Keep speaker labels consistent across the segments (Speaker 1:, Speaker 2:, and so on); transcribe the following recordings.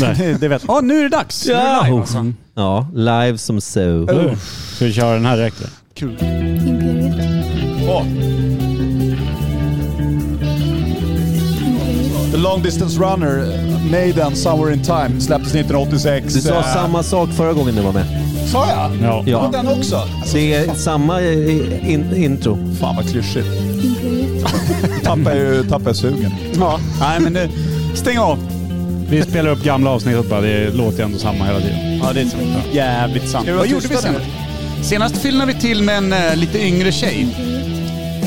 Speaker 1: Nej.
Speaker 2: det vet Ja, nu är det dags! Nu är det live alltså.
Speaker 3: Ja, live som so.
Speaker 1: Du, Ska vi köra den här direkt? eller?
Speaker 2: Kul.
Speaker 4: Imperiet.
Speaker 2: The Long Distance Runner, Maiden, Somewhere In Time, släpptes 1986.
Speaker 3: Du sa
Speaker 2: Eh,
Speaker 3: samma sak förra gången du var med.
Speaker 2: Sa jag?
Speaker 1: Ja.
Speaker 3: Ja.
Speaker 2: Och den också? Alltså,
Speaker 3: Det är samma eh, in, intro.
Speaker 2: fan vad klyschigt.
Speaker 4: Imperiet.
Speaker 2: Tappar ju tappar jag sugen. Ja. Nej, men nu... Stäng av!
Speaker 1: Vi spelar upp gamla avsnitt och bara, det låter ju ändå samma hela tiden.
Speaker 2: Ja, det är jävligt sant.
Speaker 1: vara
Speaker 2: Vad gjorde vi
Speaker 1: tysta
Speaker 2: senast? Senast fyllde vi till med en eh, lite yngre tjej.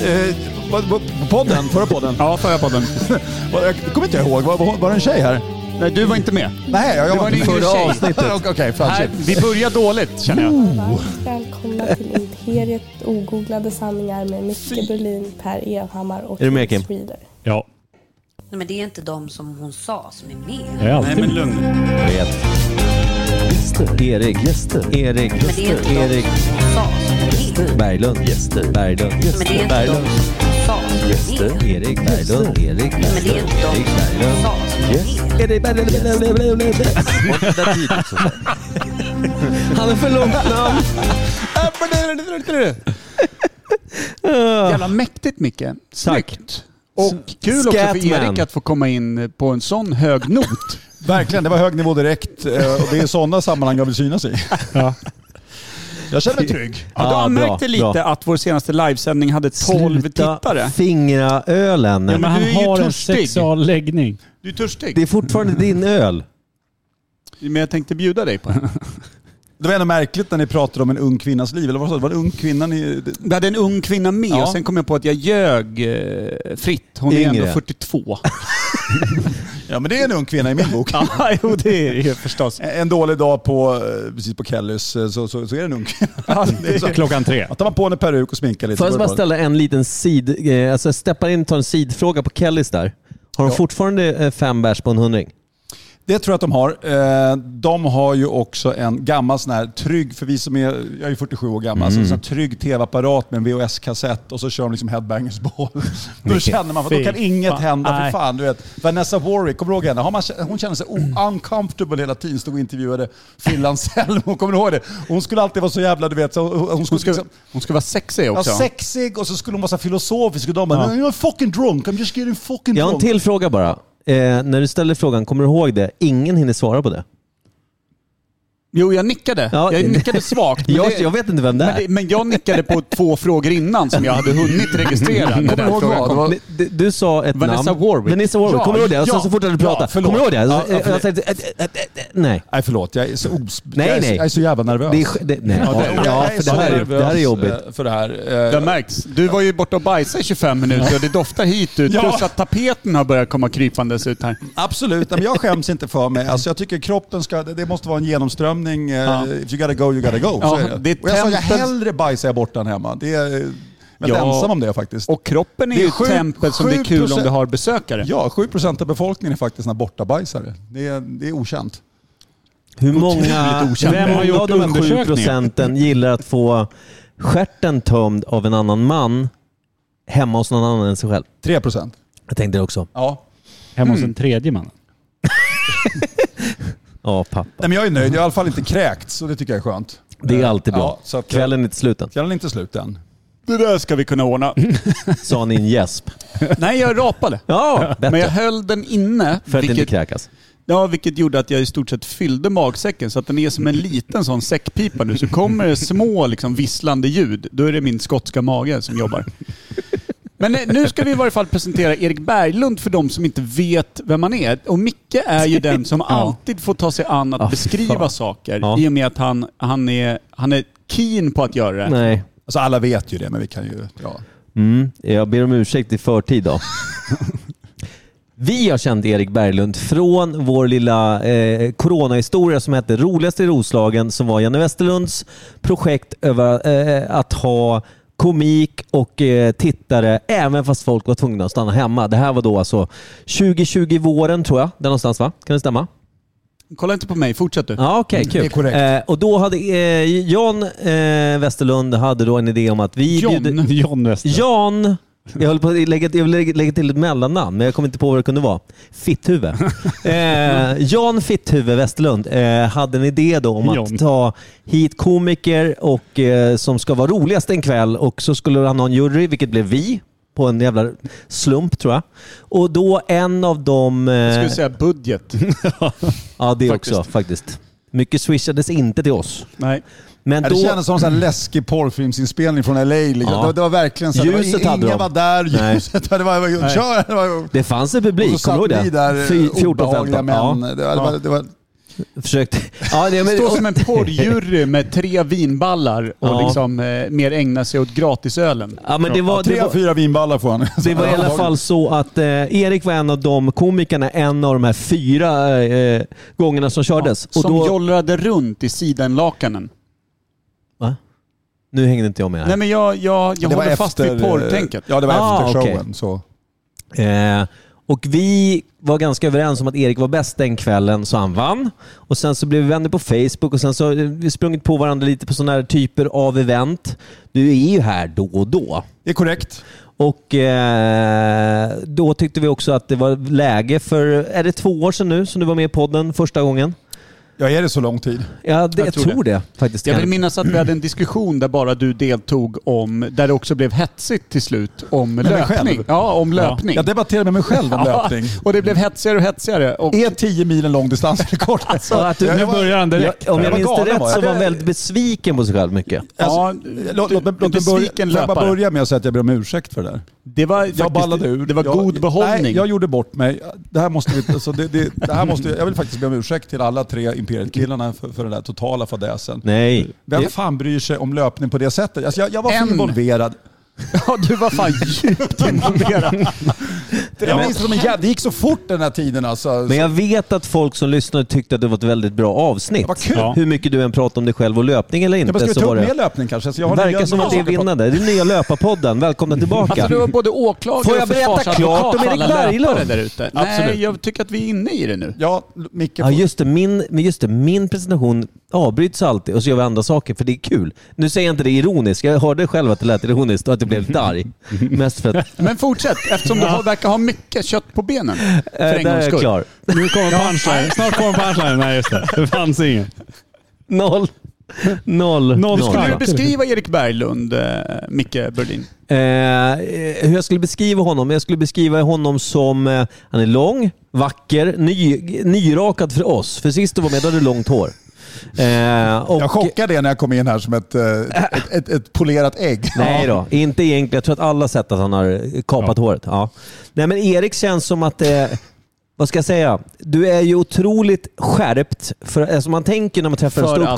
Speaker 2: Eh, vad- vad- podden? Förra podden?
Speaker 1: Ja, förra podden.
Speaker 2: Vad- Jag kommer inte ihåg. Var, var, var det en tjej här?
Speaker 1: Nej, du var inte med.
Speaker 2: Nej, jag
Speaker 1: Det
Speaker 2: var
Speaker 1: var
Speaker 2: inte
Speaker 1: en yngre
Speaker 2: förra
Speaker 1: tjej.
Speaker 2: avsnittet. Okej, fan
Speaker 1: Nej,
Speaker 2: shit.
Speaker 1: vi börjar dåligt känner jag.
Speaker 3: Oh.
Speaker 5: Varmt välkomna till Imperiet ogooglade sanningar med Micke Berlin, Per Evhammar och
Speaker 3: Är du med, Kim?
Speaker 5: Max Reader.
Speaker 1: Ja.
Speaker 6: Nej, men det är inte de som hon sa som är med.
Speaker 1: Jag är alltid med.
Speaker 2: lugn.
Speaker 3: Jag vet. Gäster. Erik. Gäster. Erik.
Speaker 6: Men det
Speaker 3: Gäster.
Speaker 6: är inte de
Speaker 3: Erik.
Speaker 6: som hon sa som är med.
Speaker 3: Berglund. Gäster. Berglund.
Speaker 6: Men det är
Speaker 3: Gäster.
Speaker 6: inte de
Speaker 3: Berglund.
Speaker 6: som hon sa som är
Speaker 3: Gäster.
Speaker 6: med.
Speaker 3: Erik Berglund. Erik
Speaker 6: Men det är
Speaker 3: Berglund.
Speaker 6: inte de
Speaker 3: Erik
Speaker 6: som hon
Speaker 3: Berglund.
Speaker 6: sa som är med.
Speaker 3: Erik Berglund. Han är för långt namn.
Speaker 2: Jävla mäktigt Micke. Snyggt. Och kul också för
Speaker 3: Scatman.
Speaker 2: Erik att få komma in på en sån hög not.
Speaker 7: Verkligen, det var hög nivå direkt eh, och det är sådana sammanhang jag vill synas i.
Speaker 2: Jag känner mig trygg. Ja,
Speaker 3: Ja,
Speaker 2: du har
Speaker 3: bra,
Speaker 2: märkt det lite
Speaker 3: bra.
Speaker 2: att vår senaste livesändning hade 12 tittare.
Speaker 3: fingra ölen.
Speaker 1: Ja, men
Speaker 2: men
Speaker 1: han
Speaker 2: du är ju
Speaker 1: har en
Speaker 2: törstig.
Speaker 1: sexual läggning.
Speaker 2: Du är törstig.
Speaker 3: Det är fortfarande din öl.
Speaker 2: Men jag tänkte bjuda dig på en.
Speaker 7: Det var ändå märkligt när ni pratade om en ung kvinnas liv, eller vad sa du? Det var en ung kvinna ni...
Speaker 2: Vi hade en ung kvinna med
Speaker 7: Ja.
Speaker 2: och sen kom jag på att jag ljög eh, fritt. Hon är
Speaker 3: Yngre.
Speaker 2: ändå 42.
Speaker 7: Ja men det är en ung kvinna i min bok.
Speaker 2: ja, jo det är det ju förstås.
Speaker 7: En dålig dag på, eh, precis på Kellys eh, så, så, så är det en ung kvinna. det är så.
Speaker 1: Klockan tre.
Speaker 7: Att tar man på en peruk och sminkar lite.
Speaker 3: Får jag
Speaker 7: då är
Speaker 3: bara
Speaker 7: det bra.
Speaker 3: ställa en liten sid... eh, Alltså steppa in och ta en sidfråga på Kellys där. Har de fortfarande eh, fem bärs på en hundring?
Speaker 7: Det tror jag att de har. Eh, De har ju också en gammal sån här trygg, för vi som är, jag är ju 47 år gammal, så en sån här trygg tv-apparat med en VHS-kassett och så kör de liksom headbangers ball. Då känner man, för då kan
Speaker 1: fy
Speaker 7: inget
Speaker 1: fan.
Speaker 7: hända.
Speaker 1: Nej.
Speaker 7: För fan, du vet. Vanessa Warwick, kommer du ihåg henne? Har man, hon kände sig o-
Speaker 3: Mm.
Speaker 7: uncomfortable hela tiden, stod och intervjuade Phil Anselmo, kommer du ihåg det? Hon skulle alltid vara så jävla, du vet, så hon- hon skulle
Speaker 2: Hon ska,
Speaker 7: liksom...
Speaker 2: hon ska vara sexig
Speaker 7: Ja,
Speaker 2: också.
Speaker 7: sexig och så skulle hon vara så här filosofisk och de bara "No, “You're fucking drunk, I'm just getting fucking
Speaker 3: Jag har en
Speaker 7: drunk”.
Speaker 3: till fråga bara. Eh, när du ställer frågan, kommer du ihåg det? Ingen hinner svara på det.
Speaker 2: Jo, jag nickade.
Speaker 3: Ja,
Speaker 2: jag
Speaker 3: det-
Speaker 2: nickade svagt. men
Speaker 3: Jag,
Speaker 2: det-
Speaker 3: jag vet inte vem det
Speaker 2: men,
Speaker 3: är.
Speaker 2: det, men jag nickade på två frågor innan som jag hade hunnit registrera. när den frågan kom.
Speaker 3: Men du- Du sa ett
Speaker 2: Vanessa
Speaker 3: namn.
Speaker 2: Warwick.
Speaker 3: Vanessa Warwick.
Speaker 2: Ja,
Speaker 3: kommer du ihåg det? Och sen
Speaker 2: ja,
Speaker 3: så fortsatte du
Speaker 2: ja,
Speaker 3: prata.
Speaker 2: förlåt.
Speaker 3: kommer du ihåg det?
Speaker 2: Ja,
Speaker 3: Jag-
Speaker 2: förlåt.
Speaker 3: jag sa- äh, äh, äh, äh, Nej.
Speaker 7: Nej förlåt, jag är så, obs-
Speaker 3: Nej,
Speaker 7: jag är, så-
Speaker 3: nej.
Speaker 7: jag är så jävla nervös.
Speaker 3: Det är, sk- det, nej.
Speaker 7: Ja,
Speaker 3: Ja,
Speaker 7: det-
Speaker 3: ja,
Speaker 7: jag
Speaker 3: för det
Speaker 7: så
Speaker 3: här, är- det här är
Speaker 7: nervös,
Speaker 3: jobbigt.
Speaker 7: eh, För det här. Eh,
Speaker 2: Det märks. Du var ju borta och bajsade i 25 minuter och det doftar hit ut.
Speaker 7: Ja.
Speaker 2: Plus att tapeten har börjat komma krypandes ut här.
Speaker 7: Absolut, Nej, men jag skäms inte för mig. Alltså, jag tycker kroppen ska, det det måste vara en genomströmning. eh, If you gotta go, you gotta go.
Speaker 2: Ja,
Speaker 7: så är det.
Speaker 2: det är
Speaker 7: och jag sa, jag
Speaker 2: tempen-
Speaker 7: hellre bajsar jag bort den hemma. Det är, jag är
Speaker 2: Ja.
Speaker 7: inte ensam om det faktiskt.
Speaker 2: Och kroppen är,
Speaker 7: Det är
Speaker 2: ju
Speaker 7: sju-
Speaker 2: ett tempel som det är kul om
Speaker 7: 7%.
Speaker 2: du har besökare.
Speaker 7: ja, 7% av befolkningen är faktiskt såna bortabajsare. Det är, det är okänt.
Speaker 3: Hur många,
Speaker 1: okänd. Vem
Speaker 3: hur
Speaker 1: har
Speaker 3: många
Speaker 1: gjort
Speaker 3: av de här
Speaker 1: undersökningen?
Speaker 3: 7 procenten gillar att få stjärten tömd av en annan man hemma hos någon annan än sig själv?
Speaker 7: 3%.
Speaker 3: Jag tänkte det också.
Speaker 7: Ja.
Speaker 1: Hemma
Speaker 2: Mm.
Speaker 1: hos den tredje mannen.
Speaker 3: Ja, pappa.
Speaker 7: Nej, men jag är nöjd. Jag har i alla fall inte kräkts och det tycker jag är skönt.
Speaker 3: Det är alltid bra.
Speaker 7: Ja, så att-
Speaker 3: Kvällen är inte sluten.
Speaker 7: Kvällen är inte slut än.
Speaker 2: Det där ska vi kunna ordna.
Speaker 3: Sa ni en gäsp?
Speaker 2: Nej, jag rapade.
Speaker 3: Ja,
Speaker 2: Men jag
Speaker 3: bättre.
Speaker 2: höll den inne,
Speaker 3: För att inte
Speaker 2: vilket,
Speaker 3: kräkas.
Speaker 2: ja, vilket gjorde att jag i stort sett fyllde magsäcken. Så att den är som en liten sån säckpipa nu. Så kommer det små liksom, visslande ljud, då är det min skotska mage som jobbar. Men eh, nu ska vi i varje fall presentera Erik Berglund för de som inte vet vem han är. Och Micke är ju den som alltid får ta sig an att
Speaker 3: Ja, fy
Speaker 2: beskriva
Speaker 3: Ah, fan.
Speaker 2: saker
Speaker 3: Ja.
Speaker 2: i och med att han, han, är, han är keen på att göra det.
Speaker 3: Nej.
Speaker 7: Alltså alla vet ju det, men vi kan ju... Ja.
Speaker 3: Mm, jag ber om ursäkt i förtid då. Vi har känt Erik Berglund från vår lilla eh, coronahistoria som hette Roligast i Roslagen som var Janne Westerlunds projekt över eh, att ha komik och eh, tittare även fast folk var tvungna att stanna hemma. Det här var då alltså 2020 våren tror jag. Där någonstans va? Kan det stämma?
Speaker 2: Kolla inte på mig, fortsätt du.
Speaker 3: Ja, okej, kul.
Speaker 7: Mm, Det är korrekt.
Speaker 3: Eh, och då hade eh, Jan eh, Westerlund hade då en idé om att vi
Speaker 2: John.
Speaker 3: bjuder...
Speaker 1: John Wester.
Speaker 3: Jan Jag höll på att lägga, jag vill lägga, lägga till ett mellannamn, men jag kommer inte på vad det kunde vara. Fitthuvud. Eh, Jan Fitthuvud Westerlund eh, hade en idé då om
Speaker 1: Jan.
Speaker 3: att ta hit komiker och, eh, som ska vara roligast en kväll och så skulle han ha en jury, vilket blev vi. På en jävla slump tror jag. Och då en av dem... eh,
Speaker 2: Jag skulle säga budget.
Speaker 3: ja, det också faktiskt. Mycket swishades inte till oss.
Speaker 2: Nej.
Speaker 3: Men
Speaker 7: Ja,
Speaker 3: då...
Speaker 7: Det kändes som en sån här läskig porrfilmsinspelning från LA. Liksom.
Speaker 3: Ja.
Speaker 7: Det, det var verkligen så här,
Speaker 3: Ljuset
Speaker 7: det var,
Speaker 3: hade
Speaker 7: ingen
Speaker 3: de.
Speaker 7: var där,
Speaker 3: Nej.
Speaker 7: ljuset var, det var, det var, kör! Det var,
Speaker 3: Det fanns en
Speaker 7: och så
Speaker 3: publik, kommer du
Speaker 7: satt
Speaker 3: ihåg
Speaker 7: vi
Speaker 3: det?
Speaker 7: där
Speaker 3: Fy-
Speaker 7: 14, obehagliga
Speaker 3: 14-15.
Speaker 7: män.
Speaker 3: Ja,
Speaker 7: Det var, det var, det var,
Speaker 3: försökte... Ja, det, men,
Speaker 2: Stå som en porrjury med tre vinballar och
Speaker 3: Ja.
Speaker 2: liksom eh, mer ägna sig åt gratisölen.
Speaker 3: ja, men det var...
Speaker 7: tre,
Speaker 3: Det var
Speaker 7: fyra vinballar får han.
Speaker 3: det var i alla fall så att eh, Erik var en av de komikerna, en av de här fyra eh, gångerna som kördes. och
Speaker 2: Som
Speaker 3: då,
Speaker 2: jollrade runt i sidenlakanen.
Speaker 3: Va? Nu hängde inte jag med här.
Speaker 2: Nej men jag, jag, jag
Speaker 7: Det var
Speaker 2: håller fast vid porrtänket.
Speaker 7: Ja, det var
Speaker 3: Ah,
Speaker 7: efter
Speaker 3: okej.
Speaker 7: showen. Så.
Speaker 3: Eh, och vi var ganska överens om att Erik var bäst den kvällen, så han vann. Och sen så blev vi vänner på Facebook och sen så har vi sprungit på varandra lite på sådana här typer av event. Du är ju här då och då.
Speaker 7: Det är korrekt.
Speaker 3: Och eh, då tyckte vi också att det var läge för, är det två år sedan nu som du var med i podden första gången?
Speaker 7: Ja, är det så lång tid?
Speaker 3: Ja, det, jag, tror, det. faktiskt.
Speaker 2: Jag vill
Speaker 3: Kan-
Speaker 2: minnas att vi hade en diskussion där bara du deltog om, där det också blev hetsigt till slut, om löpning.
Speaker 7: själv?
Speaker 2: Ja, om löpning.
Speaker 7: Jag debatterade med mig själv om
Speaker 2: Ja,
Speaker 7: löpning.
Speaker 2: Och det blev hetsigare och hetsigare. Och
Speaker 7: Är 10 mil en lång distans eller kort?
Speaker 3: Så Alltså, att du-
Speaker 7: Jag-
Speaker 1: Nu
Speaker 7: jag var-
Speaker 1: börjar han direkt.
Speaker 3: Ja, om jag
Speaker 7: Jag var
Speaker 3: minns det
Speaker 7: galen,
Speaker 3: rätt
Speaker 7: var
Speaker 3: så
Speaker 7: jag.
Speaker 3: var han väldigt besviken på sig själv mycket.
Speaker 2: Ja,
Speaker 7: Alltså, låt, låt, mig-
Speaker 2: du-
Speaker 7: låt mig
Speaker 2: du
Speaker 7: börja,
Speaker 2: besviken
Speaker 7: låt mig bara
Speaker 2: löpare.
Speaker 7: börja med att säga att jag ber om ursäkt för det där.
Speaker 2: det var
Speaker 7: Jag ballade ur.
Speaker 2: Det var
Speaker 7: jag,
Speaker 2: god behållning.
Speaker 7: Nej, jag gjorde bort mig. Det här måste vi, alltså det, det, det här måste, jag vill faktiskt be om ursäkt till alla tre Imperiet-killarna för, för den där totala fadäsen.
Speaker 3: Nej.
Speaker 7: Vem fan bryr sig om löpning på det sättet? Alltså jag, jag var
Speaker 2: En.
Speaker 7: en. involverad.
Speaker 2: Ja, du var fan djupt involverad.
Speaker 7: Det, jag minns det som en jävla, det gick så fort den här tiden alltså.
Speaker 3: Men jag vet att folk som lyssnade tyckte att det var ett väldigt bra avsnitt.
Speaker 7: Vad kul.
Speaker 3: Hur mycket du än pratar om dig själv och löpning eller
Speaker 7: Ja, men
Speaker 3: inte
Speaker 7: ska vi
Speaker 3: så
Speaker 7: ta
Speaker 3: var
Speaker 7: upp mer
Speaker 3: det...
Speaker 7: löpning kanske? Alltså jag har
Speaker 3: verkar
Speaker 7: nya-
Speaker 3: som att det är vinnande. Det är nya löparpodden. Välkomna tillbaka.
Speaker 2: Alltså, du var både åklagare
Speaker 3: Får jag
Speaker 2: och
Speaker 3: berätta klart
Speaker 2: försvarsadvokat
Speaker 3: om
Speaker 2: för
Speaker 3: Erik
Speaker 2: alla
Speaker 3: Berglund?
Speaker 2: löpare där ute. Nej,
Speaker 7: Absolut.
Speaker 2: jag tycker att vi är inne i det nu.
Speaker 7: Ja, Micke.
Speaker 3: Ja,
Speaker 7: får-
Speaker 3: just det. Min, men just det, min presentation avbryts alltid och så gör vi andra saker för det är kul. Nu säger jag inte det ironiskt. Jag hörde själv att det lät ironiskt och att jag blev lite arg. Mest för att...
Speaker 2: Men fortsätt, eftersom du har, verkar ha mycket kött på benen. För
Speaker 3: Eh, där
Speaker 2: en gångs
Speaker 3: är jag
Speaker 2: skull.
Speaker 3: klar.
Speaker 1: Nu kommer punchline. Snart kommer punchline. Nej, just det. Det fanns ingen.
Speaker 3: Noll. Noll.
Speaker 1: Noll
Speaker 2: Skulle du
Speaker 1: Ja.
Speaker 2: beskriva Erik Berglund, eh, Micke Berlin?
Speaker 3: Eh, eh, hur jag skulle beskriva honom? Jag skulle beskriva honom som... Eh, han är lång, vacker, ny, nyrakad för oss. För sist du var med då hade du långt hår. Eh, och,
Speaker 7: Jag chockade det när jag kom in här som ett, eh, ett, ett, ett polerat ägg.
Speaker 3: Nej då, inte egentligen. Jag tror att alla har sett att han har kapat håret. Ja. Nej men Erik känns som att, eh, vad ska jag säga? Du är ju otroligt skärpt, för, eh, som man tänker när man träffar
Speaker 2: För
Speaker 3: en
Speaker 2: att-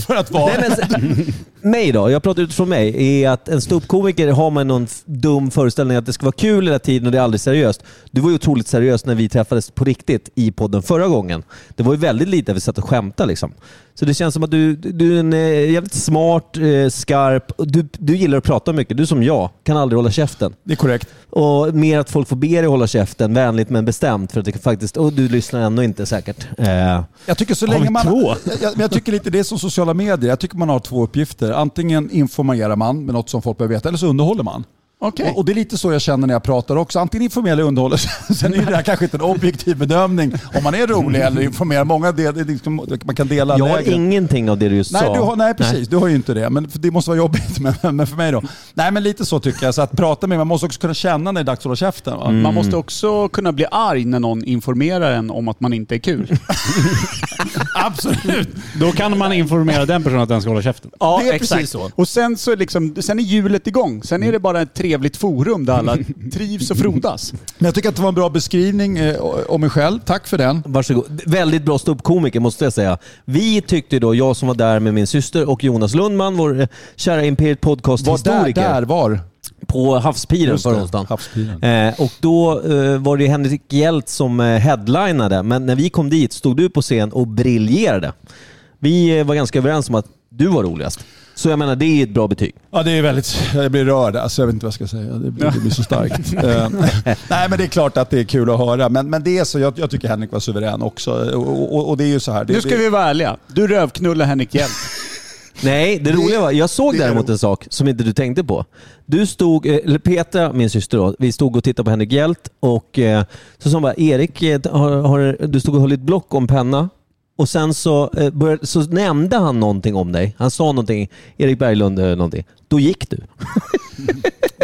Speaker 7: För att vara...
Speaker 3: Nej, men, mig då, jag pratar utifrån mig, är att en ståuppkomiker har man någon f- dum föreställning att det ska vara kul hela tiden och det är aldrig seriöst. Du var ju otroligt seriös när vi träffades på riktigt i podden förra gången. Det var ju väldigt lite vi satt och skämtade liksom. Så det känns som att du, du är en eh, jävligt smart, eh, skarp, och du, du gillar att prata mycket. Du som jag, kan aldrig hålla käften.
Speaker 7: Det är korrekt.
Speaker 3: Och mer att folk får be dig hålla käften, vänligt men bestämt. För att det kan faktiskt, och du lyssnar ändå inte säkert. Eh,
Speaker 7: Jag tycker så
Speaker 1: Har vi
Speaker 7: länge man...
Speaker 1: två?
Speaker 7: Jag, jag, men jag tycker lite det är som sociala medier. Jag tycker man har två uppgifter. Antingen informerar man med något som folk behöver veta eller så underhåller man.
Speaker 2: Okej.
Speaker 7: Och, och det är lite så jag känner när jag pratar också. Antingen informerar eller underhåller. Sen är det här kanske inte en objektiv bedömning om man är rolig eller informerar. Många del, det är liksom, man kan dela
Speaker 3: jag har
Speaker 7: lägret.
Speaker 3: ingenting av det du just
Speaker 7: Nej,
Speaker 3: sa.
Speaker 7: du har, nej precis, du har ju inte det. Men för- det måste vara jobbigt. Men, men för mig då. Nej men lite så tycker jag. Så att prata med, man måste också kunna känna när det är dags att hålla käften. Va?
Speaker 2: Man måste också kunna bli arg när någon informerar en om att man inte är kul.
Speaker 7: Absolut.
Speaker 1: Då kan man informera den personen att den ska hålla käften.
Speaker 2: Ja,
Speaker 7: Det är precis så.
Speaker 2: Och sen, så är liksom, sen är hjulet igång. Sen är det bara ett trevligt forum där alla trivs och frodas.
Speaker 7: Men jag tycker att det var en bra beskrivning eh, om mig själv. Tack för den.
Speaker 3: Varsågod. Väldigt bra ståuppkomiker måste jag säga. Vi tyckte då, jag som var där med min syster och Jonas Lundman, vår eh, kära Imperiet
Speaker 7: Var där,
Speaker 3: Podcast-historiker,
Speaker 7: där, var.
Speaker 3: på Havspiren
Speaker 7: Just det,
Speaker 3: förra onsdagen.
Speaker 7: Havspiren.
Speaker 3: Eh, och då eh, var det Henrik Hjelt som eh, headlinade, men när vi kom dit stod du på scen och briljerade. Vi eh, var ganska överens om att du var roligast. Så jag menar, det är ett bra betyg.
Speaker 7: Ja, det är väldigt... Jag blir rörd. Alltså, jag vet inte vad jag ska säga. Det blir, det blir så starkt. Eh, Nej, men det är klart att det är kul att höra. Men, men det är så. Jag, jag tycker Henrik var suverän också. Och, och, och det är ju så här. Det,
Speaker 2: Nu ska vi vara ärliga. Du rövknullar Henrik Hjelm.
Speaker 3: Nej, det roliga var, jag såg
Speaker 8: det är
Speaker 3: däremot
Speaker 8: roligt.
Speaker 3: en sak som inte du tänkte på. Du stod, eh, eller Petra, min syster då, vi stod och tittade på Henrik Hjält och eh, så sa hon bara, Erik, eh, har, har, du stod och höll ett block om penna och sen så, eh, började, så nämnde han någonting om dig. Han sa någonting, Erik Berglund eh, någonting. Då gick du.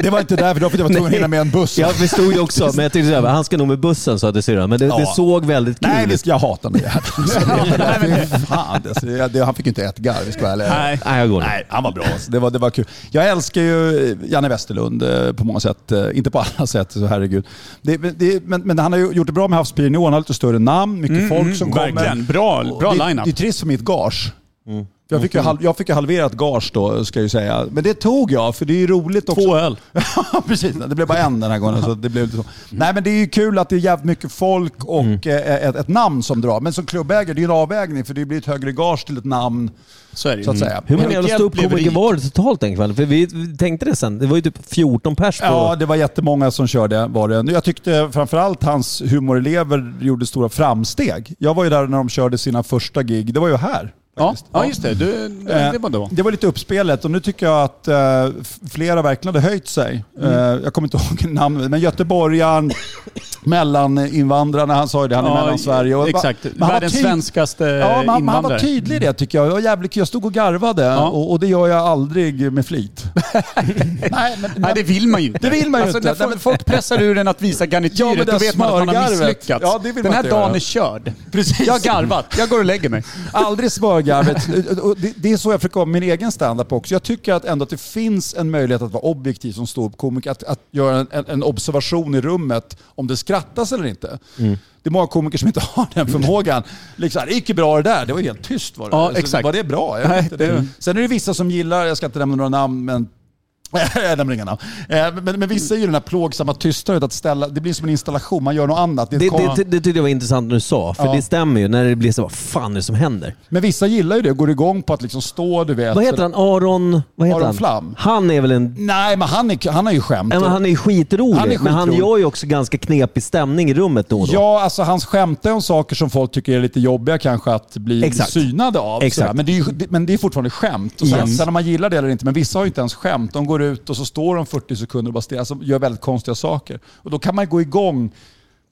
Speaker 7: Det var inte därför, det var för att jag var tvungen att hinna med en buss.
Speaker 3: Jag förstod ju också, men jag tänkte såhär, han ska nog med bussen sa det syrran. Men det, det
Speaker 7: Ja.
Speaker 3: såg väldigt kul
Speaker 7: Nej,
Speaker 3: ut.
Speaker 7: det ska jag hatar den där jäveln. Fy Fan, alltså, det- det- han fick ju inte ett garv, vi ska vara ärliga.
Speaker 2: Nej.
Speaker 3: Nej, jag går nu.
Speaker 7: Nej, han var bra. alltså. Det var, det var kul. Jag älskar ju eh, Janne Westerlund eh, på många sätt. eh, Inte på alla sätt, så herregud. Det, det, men, men han har ju gjort det bra med Havspiren i år. Han har lite större namn, mycket folk som kommer.
Speaker 2: Mm, verkligen. Bra-
Speaker 7: Och
Speaker 2: bra
Speaker 7: det,
Speaker 2: lineup.
Speaker 7: Det är trist för mitt gage. Jag fick, ju halv, jag fick ju halverat gage då, ska jag ju säga. Men det tog jag, för det är ju roligt också.
Speaker 2: Två öl. Mm.
Speaker 7: Ja, precis. Det blev bara en den här gången. Så det blev lite så. Nej, men det är ju kul att det är jävligt mycket folk och eh, ett, ett namn som drar. Men som klubbägare, det är ju en avvägning för det blir ett högre gage till ett namn.
Speaker 2: Så är det ju.
Speaker 7: Så att säga.
Speaker 3: Hur många
Speaker 2: Henrik
Speaker 3: jävla
Speaker 2: Hjält blev
Speaker 3: ståuppkomiker
Speaker 2: rik.
Speaker 3: var det totalt den kvällen? För vi, vi tänkte det sen. Det var ju typ 14 pers på...
Speaker 7: Ja, det var jättemånga som körde. Var det. Jag tyckte framförallt hans humorelever gjorde stora framsteg. Jag var ju där när de körde sina första gig. Det var ju här.
Speaker 2: Ja,
Speaker 7: faktiskt.
Speaker 2: ja, just det. Du,
Speaker 7: Eh,
Speaker 2: det var då.
Speaker 7: Det var lite uppspelet och nu tycker jag att eh, f- flera verkligen hade höjt sig. Eh,
Speaker 2: Mm.
Speaker 7: jag kommer inte ihåg namnet, men göteborgaren, mellaninvandrarna, han sa ju det, han är
Speaker 2: Ja,
Speaker 7: mellansverige. Och-
Speaker 2: Exakt.
Speaker 7: men han var
Speaker 2: Världens
Speaker 7: tyd-
Speaker 2: svenskaste
Speaker 7: Ja, men han, han var
Speaker 2: invandrare.
Speaker 7: tydlig i det tycker jag. Det var jävligt kul. Jag stod och garvade
Speaker 2: Ja.
Speaker 7: och, och det gör jag aldrig med flit. Nej, men,
Speaker 2: Nej, det vill man ju inte. Alltså,
Speaker 7: Det vill man ju inte.
Speaker 2: När
Speaker 7: Nej,
Speaker 2: folk,
Speaker 7: men-
Speaker 2: folk pressar ur en att visa
Speaker 7: Ja, men
Speaker 2: garnityret,
Speaker 7: det
Speaker 2: då vet man att man har
Speaker 7: smörgarvet.
Speaker 2: misslyckats.
Speaker 7: Ja, det vill
Speaker 2: Den
Speaker 7: man
Speaker 2: här
Speaker 7: inte
Speaker 2: dagen
Speaker 7: göra.
Speaker 2: är körd. Precis. Jag har garvat. Jag går och lägger mig.
Speaker 7: Aldrig smörgarvet. Och det- Det är så jag försöker vara med min egen standup också. Jag tycker att ändå att det finns en möjlighet att vara objektiv som ståuppkomiker. Att, att göra en, en- en observation i rummet om det skrattas eller inte. Det är många komiker som inte har den förmågan. Liksom, det gick ju bra det där. Det var helt tyst. Var det,
Speaker 2: Ja,
Speaker 7: Så
Speaker 2: exakt.
Speaker 7: var det bra? Jag vet
Speaker 2: Nej,
Speaker 7: inte. Det-
Speaker 2: det-
Speaker 7: Sen är det vissa som gillar, jag ska inte nämna några namn, men jag nämner inga namn. Eh, Men, men vissa är ju den här plågsamma tystnaden att ställa, det blir som en installation, man gör något annat. Det är ett
Speaker 3: Det,
Speaker 7: kon-
Speaker 3: det, det, det tyckte jag var intressant när du sa, för
Speaker 7: Ja.
Speaker 3: det stämmer ju. När det blir så, vad fan är det som händer?
Speaker 7: Men vissa gillar ju det och går igång på att liksom stå, du vet.
Speaker 3: Vad heter han? Aron... Vad heter
Speaker 7: Aron
Speaker 3: han?
Speaker 7: Flam.
Speaker 3: Han är väl en...
Speaker 7: Nej, men han, är, han har ju skämt.
Speaker 3: Nej, men han är ju skitrolig,
Speaker 7: Han är
Speaker 3: men han
Speaker 7: skitrolig.
Speaker 3: gör ju också ganska knepig stämning i rummet då och då.
Speaker 7: Ja, alltså han skämtar om saker som folk tycker är lite jobbiga kanske att bli
Speaker 3: Exakt.
Speaker 7: synade av.
Speaker 3: Exakt.
Speaker 7: sådär. Men, det är ju, det- men det är fortfarande skämt. Och sen,
Speaker 3: Yes.
Speaker 7: sen om man gillar det eller inte, men vissa har ju inte ens skämt. De går ut och så står de 40 sekunder och bara stirrar, alltså, gör väldigt konstiga saker. Och då kan man gå igång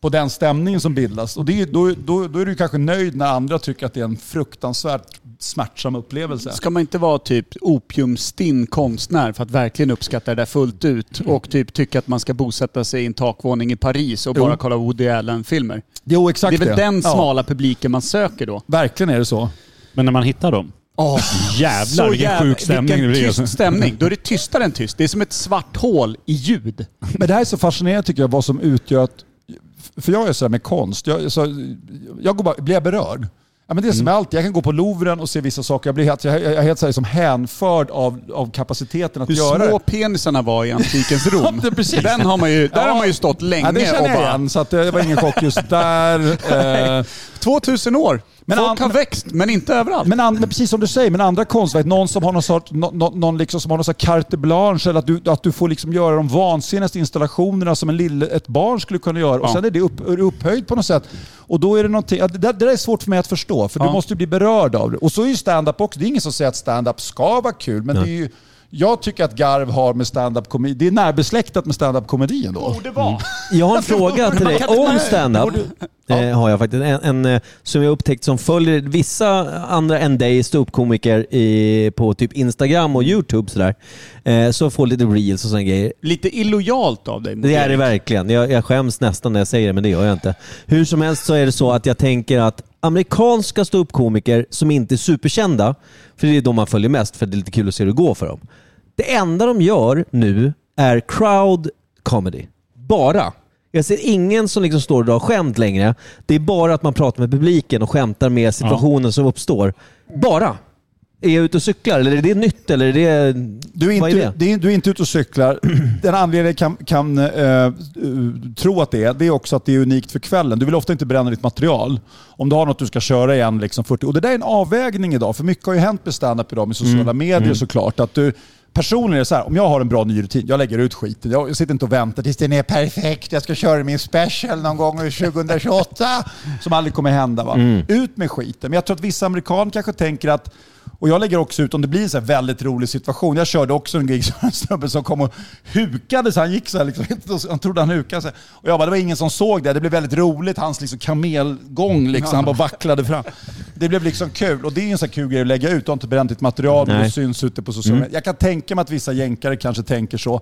Speaker 7: på den stämningen som bildas. Och det är, ju- då, då, då är du kanske nöjd när andra tycker att det är en fruktansvärt smärtsam upplevelse.
Speaker 2: Ska man inte vara typ opiumstinn konstnär för att verkligen uppskatta det där fullt ut och typ tycka att man ska bosätta sig i en takvåning i Paris och bara
Speaker 7: Jo.
Speaker 2: kolla Woody Allen-filmer?
Speaker 7: Jo, exakt
Speaker 2: Det är väl den
Speaker 7: Ja,
Speaker 2: smala publiken man söker då?
Speaker 7: verkligen är det så.
Speaker 1: Men när man hittar dem.
Speaker 2: Oh,
Speaker 1: Jävlar vilken sjuk stämning det blir.
Speaker 2: tyst stämning. Då är det tystare än tyst. Det är som ett svart hål i ljud.
Speaker 7: Men det här är så fascinerande tycker jag, vad som utgör att... För jag är så här med konst. Jag, så, jag går bara, blir jag berörd? Ja, men det är som med allt. Jag kan gå på Louvren och se vissa saker. Jag blir helt, jag, jag är helt så här, som hänförd av, av kapaciteten att
Speaker 2: Hur
Speaker 7: göra
Speaker 2: små
Speaker 7: det.
Speaker 2: penisarna var i antikens Rom.
Speaker 7: det är precis.
Speaker 2: Den har man ju, där
Speaker 7: Ja.
Speaker 2: har man ju stått länge
Speaker 7: Ja, det
Speaker 2: och
Speaker 7: känner jag
Speaker 2: bara...
Speaker 7: igen, så att eh, det var ingen chock just där. Eh,
Speaker 2: 2000 år!
Speaker 7: Men
Speaker 2: Folk
Speaker 7: an-
Speaker 2: har växt, men inte överallt.
Speaker 7: men, an, men precis som du säger, men andra konstverk, någon som har någon sort, nå- nå- någon liksom, som har någon sort carte blanche, eller att du, att du får liksom göra de vansinnigaste installationerna som en lille, ett barn skulle kunna göra. Och
Speaker 2: Ja.
Speaker 7: sen är det upp, är det upphöjt på något sätt. Och då är det någonting, ja, det, där, det där är svårt för mig att förstå, för
Speaker 2: Ja.
Speaker 7: du måste ju bli berörd av det. Och så är ju stand-up också, det är ingen som säger att stand-up ska vara kul, men det är ju, jag tycker att garv har med stand-up komedi, det är närbesläktat med stand-up komedi ändå.
Speaker 2: det
Speaker 1: Mm.
Speaker 2: var.
Speaker 3: Jag har en fråga till dig om stand-up. Eh, har jag faktiskt. En, en eh, som jag upptäckt som följer vissa andra än dig ståuppkomiker i- på typ Instagram och YouTube sådär. Eh, så får lite reels och sådana grejer.
Speaker 2: Lite illojalt av dig. mot
Speaker 3: Det är det
Speaker 2: Erik.
Speaker 3: verkligen. Jag, jag skäms nästan när jag säger det, men det gör jag inte. Hur som helst så är det så att jag tänker att amerikanska ståuppkomiker som inte är superkända, för det är de man följer mest för det är lite kul att se hur det går för dem. Det enda de gör nu är crowd comedy. Bara. Jag ser ingen som liksom står och drar skämt längre. Det är bara att man pratar med publiken och skämtar med situationen som uppstår. Bara. Är jag ute och cyklar eller är det nytt? Eller är det,
Speaker 7: Du är,
Speaker 3: vad
Speaker 7: inte,
Speaker 3: är det?
Speaker 7: det är, du är inte ute och cyklar. Den anledningen kan, kan eh, eh, tro att det är, det är också att det är unikt för kvällen. Du vill ofta inte bränna ditt material. Om du har något du ska köra igen liksom 40. Och det där är en avvägning idag, för mycket har ju hänt med standup idag med sociala
Speaker 3: Mm.
Speaker 7: medier såklart. Att du, personligen är det så här, om jag har en bra ny rutin, jag lägger ut skiten. Jag sitter inte och väntar tills den är perfekt. Jag ska köra min special någon gång
Speaker 3: Mm.
Speaker 7: 2028. Som aldrig kommer hända. Va? Ut med skiten. Men jag tror att vissa amerikaner kanske tänker att okej, Och jag lägger också ut om det blir en så här väldigt rolig situation. Jag körde också en gig som en snubbe som kom och hukade så han gick så här liksom. Han trodde han hukade sig. Och jag bara, det var ingen som såg det. Det blev väldigt roligt. Hans liksom kamelgång liksom. Han bara vacklade fram. Det blev liksom kul. Och det är ju en sån här kul grej att lägga ut. Du har inte bränt ditt material.
Speaker 3: Nej.
Speaker 7: Du syns ute på sociala medier. Jag kan tänka mig att vissa jänkare kanske tänker så.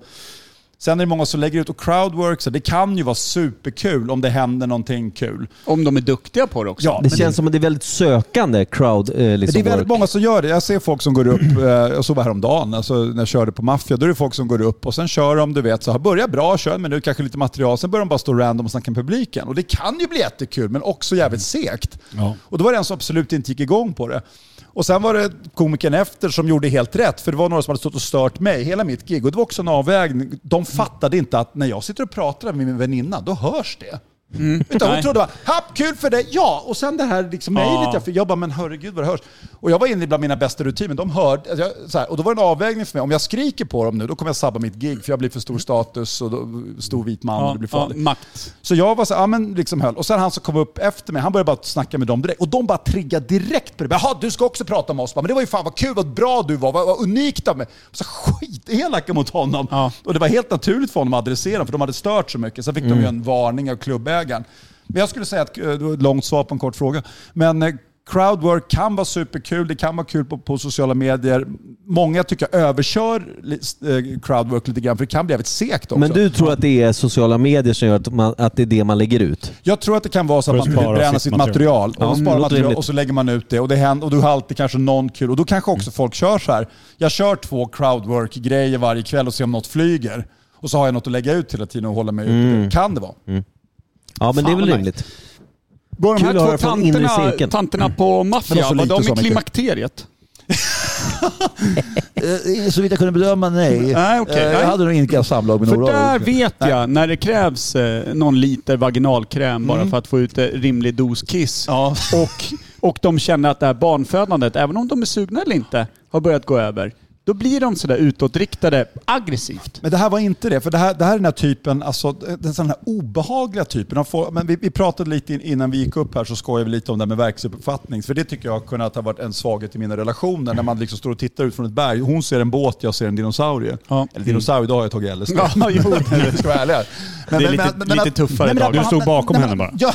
Speaker 7: Sen är det många som lägger ut och crowdworks, det kan ju vara superkul om det händer någonting kul.
Speaker 2: Om de är duktiga på det också.
Speaker 7: Ja,
Speaker 3: Det
Speaker 7: men
Speaker 3: känns som att det är väldigt sökande crowd. Eh, liksom
Speaker 7: det är väldigt
Speaker 3: work.
Speaker 7: många som gör det. Jag ser folk som går upp, eh, jag såg det häromdagen alltså när jag körde på Mafia, då är det folk som går upp och sen kör de, du vet, så här, börjar bra, kör en minut, kanske lite material, sen börjar de bara stå random och snacka med publiken. Och det kan ju bli jättekul, men också jävligt segt. Och då var det en som absolut inte gick igång på det. Och sen var det komikern efter som gjorde helt rätt, för det var några som hade stått och stört mig, hela mitt gig. Och det var också en avvägning. De fattade inte att när jag sitter och pratar med min väninna, då hörs det. Utan hon trodde bara, happ kul för dig, ja! Och sen det här liksom mejlet jag fick. Jag bara, men herregud vad det hörs. Och jag var inne bland mina bästa rutiner, de hörde, alltså jag, så här, och då var det en avvägning för mig. Om jag skriker på dem nu, då kommer jag sabba mitt gig för jag blir för stor status och då, stor vit man och det blir farligt.
Speaker 2: makt.
Speaker 7: Så jag var så ja men liksom höll. Och sen han som kom upp efter mig, han började bara snacka med dem direkt. Och de bara triggade direkt på det. Jaha, du ska också prata med oss. Bara, Men det var ju fan vad kul, vad bra du var, vad, vad unikt av mig. Så skitelaka mot honom.
Speaker 2: Ja.
Speaker 7: Och det var helt naturligt för honom att adressera dem, för de hade stört så mycket. Sen fick de ju
Speaker 3: Mm.
Speaker 7: en varning av klubbägaren. Men jag skulle säga att, eh, det var ett långt svar på en kort fråga. Men eh, crowdwork kan vara superkul, det kan vara kul på, på sociala medier. Många tycker jag överkör li- eh, crowdwork lite grann, för det kan bli jävligt segt också.
Speaker 3: Men du tror att det är sociala medier som gör att, man, att det är det man lägger ut?
Speaker 7: Jag tror att det kan vara så att
Speaker 1: För
Speaker 7: man
Speaker 1: att
Speaker 7: vill
Speaker 1: spara
Speaker 7: bränna
Speaker 1: sitt
Speaker 7: sitt material.
Speaker 3: Ja,
Speaker 7: och,
Speaker 3: det
Speaker 7: spara
Speaker 3: låter
Speaker 7: material
Speaker 3: rimligt.
Speaker 7: och så lägger man ut det och, det händer, och du har alltid kanske någon kul. Och då kanske också
Speaker 8: Mm.
Speaker 7: folk kör så här. Jag kör två crowdwork-grejer varje kväll och ser om något flyger. Och så har jag något att lägga ut hela tiden och hålla mig
Speaker 8: Mm.
Speaker 7: ute. Kan det vara.
Speaker 3: Ja, men det är
Speaker 2: vad
Speaker 3: väl
Speaker 2: nice.
Speaker 3: rimligt.
Speaker 2: Var de
Speaker 3: Kul att
Speaker 2: här
Speaker 3: höra
Speaker 2: två
Speaker 3: från inre
Speaker 2: tanterna,
Speaker 3: cirkeln.
Speaker 2: tanterna på
Speaker 7: Mm. Men
Speaker 2: Mafia,
Speaker 7: också
Speaker 2: var
Speaker 7: lite
Speaker 2: de
Speaker 7: så
Speaker 2: i
Speaker 7: mycket.
Speaker 2: klimakteriet?
Speaker 8: Eh, Så vitt jag kunde bedöma, nej.
Speaker 2: Nej, okej,
Speaker 8: Eh,
Speaker 2: nej.
Speaker 8: Jag hade nog inga samlag med
Speaker 2: För
Speaker 8: några.
Speaker 2: där vet jag när det krävs eh, någon liter vaginalkräm bara för att få ut eh, rimlig dos kiss.
Speaker 7: Mm. Ja.
Speaker 2: Och, och de känner att det här barnfödandet, även om de är sugna eller inte, har börjat gå över. Då blir de sådär utåtriktade aggressivt.
Speaker 7: Men det här var inte det, för det här, det här är den här typen, alltså den sån här obehagliga typen av folk. Men vi, vi pratade lite in, innan vi gick upp här så skojade vi lite om det här med verksuppfattning. För det tycker jag har kunnat ha varit en svaghet i mina relationer. När man liksom står och tittar ut från ett berg. Hon ser en båt, jag ser en dinosaurie.
Speaker 2: Ja.
Speaker 7: Eller dinosaurie, då har jag tagit LSD.
Speaker 2: Ja, jo.
Speaker 7: Jag ska vara ärlig här. Men-
Speaker 1: Det är
Speaker 7: men-
Speaker 1: lite-
Speaker 7: men-
Speaker 1: lite
Speaker 7: men-
Speaker 1: tuffare
Speaker 7: nej, men
Speaker 1: tag.
Speaker 7: att
Speaker 1: Du
Speaker 7: man-
Speaker 1: stod
Speaker 7: men-
Speaker 1: bakom
Speaker 7: nej,
Speaker 1: henne
Speaker 7: men-
Speaker 1: bara.
Speaker 7: Ja.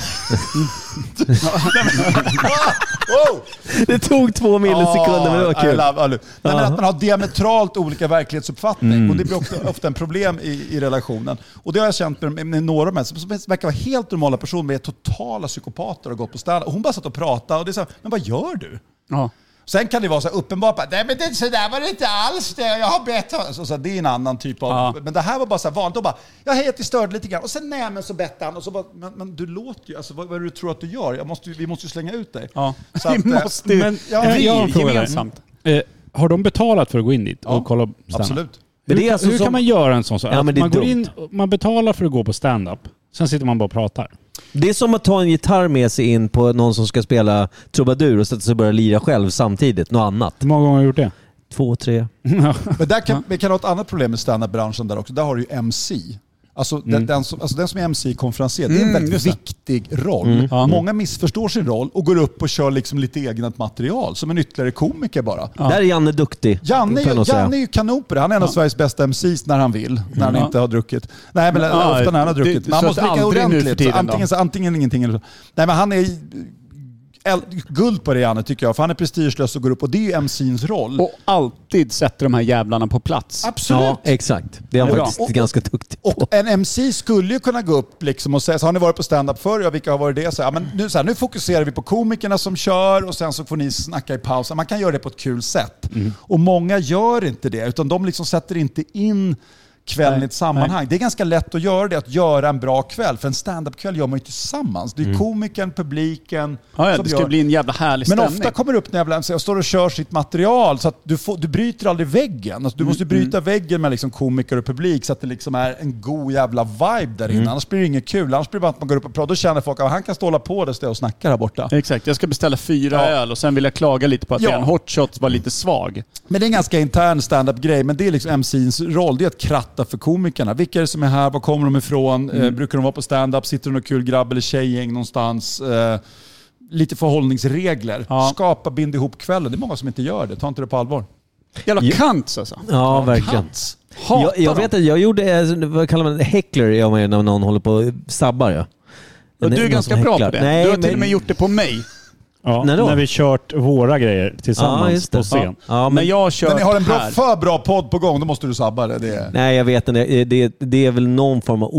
Speaker 7: Wow!
Speaker 3: Det tog två millisekunder, men det var
Speaker 7: Ah, I
Speaker 3: kul.
Speaker 7: love, I love. Nej, men
Speaker 3: Ja.
Speaker 7: att man har diametralt olika verklighetsuppfattning och det blir ofta, ofta en problem i, i relationen. Och det har jag känt med, med några män som som verkar vara helt normala personer men är totala psykopater och gått på standup. Och Hon bara satt och pratade och det är så här, men vad gör du?
Speaker 2: Ja.
Speaker 7: Sen kan det vara så här uppenbart, bara, nej men det, så där var det inte alls, det, jag har bett honom." så, så här, Det är en annan typ av...
Speaker 2: Ja.
Speaker 7: Men det här var bara så här vanligt, och bara, jag hej att vi störde lite grann. Och sen nej men så bett han, och så bara, men, men du låter ju, alltså, vad, vad är det du tror att du gör? Jag måste, ju- vi måste ju slänga ut dig.
Speaker 2: Ja.
Speaker 7: Så att,
Speaker 2: vi
Speaker 7: eh,
Speaker 2: måste ju...
Speaker 7: men- ja,
Speaker 2: vi
Speaker 1: jag har en fråga där.
Speaker 2: gemensamt.
Speaker 1: Eh, har de betalat för att gå in dit och
Speaker 7: Ja,
Speaker 1: kolla stand-up?
Speaker 7: Absolut.
Speaker 3: Men det är
Speaker 1: hur
Speaker 3: alltså
Speaker 1: hur
Speaker 3: som-
Speaker 1: kan man göra en sån sak?
Speaker 3: Ja,
Speaker 1: Att
Speaker 3: men det är
Speaker 1: man, går
Speaker 3: dumt.
Speaker 1: in, man betalar för att gå på stand-up, sen sitter man bara och pratar.
Speaker 3: Det är som att ta en gitarr med sig in på någon som ska spela trubadur och sätta sig och börja lira själv samtidigt, något annat.
Speaker 1: Hur många gånger har jag gjort det?
Speaker 3: Två, tre.
Speaker 7: Men där kan, vi kan ha ett annat problem med standup-branschen där också. Där har du ju MC. Alltså,
Speaker 3: Mm.
Speaker 7: den, den som, alltså den som är MC-konferencier, det är
Speaker 2: Mm,
Speaker 7: en väldigt viktig roll.
Speaker 3: Mm.
Speaker 7: Många missförstår sin roll och går upp och kör liksom lite eget material, som en ytterligare komiker bara.
Speaker 3: Där är Janne duktig.
Speaker 7: Janne,
Speaker 3: kan jag nog
Speaker 7: är-
Speaker 3: säga.
Speaker 7: Janne är ju kanon på det. Han är en av Sveriges bästa MCs när han vill. När han inte har druckit. Nej, men
Speaker 2: Ja,
Speaker 7: ofta när han har
Speaker 2: det-
Speaker 7: druckit. Men han
Speaker 2: så
Speaker 7: måste
Speaker 2: att
Speaker 7: dricka
Speaker 2: aldrig nu för
Speaker 7: ordentligt. Så
Speaker 2: tiden då.
Speaker 7: antingen, så, antingen ingenting eller så. Nej, men han är el- guld på det, Janne, tycker jag. För han är prestigelös och går upp. Och det är ju MCs roll.
Speaker 2: Och alltid sätter de här jävlarna på plats.
Speaker 7: Absolut.
Speaker 3: Ja, exakt. Det är han
Speaker 2: Bra.
Speaker 3: faktiskt
Speaker 7: Och- och-
Speaker 3: ganska duktig på.
Speaker 7: Och en MC skulle ju kunna gå upp liksom och säga, så har ni varit på stand-up förr? Ja, vilka har varit det? Så, här, ja, men nu, så här, nu fokuserar vi på komikerna som kör och sen så får ni snacka i pausen. Man kan göra det på ett kul sätt.
Speaker 2: Mm.
Speaker 7: Och många gör inte det, utan de liksom sätter inte in kvällen i ett sammanhang. Det är ganska lätt att göra det, att göra en bra kväll. För en stand-up-kväll gör man ju tillsammans. Det är komikern, publiken
Speaker 2: Mm. Ja, ja,
Speaker 7: som
Speaker 2: det ska
Speaker 7: gör-
Speaker 2: bli en jävla härlig
Speaker 7: men
Speaker 2: stämning.
Speaker 7: ofta kommer det upp när jag ibland säger- jag står och kör sitt material så att du, får, du bryter aldrig väggen. Alltså, du måste bryta väggen med liksom komiker och publik så att det liksom är en god jävla vibe där inne. Annars blir det inget kul. Annars blir det bara att man går upp och pratar. Då känner folk att han kan stå och hålla på där står jag och snackar här borta.
Speaker 2: Exakt, jag ska beställa fyra
Speaker 7: Ja.
Speaker 2: öl och sen vill jag klaga lite på att
Speaker 7: Ja.
Speaker 2: en hot shot var lite svag.
Speaker 7: Men det är en ganska intern stand-up-grej. Men det är liksom MCs roll. Det är att kratta för komikerna. Vilka är det som är här? Var kommer de ifrån? Eh, brukar de vara på stand-up? Sitter det något kul grabb eller tjejgäng någonstans? Eh, lite förhållningsregler.
Speaker 2: Ja.
Speaker 7: Skapa, bind ihop kvällen. Det är många som inte gör det. Ta inte det på allvar.
Speaker 2: Jävla
Speaker 3: Ja.
Speaker 2: kants alltså.
Speaker 3: Ja, verkligen.
Speaker 7: Kants. Hatar
Speaker 3: Jag, jag
Speaker 7: dem.
Speaker 3: vet att jag gjorde, eh, vad kallar man det, häckler gör man ju när någon håller på och sabbar. Ja.
Speaker 2: Ja, Du är
Speaker 3: Någon
Speaker 2: ganska
Speaker 3: som
Speaker 2: bra på
Speaker 3: häcklar.
Speaker 2: det.
Speaker 3: Nej,
Speaker 2: du har
Speaker 3: men-
Speaker 2: till och med gjort det på mig.
Speaker 1: Ja,
Speaker 3: När
Speaker 1: när,
Speaker 3: då?
Speaker 1: vi kört våra grejer
Speaker 3: Ja,
Speaker 1: tillsammans
Speaker 3: just det.
Speaker 1: på scen.
Speaker 3: Ja, ja,
Speaker 2: Men
Speaker 3: men,
Speaker 2: jag har kört
Speaker 7: När ni har en bra,
Speaker 2: här.
Speaker 7: för bra podd på gång, då måste du sabba det. det är...
Speaker 3: Nej, jag vet inte. Eh, Det, det är väl någon form av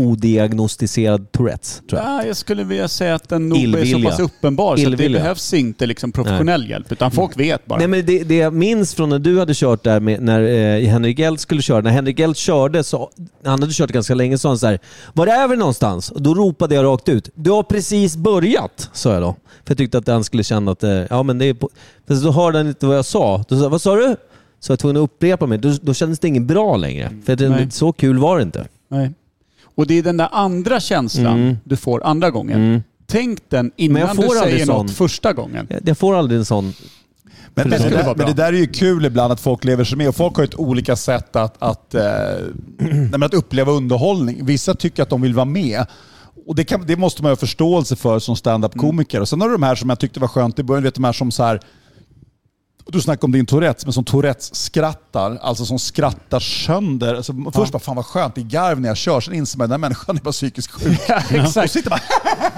Speaker 3: odiagnostiserad Tourettes, tror jag.
Speaker 2: Ja, jag skulle vilja säga att den nog är så
Speaker 3: Illvilja.
Speaker 2: pass uppenbar så att det
Speaker 3: Illvilja.
Speaker 2: behövs inte liksom professionell hjälp. Utan folk vet bara.
Speaker 3: Nej, men det, det jag minns från när du hade kört där med, när eh, Henrik Eld skulle köra. När Henrik Eld körde, så, han hade kört ganska länge, så han så här, Var är vi någonstans? Och då ropade jag rakt ut. Du har precis börjat, sa jag då. För jag tyckte att han skulle känna att, eh, ja men det är på... För då hörde han inte vad jag sa. Då sa jag, vad sa du? Så jag var tvungen att upprepa mig. Då, då kändes det inget bra längre. För det,
Speaker 2: Nej.
Speaker 3: så kul var det inte.
Speaker 2: Nej. Och det är den där andra känslan du får andra gången. Tänk den
Speaker 3: Mm. Men jag
Speaker 2: innan
Speaker 3: får
Speaker 2: du
Speaker 3: aldrig
Speaker 2: säger
Speaker 3: sån.
Speaker 2: något första gången.
Speaker 3: Jag, jag får aldrig en sån...
Speaker 7: Men, men,
Speaker 2: det
Speaker 7: det
Speaker 2: skulle vara
Speaker 7: där,
Speaker 2: bra.
Speaker 7: men det där är ju kul ibland att folk lever sig med. Och folk har ju ett olika sätt att, att, eh, nej, men att uppleva underhållning. Vissa tycker att de vill vara med. Och det, kan, det måste man ju ha förståelse för som
Speaker 2: Mm.
Speaker 7: stand-up-komiker. Och sen har du de här som jag tyckte var skönt i början. Du vet de här som så här... Du snackade om din Tourettes, men som Tourettes skrattar. Alltså som skrattar sönder. Alltså, Först bara, fan vad skönt, det är garv när jag kör. Sen inser man att den här människan är bara psykiskt sjuk.
Speaker 2: exakt.
Speaker 7: Och sitter bara...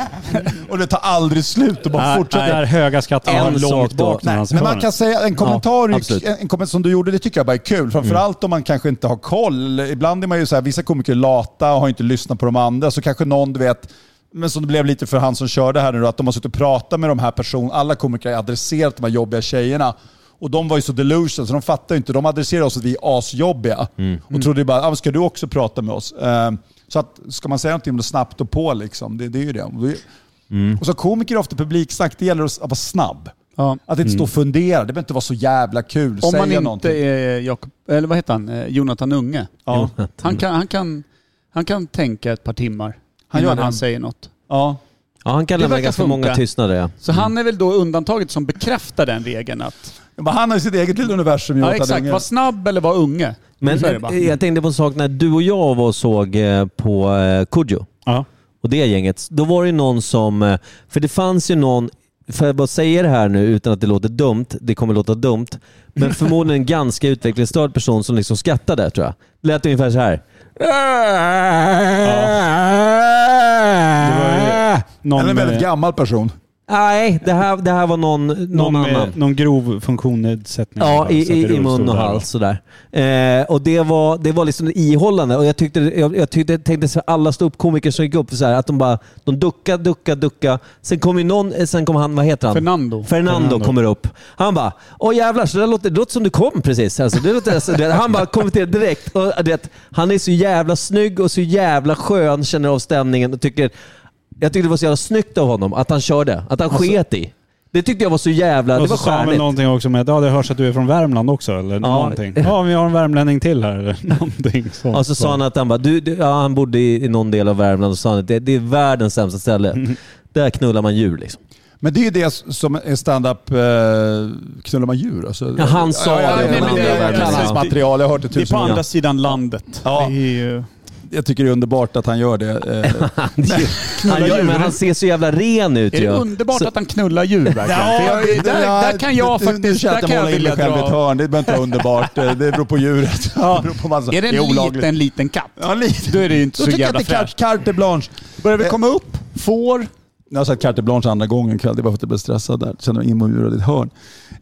Speaker 7: och det tar aldrig slut och bara
Speaker 1: Där,
Speaker 7: fortsätter.
Speaker 1: där Äh, höga skatten
Speaker 3: En
Speaker 1: var
Speaker 3: sak
Speaker 1: långt
Speaker 3: då.
Speaker 1: bak när han
Speaker 7: Men
Speaker 1: hör
Speaker 7: man
Speaker 1: den. Mm.
Speaker 7: kan säga en kommentar,
Speaker 3: Ja,
Speaker 7: är-
Speaker 3: absolut.
Speaker 7: en, en kommentar som du gjorde, det tycker jag bara är kul. Framförallt om man kanske inte har koll. Ibland är man ju så här, vissa komiker är lata och har inte lyssnat på de andra. Så kanske någon, du vet, men som det blev lite för han som körde här nu då, att de har suttit och pratat med de här personerna. Alla komiker har adresserat de här jobbiga tjejerna. Och de var ju så delusion så de fattar ju inte. De adresserade oss att vi är asjobbiga.
Speaker 1: Mm.
Speaker 7: Och trodde ju bara, ah, men ska du också prata med oss? Eh, så att, ska man säga någonting om det snabbt och på liksom, det, det är ju det. Och, vi, och så komiker är ofta publiksnack, det gäller att vara snabb.
Speaker 2: Ja. Mm.
Speaker 7: Att inte stå och fundera. Det behöver inte vara så jävla kul.
Speaker 2: Om
Speaker 7: Säga
Speaker 2: man inte
Speaker 7: någonting.
Speaker 2: är Jakob, eller vad heter han, Eh, Jonathan Unge.
Speaker 7: Ja.
Speaker 2: Han kan, han, kan, han kan tänka ett par timmar han
Speaker 7: gör
Speaker 2: innan
Speaker 7: det.
Speaker 2: han säger något.
Speaker 7: Ja.
Speaker 3: Ja, han kan
Speaker 2: Det
Speaker 3: lämna
Speaker 2: verkar
Speaker 3: ganska
Speaker 2: funka.
Speaker 3: många tystnader. Ja.
Speaker 2: Så han är väl då undantaget som bekräftar den regeln att...
Speaker 7: Men han har ju sitt eget lilla universum.
Speaker 2: Ja
Speaker 7: Jonathan
Speaker 2: exakt,
Speaker 7: Unge.
Speaker 2: var snabb eller var unge.
Speaker 3: Men
Speaker 2: Så är det bara.
Speaker 3: jag tänkte på en sak när du och jag var och såg eh, på eh, Kodjo
Speaker 1: Ja.
Speaker 3: och det gänget. Då var det ju någon som, eh, för det fanns ju någon, för jag bara säger det här nu utan att det låter dumt, det kommer låta dumt, men förmodligen en ganska utvecklingsstörd person som liksom skrattade tror jag. Det lät ungefär så här.
Speaker 1: Det var ju någon,
Speaker 7: Eller en väldigt
Speaker 1: med-
Speaker 7: gammal person.
Speaker 3: Nej, det här, det här var någon, någon,
Speaker 1: någon, med-
Speaker 3: annan.
Speaker 1: någon grov funktionsnedsättning.
Speaker 3: Ja,
Speaker 1: Så
Speaker 3: i,
Speaker 1: att det
Speaker 3: i, i
Speaker 1: rullstol
Speaker 3: mun och
Speaker 1: där.
Speaker 3: hals sådär. Eh, och det var, det var liksom ihållande och jag, tyckte, jag, jag tyckte, tänkte så här, alla ståuppkomiker som gick upp, så här, att de bara de duckar, duckar, duckar. Sen kom ju någon, eh, sen kom han, vad heter han?
Speaker 2: Fernando.
Speaker 3: Fernando,
Speaker 1: Fernando.
Speaker 3: kommer upp. Han bara, åh jävlar, så det låter, det låter som du kom precis. Alltså, det låter, alltså, det, han bara kommenterade direkt. Och, det, han är så jävla snygg och så jävla skön, känner av stämningen och tycker... Jag tyckte det var så jävla snyggt av honom att han körde, att han sket i. Det tyckte jag var så jävla... Det
Speaker 1: Alltså- Och
Speaker 3: var
Speaker 1: så sa han väl
Speaker 3: charmigt.
Speaker 1: någonting också med att ja, det hörs att du är från Värmland också. Eller någonting. Ja, vi har en värmlänning till här. Eller någonting sånt.
Speaker 3: Och så sa han att han, bara, du, du, ja, han bodde i, i någon del av Värmland och sa han att det, det är världens sämsta ställe. Där knullar man djur liksom.
Speaker 7: Men det är ju det som är stand-up eh, knullar man djur. Alltså.
Speaker 3: Ja, han sa
Speaker 7: ja,
Speaker 3: det.
Speaker 7: ja,
Speaker 2: nej,
Speaker 7: men
Speaker 2: men
Speaker 7: det
Speaker 2: det-
Speaker 7: är
Speaker 2: alltså,
Speaker 7: hans material. Jag har hört det
Speaker 2: Det är
Speaker 7: tusen
Speaker 2: på
Speaker 7: gånger.
Speaker 2: andra sidan landet.
Speaker 7: Ja.
Speaker 2: Det är ju...
Speaker 7: Jag tycker det är underbart att han gör det. Eh,
Speaker 3: Han, gör- men han ser så jävla ren ut
Speaker 2: Är det
Speaker 3: ju.
Speaker 2: underbart
Speaker 3: Så-
Speaker 2: att han knullar djur verkligen? För jag, där, där kan jag
Speaker 7: det- det- det
Speaker 2: faktiskt...
Speaker 7: känns
Speaker 2: Där
Speaker 7: att
Speaker 2: kan jag
Speaker 7: målar in
Speaker 2: vilja
Speaker 7: mig själv i ett
Speaker 2: dra...
Speaker 7: hörn. Det behöver inte vara underbart. Eh, Det beror på djuret. Det beror på massa.
Speaker 2: Är det en liten, liten katt?
Speaker 7: Ja, lite.
Speaker 2: Då är det ju inte
Speaker 7: Då
Speaker 2: så
Speaker 7: tycker jag
Speaker 2: jävla
Speaker 7: att det är
Speaker 2: fräscht.
Speaker 7: carte blanche.
Speaker 2: Börjar vi
Speaker 7: Eh,
Speaker 2: komma upp? Får?
Speaker 7: Jag har sagt carte blanche andra gången ikväll, det är bara för att jag blev stressad där. Kände mig inmurad i ett hörn.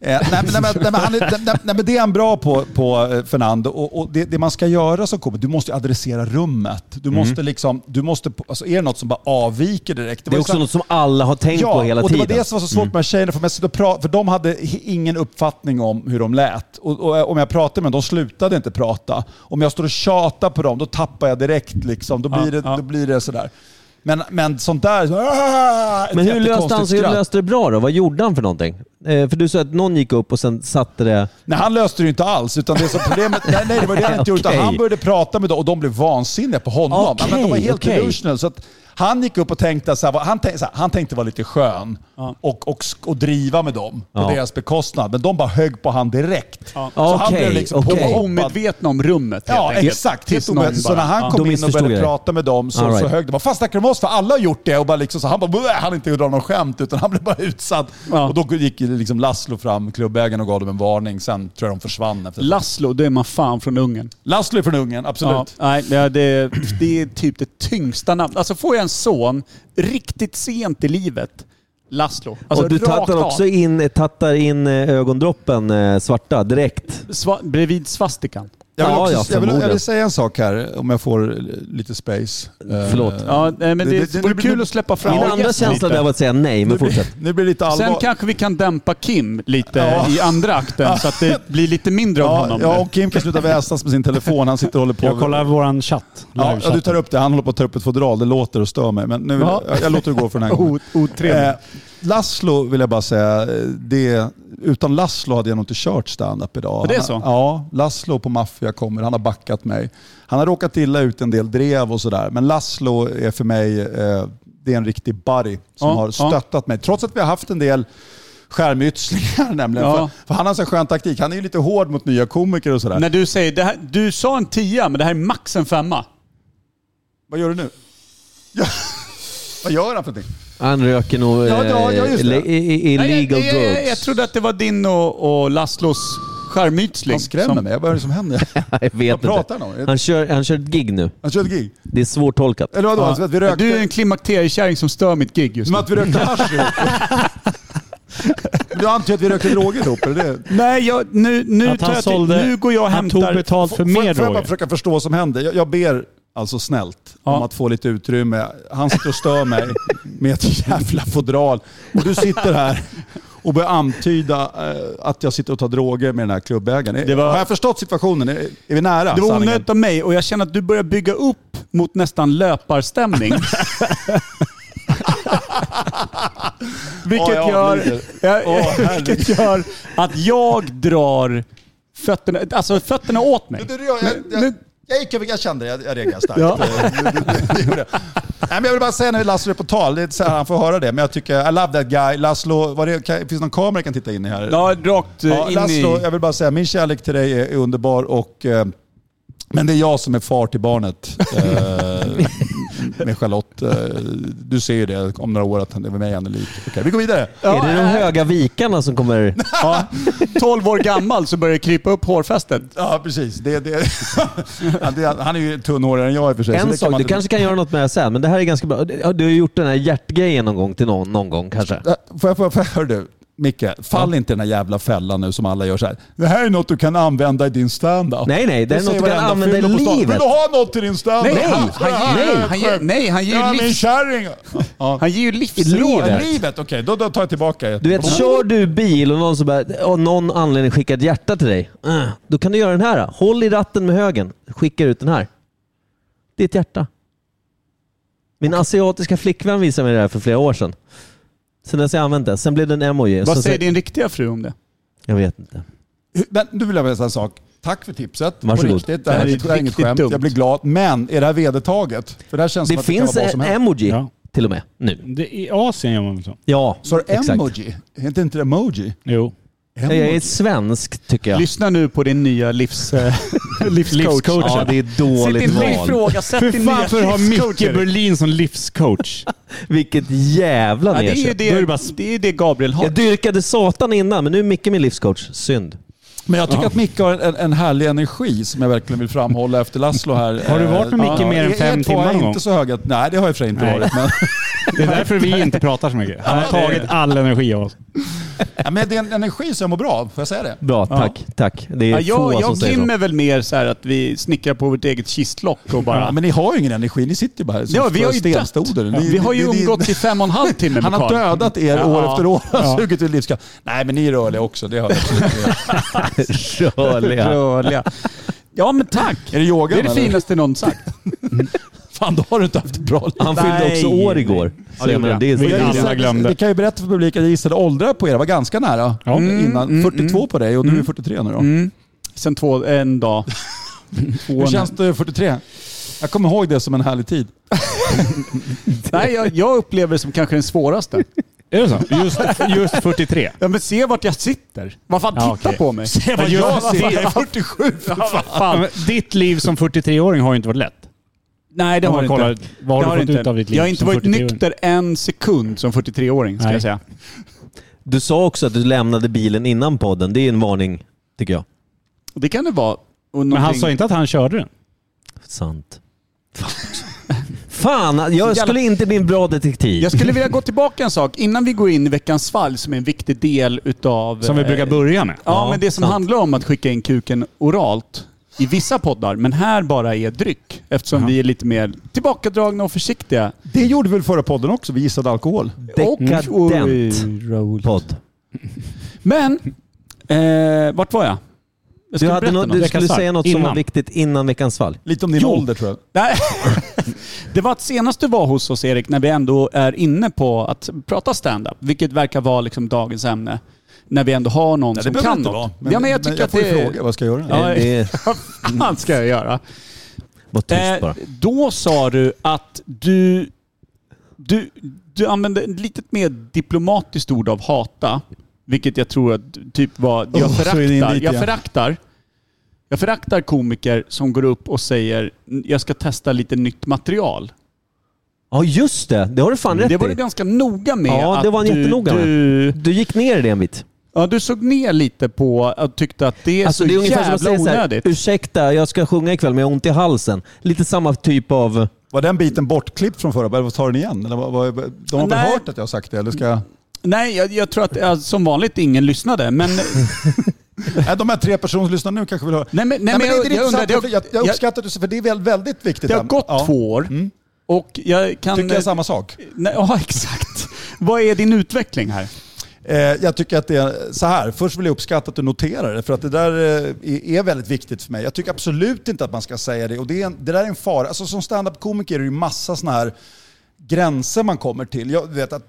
Speaker 7: Eh, nej, men- nej, men- nej, men han är- nej, nej, nej, men det är han bra på, på eh, Fernando. Och, och det, det man ska göra som komiker, du måste ju adressera rummet.
Speaker 2: Mm.
Speaker 7: Du måste liksom, du måste, alltså är det något som bara avviker direkt?
Speaker 3: det
Speaker 7: var
Speaker 3: är
Speaker 7: ju
Speaker 3: också
Speaker 7: så-
Speaker 3: något som alla har tänkt på hela
Speaker 7: och det
Speaker 3: tiden. Mm.
Speaker 7: var det som var så svårt med tjejerna, för, mest, pra- för de hade he- ingen uppfattning om hur de lät. Och, och om jag pratade med dem, de slutade inte prata. Om jag står och tjatar på dem, då tappar jag direkt. Liksom. Då, blir det, då blir det sådär. Men, men sånt där... så- Ah, ett
Speaker 3: men hur löste han
Speaker 7: jättekonstigt
Speaker 3: sig? Hur
Speaker 7: skratt.
Speaker 3: löste det bra då? Vad gjorde han för någonting? Eh, för du sa att någon gick upp och sen satte det...
Speaker 7: Nej, han löste det ju inte alls. Utan det som problemet, nej, nej, det var det han inte gjorde. Utan
Speaker 3: Okej.
Speaker 7: han började prata med dem och de blev vansinniga på honom.
Speaker 3: Okej,
Speaker 7: men de var helt
Speaker 3: okej.
Speaker 7: delusional. Så att Han gick upp och tänkte så här, han tänkte, så här, han tänkte vara lite skön och, och, sk- och driva med dem på
Speaker 3: Ja.
Speaker 7: deras bekostnad. Men de bara högg på han direkt. Så han
Speaker 3: Okej,
Speaker 7: blev liksom
Speaker 3: okej.
Speaker 2: De var
Speaker 7: påhoppad.
Speaker 2: omedvetna om rummet helt
Speaker 7: Ja,
Speaker 2: enkelt.
Speaker 7: exakt.
Speaker 2: Tills
Speaker 7: Helt
Speaker 2: någon
Speaker 7: omöjligt. Så när
Speaker 2: bara,
Speaker 7: han
Speaker 2: ja.
Speaker 7: kom
Speaker 3: Då
Speaker 7: in och började
Speaker 3: missförstod jag dig.
Speaker 7: prata med dem så,
Speaker 3: All right.
Speaker 7: så högg de bara, fan snackar de om oss? För alla har gjort det. Och bara liksom, så han bara, "Bleh", han inte dra någon skämt utan han blev bara utsatt.
Speaker 2: Ja.
Speaker 7: Och då gick ju liksom Laszlo fram, klubbägaren, och gav dem en varning. Sen tror jag de försvann. Efter.
Speaker 2: Laszlo, det är man fan från Ungern.
Speaker 7: Laszlo är från Ungern,
Speaker 2: Ja,
Speaker 7: absolut.
Speaker 2: nej, det, det, det är typ det tyngsta namnet. Alltså får jag en son riktigt sent i livet, Laszlo. Alltså,
Speaker 3: och du tattar
Speaker 2: av.
Speaker 3: också in, tattar in eh, ögondroppen eh, svarta direkt.
Speaker 2: Sva, bredvid svastikan.
Speaker 7: Jag vill,
Speaker 3: Ja,
Speaker 7: också,
Speaker 3: ja,
Speaker 7: jag, vill, jag
Speaker 3: förmodligen.
Speaker 7: vill säga en sak här, om jag får eh, lite space. Eh,
Speaker 3: Förlåt.
Speaker 2: Ja, nej, men det,
Speaker 7: Det- det-
Speaker 2: vore
Speaker 7: det-
Speaker 2: kul
Speaker 7: det-
Speaker 2: att släppa fram
Speaker 3: Min
Speaker 2: gästen
Speaker 3: andra känsla
Speaker 2: lite.
Speaker 3: där var att säga nej, men fortsätt.
Speaker 7: Nu blir det lite allvar.
Speaker 2: Sen kanske vi kan dämpa Kim lite
Speaker 7: Ja.
Speaker 2: i andra akten så att det blir lite mindre av
Speaker 7: ja,
Speaker 2: honom.
Speaker 7: ja, och Kim kan sluta väsas med sin telefon. Han sitter och håller på.
Speaker 1: Jag kollar våran chatt.
Speaker 7: Ja, ja,
Speaker 1: livechatten.
Speaker 7: du tar upp det. Han håller på att ta upp ett fodral. Det låter och stör mig. Men nu,
Speaker 2: Ja.
Speaker 7: jag, jag låter det gå för den här
Speaker 3: Oh,
Speaker 7: gången.
Speaker 2: O- otrevligt.
Speaker 7: Eh, Laszlo vill jag bara säga, eh, det, utan Laszlo hade jag nog inte kört stand-up idag.
Speaker 2: det är
Speaker 7: Han-
Speaker 2: så?
Speaker 7: Ja, Laszlo på Mafia kommer. Han har backat mig. Han har råkat illa ut en del drev och sådär. Men Laszlo är för mig, eh, det är en riktig buddy som
Speaker 2: Ja,
Speaker 7: har
Speaker 2: ja.
Speaker 7: stöttat mig. Trots att vi har haft en del skärmytslingar nämligen.
Speaker 2: Ja.
Speaker 7: För, för han har så skön taktik. Han är ju lite hård mot nya komiker och sådär.
Speaker 2: När du säger, det här, du sa en tia men det här är max en femma.
Speaker 7: Vad gör du nu? Ja. Vad gör han för någonting?
Speaker 3: Han röker nog
Speaker 7: Ja, ja, ja,
Speaker 3: eh,
Speaker 7: just det.
Speaker 3: le- i- i-
Speaker 2: Nej,
Speaker 3: illegal
Speaker 2: jag, jag, jag, jag
Speaker 3: drugs.
Speaker 2: trodde att det var din och, och Laszlos skärmytsling.
Speaker 7: Han skrämmer
Speaker 2: som-
Speaker 7: mig. Jag bara, vad är det som händer?
Speaker 3: Jag vet
Speaker 7: Vad
Speaker 3: inte.
Speaker 7: pratar han om?
Speaker 3: Han kör, han kör ett gig nu.
Speaker 7: Han körde gig.
Speaker 3: Det är svårtolkat.
Speaker 7: Eller vadå? Ja. Att vi rökte,
Speaker 2: Du är en klimakteriekärring som stör mitt gig just
Speaker 7: Som
Speaker 2: nu.
Speaker 7: att vi rökte hasch ihop. Du antyder att vi rökte droger ihop, eller det?
Speaker 2: Nej, jag, nu, nu,
Speaker 1: Att
Speaker 2: tar
Speaker 1: han
Speaker 2: jag
Speaker 1: sålde-
Speaker 2: till, nu går jag och
Speaker 1: Han
Speaker 2: hämtar...
Speaker 1: tog betalt för
Speaker 7: Får
Speaker 1: mer
Speaker 7: jag får jag bara
Speaker 1: droger.
Speaker 7: försöka förstå vad som hände? Jag, jag ber alltså snällt om
Speaker 2: Ja.
Speaker 7: att få lite utrymme. Han sitter och stör mig med ett jävla fodral. Och du sitter här och börjar antyda eh, att jag sitter och tar droger med den här klubbägaren.
Speaker 2: Det var-
Speaker 7: Har jag förstått situationen? Är, är vi nära
Speaker 2: Det var
Speaker 7: sanningen?
Speaker 2: onödigt av mig och jag känner att du börjar bygga upp mot nästan löparstämning. vilket,
Speaker 7: Ja, jag
Speaker 2: gör,
Speaker 7: avlider.
Speaker 2: jag,
Speaker 7: Åh, herregud.
Speaker 2: vilket gör att jag drar fötterna, alltså fötterna åt mig.
Speaker 7: Du, du, jag, jag, jag, jag gick över, jag kände det, jag, jag reagerade starkt.
Speaker 2: Ja.
Speaker 7: Det- det- det gjorde jag. Nej, men jag vill bara säga när Laszlo är på tal, det är så här, han får höra det, men jag tycker, I love that guy. Laszlo, var det, kan, finns det någon kamera jag kan titta in i här?
Speaker 2: Ja, rakt eh,
Speaker 7: Ja,
Speaker 2: in
Speaker 7: Laszlo,
Speaker 2: i...
Speaker 7: jag vill bara säga, min kärlek till dig är, är underbar och eh, men det är jag som är far till barnet eh, med Charlotte. Eh, du ser ju det om några år att han är med mig han är lik. Okej, vi går vidare.
Speaker 3: Är det de höga vikarna som kommer...
Speaker 2: Ja, 12 år gammal så börjar det krypa upp hårfästet.
Speaker 7: Ja, precis. Det, det, Ja, det, han är ju tunnhårigare än jag i och för sig. så
Speaker 3: En
Speaker 7: det
Speaker 3: sak,
Speaker 7: man
Speaker 3: du
Speaker 7: inte-
Speaker 3: kanske kan göra något med det sen, men det här är ganska bra. Ja, Du har gjort den här hjärtgrejen någon gång till någon, någon gång kanske?
Speaker 7: Äh, Får jag, får jag, får jag, hör du, Micke, fall inte i den här jävla fällan nu som alla gör så här. Det här är något du kan använda i din standup.
Speaker 3: Nej, nej, det är
Speaker 7: säger
Speaker 3: något du kan
Speaker 7: varenda
Speaker 3: använda i
Speaker 7: fyllo på stan.
Speaker 3: livet.
Speaker 7: Vill du ha något till din standup?
Speaker 2: Nej, han-
Speaker 7: Ja,
Speaker 2: han-
Speaker 7: det här
Speaker 2: nej,
Speaker 7: är
Speaker 2: han ger-
Speaker 7: sjukt.
Speaker 2: nej, han ger
Speaker 7: Ja,
Speaker 2: livs-
Speaker 7: min kärring. Ja.
Speaker 2: Han ger ju livsråd.
Speaker 3: Livet.
Speaker 7: Ja, Livet, okej, då, då tar jag tillbaka det.
Speaker 3: Du vet, kör du bil och någon, som bara, av någon anledning skickar ett hjärta till dig. Äh, Då kan du göra den här. då. Håll i ratten med högen. Skickar ut den här. Det är ett hjärta. Min asiatiska flickvän visade mig det här för flera år sedan. Sen dess har jag använt det. Sen blev det en emoji.
Speaker 2: Vad
Speaker 3: Sen
Speaker 2: säger
Speaker 3: så-
Speaker 2: din riktiga fru om det?
Speaker 3: Jag vet inte.
Speaker 7: Men nu vill jag bara säga en sak. Tack för tipset. På
Speaker 3: Varsågod.
Speaker 7: Riktigt. Det här är
Speaker 2: Det är
Speaker 7: inget- det här är inget
Speaker 2: riktigt
Speaker 7: skämt.
Speaker 2: dumt.
Speaker 7: Jag blir glad. Men är det här vedertaget? För det här känns
Speaker 3: Det
Speaker 7: som att
Speaker 3: finns
Speaker 7: det kan vara vad som
Speaker 3: en
Speaker 7: helst.
Speaker 3: emoji
Speaker 1: Ja.
Speaker 3: till och med nu.
Speaker 1: Det, I Asien gör man så.
Speaker 3: Ja,
Speaker 7: Så är det emoji? Heter inte det emoji?
Speaker 1: Jo.
Speaker 3: Jag är svensk tycker jag.
Speaker 2: Lyssna nu på din nya livs, eh, livscoach.
Speaker 1: Livscoachen.
Speaker 3: Ja, det är dåligt val.
Speaker 2: ifrågasätt
Speaker 1: För fan för att ha Micke Berlin som livscoach.
Speaker 3: Vilket jävla
Speaker 2: Ja, det, är ju
Speaker 3: nerköp.
Speaker 2: det,
Speaker 1: Då är
Speaker 2: det,
Speaker 1: det bara-
Speaker 2: är det Gabriel har.
Speaker 3: Jag dyrkade Satan innan, men nu är Micke min livscoach. Synd.
Speaker 7: Men jag tycker att Micke har en, en härlig energi som jag verkligen vill framhålla efter Laszlo här.
Speaker 1: Har du varit med
Speaker 7: Eh,
Speaker 1: Micke mer än
Speaker 7: er- er
Speaker 1: fem
Speaker 7: två
Speaker 1: timmar
Speaker 7: är
Speaker 1: någon gång?
Speaker 7: inte så höga. Nej, det har jag i och för sig inte
Speaker 1: Nej.
Speaker 7: varit. Men,
Speaker 1: Det är därför vi inte pratar så mycket. Han har tagit all energi av oss.
Speaker 7: Ja, men det är en energi som jag mår bra av. Får jag säga det?
Speaker 3: Bra, tack. Tack. Det är
Speaker 2: Ja,
Speaker 3: få
Speaker 2: jag
Speaker 3: som
Speaker 2: jag
Speaker 3: säger
Speaker 2: Kim
Speaker 3: så.
Speaker 2: är väl mer så här att vi snickrar på vårt eget kistlock och bara...
Speaker 7: Ja, men ni har ju ingen energi. Ni sitter ju bara här som
Speaker 2: Ja, vi har ju
Speaker 7: stenstoder.
Speaker 2: dött.
Speaker 7: Ni-
Speaker 2: Vi har ju
Speaker 7: ni- ni-
Speaker 2: umgåtts i fem och en halv timme
Speaker 7: Han
Speaker 2: med
Speaker 7: har
Speaker 2: Karl.
Speaker 7: dödat er
Speaker 2: Ja.
Speaker 7: år efter år. Han
Speaker 2: Ja.
Speaker 7: har sugit ur livskraft. Nej, men ni är rörliga också. Det har jag. absolut.
Speaker 3: Rörliga.
Speaker 2: Rörliga. Ja men tack!
Speaker 7: Är det yoga,
Speaker 2: Det är det
Speaker 7: eller?
Speaker 2: finaste någon sagt.
Speaker 7: Fan, då har du inte haft det bra.
Speaker 3: Han fyllde också
Speaker 2: Nej.
Speaker 3: år igår. Så
Speaker 2: det
Speaker 3: jag menar, det
Speaker 2: gjorde
Speaker 3: är
Speaker 1: jag. Men
Speaker 3: så
Speaker 1: jag-
Speaker 3: illa.
Speaker 1: Alla glömde.
Speaker 7: Vi kan ju berätta för publiken att jag gissade åldrar på er. Det var ganska nära.
Speaker 1: Ja.
Speaker 7: Innan, 42 på dig och du är 43 nu då.
Speaker 2: Sen två, en dag. Två
Speaker 7: Hur känns det 43? Jag kommer ihåg det som en härlig tid.
Speaker 2: Nej, jag, jag upplever det som kanske den svåraste.
Speaker 1: Är det så? Just, just 43?
Speaker 2: Ja, men se vart jag sitter. Vad fan,
Speaker 1: Ja,
Speaker 2: titta
Speaker 1: okej.
Speaker 2: på mig. Se
Speaker 1: vad jag sitter.
Speaker 2: Jag är 47 för fan.
Speaker 1: Fan, ditt liv som 43-åring har ju inte varit lätt.
Speaker 2: Nej, det
Speaker 1: Om
Speaker 2: har
Speaker 1: man
Speaker 2: det
Speaker 1: kollar,
Speaker 2: inte.
Speaker 1: vad har
Speaker 2: Det
Speaker 1: du fått
Speaker 2: inte.
Speaker 1: ut av ditt liv
Speaker 2: Jag har inte
Speaker 1: som
Speaker 2: varit
Speaker 1: 43-åring?
Speaker 2: nykter en sekund som 43-åring, ska
Speaker 1: Nej.
Speaker 2: jag säga.
Speaker 3: Du sa också att du lämnade bilen innan podden. Det är en varning, tycker jag.
Speaker 2: Det kan det vara. Och
Speaker 1: Men han
Speaker 2: någonting-
Speaker 1: sa inte att han körde den.
Speaker 3: Sant. Fan, också. Fan jag skulle inte bli en bra detektiv.
Speaker 2: Jag skulle vilja gå tillbaka en sak innan vi går in i veckans fall som är en viktig del utav...
Speaker 1: Som vi brukar
Speaker 2: Ja,
Speaker 1: börja med.
Speaker 2: ja, men det som
Speaker 3: sant.
Speaker 2: handlar om att skicka in kuken oralt i vissa poddar, men här bara är dryck. Eftersom vi är lite mer tillbakadragna och försiktiga.
Speaker 7: Det gjorde vi väl förra podden också? Vi gissade alkohol.
Speaker 3: Dekadent.
Speaker 2: Och oroligt.
Speaker 3: Podd.
Speaker 2: Men, eh, vart var jag? Jag
Speaker 3: Du,
Speaker 2: skulle
Speaker 3: hade
Speaker 2: berätta
Speaker 3: nå-
Speaker 2: något.
Speaker 3: du
Speaker 1: Veckans
Speaker 3: skulle
Speaker 1: fall.
Speaker 3: säga något som
Speaker 1: Innan.
Speaker 3: var viktigt innan veckans fall.
Speaker 7: Lite om din
Speaker 2: Jo.
Speaker 7: ålder tror jag.
Speaker 2: Nej. Det var att senast du var hos oss Erik, när vi ändå är inne på att prata stand-up, vilket verkar vara liksom dagens ämne. När vi ändå har någon som kan något.
Speaker 7: Men,
Speaker 2: ja, men jag tycker
Speaker 7: jag
Speaker 2: att
Speaker 7: får ju
Speaker 2: det...
Speaker 7: fråga, vad ska jag göra?
Speaker 2: Ja.
Speaker 3: Eh, Det
Speaker 2: Vad fan ska jag göra?
Speaker 3: var tyst
Speaker 2: Eh,
Speaker 3: bara.
Speaker 2: då sa du att du, du, du använde ett lite mer diplomatiskt ord av hata, vilket jag tror att typ var... Jag,
Speaker 7: Oh, så är det in
Speaker 2: föraktar,
Speaker 7: dit
Speaker 2: jag
Speaker 7: igen.
Speaker 2: föraktar jag föraktar komiker som går upp och säger jag ska testa lite nytt material.
Speaker 3: Ja, just det. Det har du fan
Speaker 2: Det
Speaker 3: rätt
Speaker 2: var du
Speaker 3: i.
Speaker 2: ganska noga med
Speaker 3: Ja, det
Speaker 2: att
Speaker 3: var han
Speaker 2: du,
Speaker 3: jättenoga med.
Speaker 2: du,
Speaker 3: Du gick ner i det en bit.
Speaker 2: ja, du såg ner lite på och tyckte att det är
Speaker 3: Alltså,
Speaker 2: så
Speaker 3: det är ungefär som
Speaker 2: jävla
Speaker 3: att säga så här,
Speaker 2: onödigt.
Speaker 3: ursäkta, jag ska sjunga ikväll men jag har ont i halsen. Lite samma typ av...
Speaker 7: Var den biten bortklippt från förra podden? Eller Tar den igen? Eller vad, vad, de har väl
Speaker 2: Nej.
Speaker 7: hört att jag har sagt det? Eller ska jag...
Speaker 2: Nej, jag, jag tror att ja, som vanligt ingen lyssnade. Men, nej,
Speaker 7: Nej, de här tre personerna som lyssnar nu kanske vill höra.
Speaker 2: men, nej,
Speaker 7: Nej,
Speaker 2: men
Speaker 7: det är
Speaker 2: jag, jag,
Speaker 7: intressant,
Speaker 2: undrar, det har,
Speaker 7: jag, jag
Speaker 2: jag-
Speaker 7: uppskattar att du säger för det är väl väldigt viktigt.
Speaker 2: det har
Speaker 7: här.
Speaker 2: gått
Speaker 7: Ja.
Speaker 2: två år och jag kan...
Speaker 7: Tycker jag samma sak.
Speaker 2: nej, ja, exakt. Vad är din utveckling här?
Speaker 7: Eh, jag tycker att det är så här. Först vill jag uppskatta att du noterar det, för att det där eh, är- är väldigt viktigt för mig. Jag tycker absolut inte att man ska säga det. Och det, är en, det där är en fara. Alltså, som standup-komiker är det ju massa sådana här gränser man kommer till. Jag vet att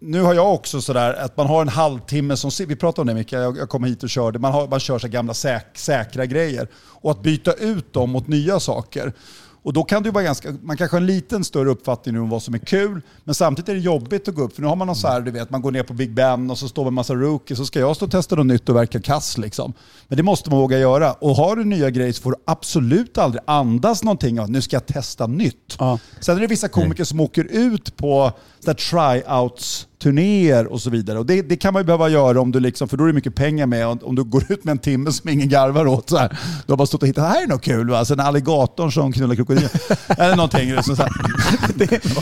Speaker 7: nu har jag också sådär att man har en halvtimme som, vi pratade om det Micke, jag, jag kom hit och körde, man, har, man kör så här gamla säk, säkra grejer. Och att byta ut dem mot nya saker. Och då kan du vara ganska, man kanske har en liten större uppfattning nu om vad som är kul, men samtidigt är det jobbigt att gå upp. För nu har man någon så här, du vet, man går ner på Big Ben och så står man en massa rookies, så ska jag stå och testa något nytt och verka kass liksom. Men det måste man våga göra. Och har du nya grejer så får du absolut aldrig andas någonting av, nu ska jag testa nytt.
Speaker 2: Ja.
Speaker 7: Sen är det vissa komiker som åker ut på så här tryouts-turnéer och så vidare. Och det, det kan man ju behöva göra om du liksom, för då är det mycket pengar med. Om, om du går ut med en timme som ingen garvar åt. Så här, du har bara stått och hittat, här är något kul va? Sen alligatorn som knullar krokodilen. Eller någonting. liksom Så här.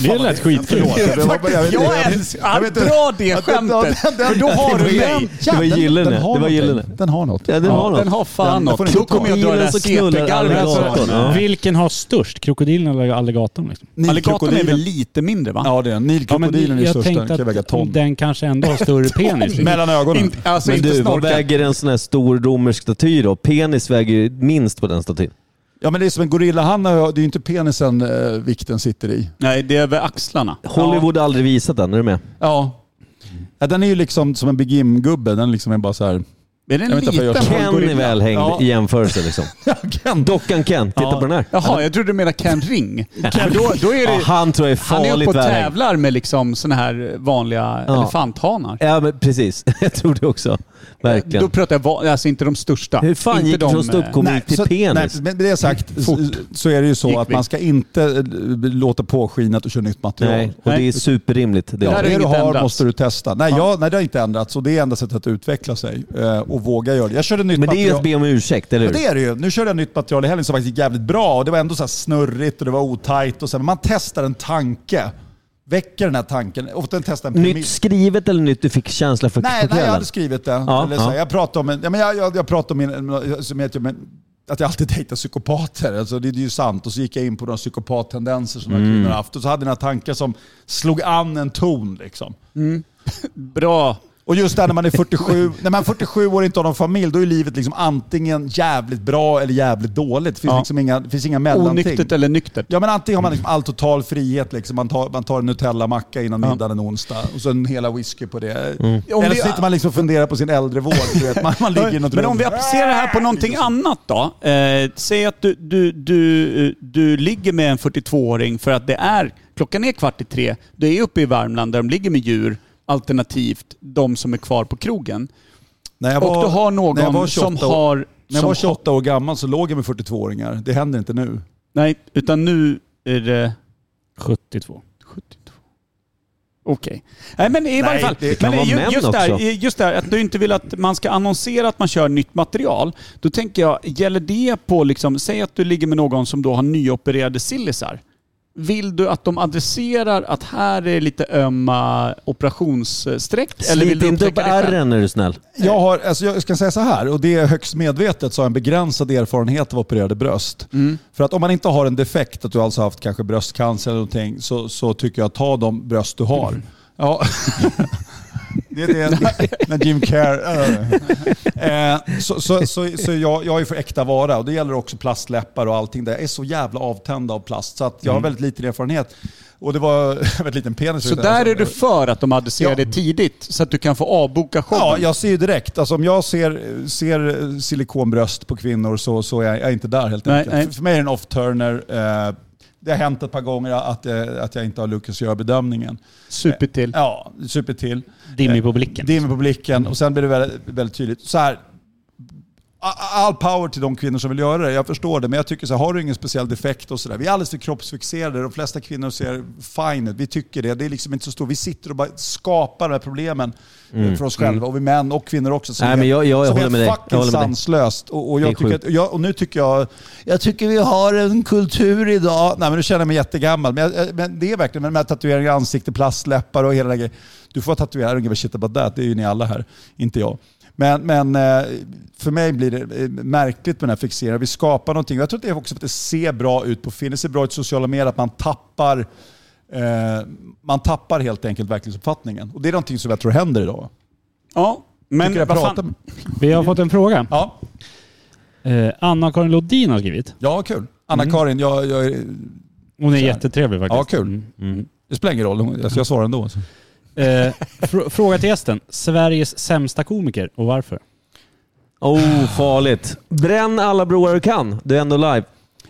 Speaker 1: Det lät skitkul.
Speaker 7: Förlåt, jag vet- jag vet- jag vet-
Speaker 2: Jag
Speaker 7: jag
Speaker 2: älskar...
Speaker 7: vet-
Speaker 2: Dra det
Speaker 7: jag vet-
Speaker 2: skämtet!
Speaker 7: den- den-
Speaker 2: För då har
Speaker 7: den-
Speaker 2: du
Speaker 7: den-
Speaker 2: mig.
Speaker 7: ja,
Speaker 3: Det var
Speaker 7: den-
Speaker 3: gyllene.
Speaker 7: den har
Speaker 3: Det var
Speaker 7: någonting.
Speaker 3: gyllene.
Speaker 7: Den har något.
Speaker 3: Ja, den har något.
Speaker 2: Den har fan
Speaker 7: Den- den får
Speaker 2: något.
Speaker 7: inte
Speaker 2: Då
Speaker 7: ta.
Speaker 2: kommer jag dra det här
Speaker 3: Bilen så knullar alligatorn.
Speaker 2: CP-garvet.
Speaker 3: Ja.
Speaker 1: Vilken har störst? Krokodilen eller alligatorn? Liksom?
Speaker 2: Alligatorn är väl
Speaker 7: Nilkrokodilen.
Speaker 2: lite mindre va?
Speaker 7: Ja, det är den. Nilkrokodilen är ju störst. Den kan ju väga ton.
Speaker 1: den kanske ändå har större penis. liksom.
Speaker 7: Mellan ögonen.
Speaker 2: Inte- alltså
Speaker 3: Men
Speaker 2: inte
Speaker 3: du, vad
Speaker 2: snorka.
Speaker 3: väger en sån här stor romersk staty då? Penis väger ju minst på den statyn.
Speaker 7: Ja, men det är som en gorillahanna. Det är ju inte penisen eh, vikten sitter i.
Speaker 2: Nej, det är över axlarna.
Speaker 3: Hollywood har aldrig visat den, är du med?
Speaker 7: Ja. ja den är ju liksom som en Big Jim-gubbe. Den liksom är bara så här...
Speaker 2: Är det en
Speaker 7: Jag vet inte
Speaker 2: liten
Speaker 7: varför jag gör så.
Speaker 2: hållgubbe?
Speaker 3: Ken är välhängd
Speaker 2: Ja.
Speaker 3: i jämförelse liksom.
Speaker 7: Ken.
Speaker 3: Dockan Ken, titta på den här.
Speaker 2: Jaha, jag trodde du menade Ken Ring. För då, då är
Speaker 3: Ja,
Speaker 2: det,
Speaker 3: han tror jag är
Speaker 2: han är uppe
Speaker 3: farligt
Speaker 2: och
Speaker 3: välhängd.
Speaker 2: tävlar med liksom såna här vanliga
Speaker 3: Ja.
Speaker 2: elefanthanar.
Speaker 3: Ja, men precis. Jag tror det också.
Speaker 2: Då
Speaker 3: Verkligen.
Speaker 2: pratar jag van, alltså inte de eh, största.
Speaker 3: Hur fan
Speaker 2: inte
Speaker 3: gick det från ståuppkomik till
Speaker 7: så, nej,
Speaker 3: penis?
Speaker 7: men med det sagt
Speaker 2: Fort.
Speaker 7: så, så är det ju
Speaker 2: Gick
Speaker 7: så att
Speaker 2: vi.
Speaker 7: man ska inte eh, låta påskina att du kör nytt material.
Speaker 3: Nej, och det är superrimligt. Det
Speaker 2: Där
Speaker 3: är.
Speaker 2: är
Speaker 7: Det du
Speaker 2: inget
Speaker 7: har
Speaker 2: ändrats.
Speaker 7: måste du testa. Nej, jag, nej, det har inte ändrats och det är enda sättet att utveckla sig eh, och våga göra det. Jag körde nytt
Speaker 3: Men det är ju att
Speaker 7: material.
Speaker 3: be om ursäkt, eller
Speaker 7: Ja, det
Speaker 3: hur?
Speaker 7: är det ju. Nu körde jag nytt material i helgen som faktiskt gick jävligt bra. Och det var ändå så här snurrigt och det var otajt. Och så här, men man testar en tanke. Väcker den här tanken. Ofta en testar en
Speaker 3: Nytt skrivet eller nytt du fick känsla för
Speaker 7: Nej,
Speaker 3: på
Speaker 7: nej jag
Speaker 3: kvällen?
Speaker 7: hade skrivit det.
Speaker 3: Ja,
Speaker 7: Eller så här,
Speaker 3: ja.
Speaker 7: Jag pratade om, en- ja, men jag, jag, jag pratade om min, som heter, men, att jag alltid dejtar psykopater. Alltså, det, det är ju sant. Och så gick jag in på de psykopattendenser som mm. kvinnor har haft. Och så hade jag några tankar som slog an en ton. Liksom.
Speaker 2: Bra.
Speaker 7: Och just där när man är 47, när man är 47 år och inte har någon familj, då är livet liksom antingen jävligt bra eller jävligt dåligt. Det finns,
Speaker 2: Ja.
Speaker 7: liksom inga, det finns inga mellanting.
Speaker 2: Onyktert eller nyktert?
Speaker 7: Ja, men antingen har man liksom all total frihet, liksom. man, tar, man tar en Nutella-macka innan middagen en onsdag och sen hela whisky på det.
Speaker 2: Mm. Om
Speaker 7: Eller
Speaker 2: vi-
Speaker 7: så sitter man liksom och funderar på sin äldrevård. du Vet. Man, man ligger i något
Speaker 2: Men
Speaker 7: rum.
Speaker 2: om vi applicerar det här
Speaker 7: Äh.
Speaker 2: på någonting annat då? Eh, säg att du, du, du, eh, du ligger med en 42-åring för att det är, klockan är kvart i tre, du är uppe i Värmland där de ligger med djur, alternativt de som är kvar på krogen.
Speaker 7: När jag
Speaker 2: och du har någon
Speaker 7: när jag var
Speaker 2: som
Speaker 7: 28 år-
Speaker 2: har...
Speaker 7: När jag
Speaker 2: som
Speaker 7: var
Speaker 2: har-
Speaker 7: 28 år gammal så låg jag med 42-åringar. Det händer inte nu.
Speaker 2: Nej, utan nu är det...
Speaker 1: 72.
Speaker 2: 72. Okej. Nej men i varje fall.
Speaker 3: det kan
Speaker 2: men
Speaker 3: vara
Speaker 2: ju-
Speaker 3: män
Speaker 2: just,
Speaker 3: också.
Speaker 2: där, just där att du inte vill att man ska annonsera att man kör nytt material. Då tänker jag, gäller det på liksom, säg att du ligger med någon som då har nyopererade sillisar. Vill du att de adresserar att här är lite ömma operationssträck? Eller vill
Speaker 3: Slit
Speaker 2: du
Speaker 3: inte upp
Speaker 2: upptäcka det själv?
Speaker 3: ärren är du snäll.
Speaker 7: Jag, har, alltså jag ska säga så här, och det är högst medvetet, så har jag en begränsad erfarenhet av opererade bröst.
Speaker 2: Mm.
Speaker 7: För att om man inte har en defekt, att du alltså har haft kanske bröstcancer eller någonting, så, så tycker jag ta de bröst du har.
Speaker 2: Mm.
Speaker 7: Ja. Det är det när Jim Care... eh. Eh, Så, så, så, så jag, jag är för äkta vara och det gäller också plastläppar och allting. Där. Jag är så jävla avtänd av plast så att jag har väldigt liten erfarenhet. Och det var väldigt liten penis.
Speaker 2: Mm. Så där är du för att de adresserar det tidigt så att du kan få avboka showen?
Speaker 7: Ja, jag ser ju direkt. Alltså, om jag ser, ser silikonbröst på kvinnor så, så är jag, jag är inte där helt
Speaker 2: Nej,
Speaker 7: enkelt.
Speaker 2: nej.
Speaker 7: För- För mig är det en off-turner. Eh, det har hänt ett par gånger att, eh, att jag inte har lyckats göra bedömningen.
Speaker 2: Super till.
Speaker 7: Ja, super till.
Speaker 1: Dimmig på blicken.
Speaker 7: Dimmer
Speaker 3: liksom.
Speaker 7: på blicken och sen blir det väldigt, väldigt tydligt. Så här, a- all power till de kvinnor som vill göra det. Jag förstår det, men jag tycker så här, har du ingen speciell defekt och sådär. Vi är alldeles för kroppsfixerade. De flesta kvinnor ser fine ut. Vi tycker det. Det är liksom inte så stort. Vi sitter och bara skapar de här problemen eh, för oss själva. Och vi män och kvinnor också. Som
Speaker 3: Mm. Nej, men jag- jag
Speaker 7: som
Speaker 3: håller
Speaker 7: är
Speaker 3: med dig. Jag
Speaker 7: fucking
Speaker 3: håller med dig.
Speaker 7: sanslöst. Och, och,
Speaker 3: Det är
Speaker 7: jag tycker
Speaker 3: sjukt.
Speaker 7: att, jag, och nu tycker jag...
Speaker 8: Jag tycker vi har en kultur idag.
Speaker 7: Nej men nu känner jag mig jättegammal. Men, jag, men det är verkligen med de här tatueringarna i ansiktet, plastläppar och hela den här grejen. Du får tatuera dig, give a shit about that. Det är ju ni alla här, inte jag. Men, men eh, för mig blir det eh, märkligt med den här fixeringen. Vi skapar någonting. Jag tror att det är också för att det ser bra ut på film. Det ser bra ut i sociala medier att man tappar, eh, man tappar helt enkelt verklighetsuppfattningen. Och det är någonting som jag tror händer idag.
Speaker 2: Ja,
Speaker 7: Tycker
Speaker 2: men
Speaker 7: jag
Speaker 2: vad
Speaker 7: pratar
Speaker 2: fan.
Speaker 7: med.
Speaker 1: Vi har fått en fråga.
Speaker 7: Ja,
Speaker 1: Eh, Anna-Karin Lodin har skrivit.
Speaker 7: ja kul. Anna-Karin, jag, jag, är-
Speaker 1: Hon är jättetrevlig faktiskt.
Speaker 7: Ja, kul.
Speaker 1: Mm. Mm.
Speaker 7: det spelar ingen roll. Hon- Alltså, jag svarar ändå.
Speaker 1: Eh, fr- fråga till gästen. Sveriges sämsta komiker och varför?
Speaker 3: Oh, farligt. Bränn alla broar du kan. Du är ändå live.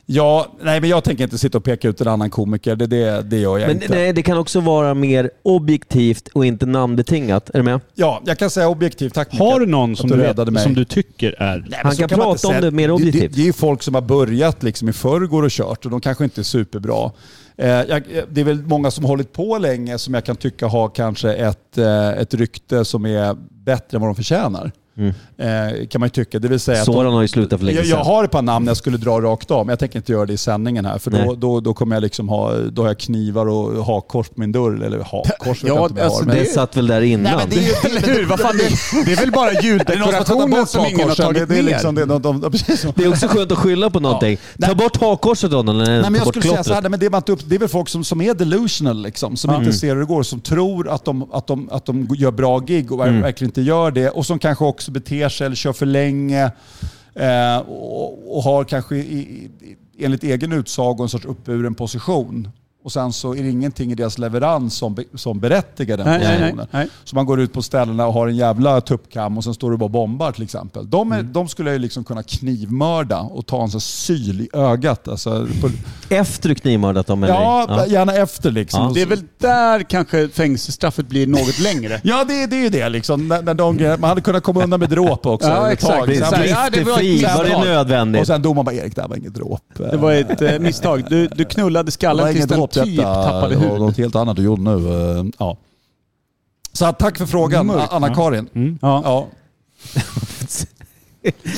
Speaker 7: Ja, nej men jag tänker inte sitta och peka ut en annan komiker. Det, det, det gör jag
Speaker 3: Men
Speaker 7: inte.
Speaker 3: nej, det kan också vara mer objektivt och inte namnbetingat. Är du med?
Speaker 7: Ja, jag kan säga objektivt. Tack Mikael.
Speaker 1: Har du någon som
Speaker 7: att
Speaker 1: du,
Speaker 7: du
Speaker 1: vet-
Speaker 7: räddade mig.
Speaker 1: som du tycker är...
Speaker 7: Nej, men
Speaker 3: Han
Speaker 7: så
Speaker 3: kan
Speaker 7: man
Speaker 3: prata
Speaker 7: inte
Speaker 3: om
Speaker 7: säga.
Speaker 3: det mer
Speaker 7: Det,
Speaker 3: objektivt.
Speaker 7: det är ju folk som har börjat liksom i förrgår och kört och de kanske inte är superbra. Eh, jag, det är väl många som hållit på länge som jag kan tycka har kanske ett, eh, ett rykte som är bättre än vad de förtjänar. Eh, kan man ju tycka. Det vill säga att de-
Speaker 3: Mm. Soran har ju slutat för länge
Speaker 7: jag,
Speaker 3: sedan.
Speaker 7: jag har ett par namn jag skulle dra rakt av, men jag tänker inte göra det i sändningen här. För då,
Speaker 3: Nej.
Speaker 7: då, då kommer jag liksom ha, då har jag knivar och hakkors på min dörr. Eller hakkors vet
Speaker 2: Ja,
Speaker 7: jag inte om jag
Speaker 2: alltså
Speaker 7: har.
Speaker 3: Det
Speaker 7: Men,
Speaker 3: satt väl där innan.
Speaker 2: Eller hur? Vad fan, det, det är väl bara ljuddekorationen som ingen har tagit
Speaker 7: det är
Speaker 2: ner?
Speaker 7: liksom, det, är de, de, de, precis som-
Speaker 3: Det är också skönt att skylla på någonting. Ta bort hakkorset då, när
Speaker 7: Nej,
Speaker 3: den
Speaker 7: men
Speaker 3: tar
Speaker 7: jag
Speaker 3: bort
Speaker 7: skulle säga så här,
Speaker 3: klottret.
Speaker 7: nej, men det, är bara inte upp, det är väl folk som, som är delusional, liksom, som
Speaker 2: Mm.
Speaker 7: inte ser hur det går, som tror att de, att de, att de gör bra gig och
Speaker 2: Mm.
Speaker 7: verkligen inte gör det. Och som kanske också beter sig eller kör för länge eh, och, och har kanske i, i, enligt egen utsago en sorts uppburen position. Och sen så är det ingenting i deras leverans som, be- som berättigar den
Speaker 2: Nej, nej,
Speaker 7: positionen.
Speaker 2: nej, nej.
Speaker 7: Så man går ut på ställena och har en jävla tuppkam och sen står du och bara bombar till exempel. De, är,
Speaker 2: Mm.
Speaker 7: de skulle jag ju liksom kunna knivmörda och ta en sån här syl i ögat. Alltså, på,
Speaker 3: Efter du knivmördat dem eller?
Speaker 7: Ja,
Speaker 3: Ja.
Speaker 7: gärna efter liksom.
Speaker 3: Ja.
Speaker 2: Det är väl där kanske fängelsestraffet blir något längre.
Speaker 7: Ja, det, det är ju det liksom. När, när de, grejerna- man hade kunnat komma undan med dråp också.
Speaker 2: Ja,
Speaker 7: ett
Speaker 2: exakt.
Speaker 7: tag.
Speaker 3: Det
Speaker 2: Så här, ja,
Speaker 3: är
Speaker 2: det var ett
Speaker 3: fri. Var det
Speaker 2: misstag.
Speaker 3: nödvändigt?
Speaker 7: Och sen domaren bara, Erik, det här var inget dråp.
Speaker 2: Det var ett eh, misstag. Du, du knullade
Speaker 7: Det var
Speaker 2: skallen tills
Speaker 7: inget
Speaker 2: den
Speaker 7: dråp
Speaker 2: typ
Speaker 7: detta.
Speaker 2: tappade
Speaker 7: Det var något
Speaker 2: huvudet.
Speaker 7: helt annat du gjorde nu. Eh, Ja. Så att, tack för frågan, Anna-Karin.
Speaker 2: Ja.
Speaker 7: Ja.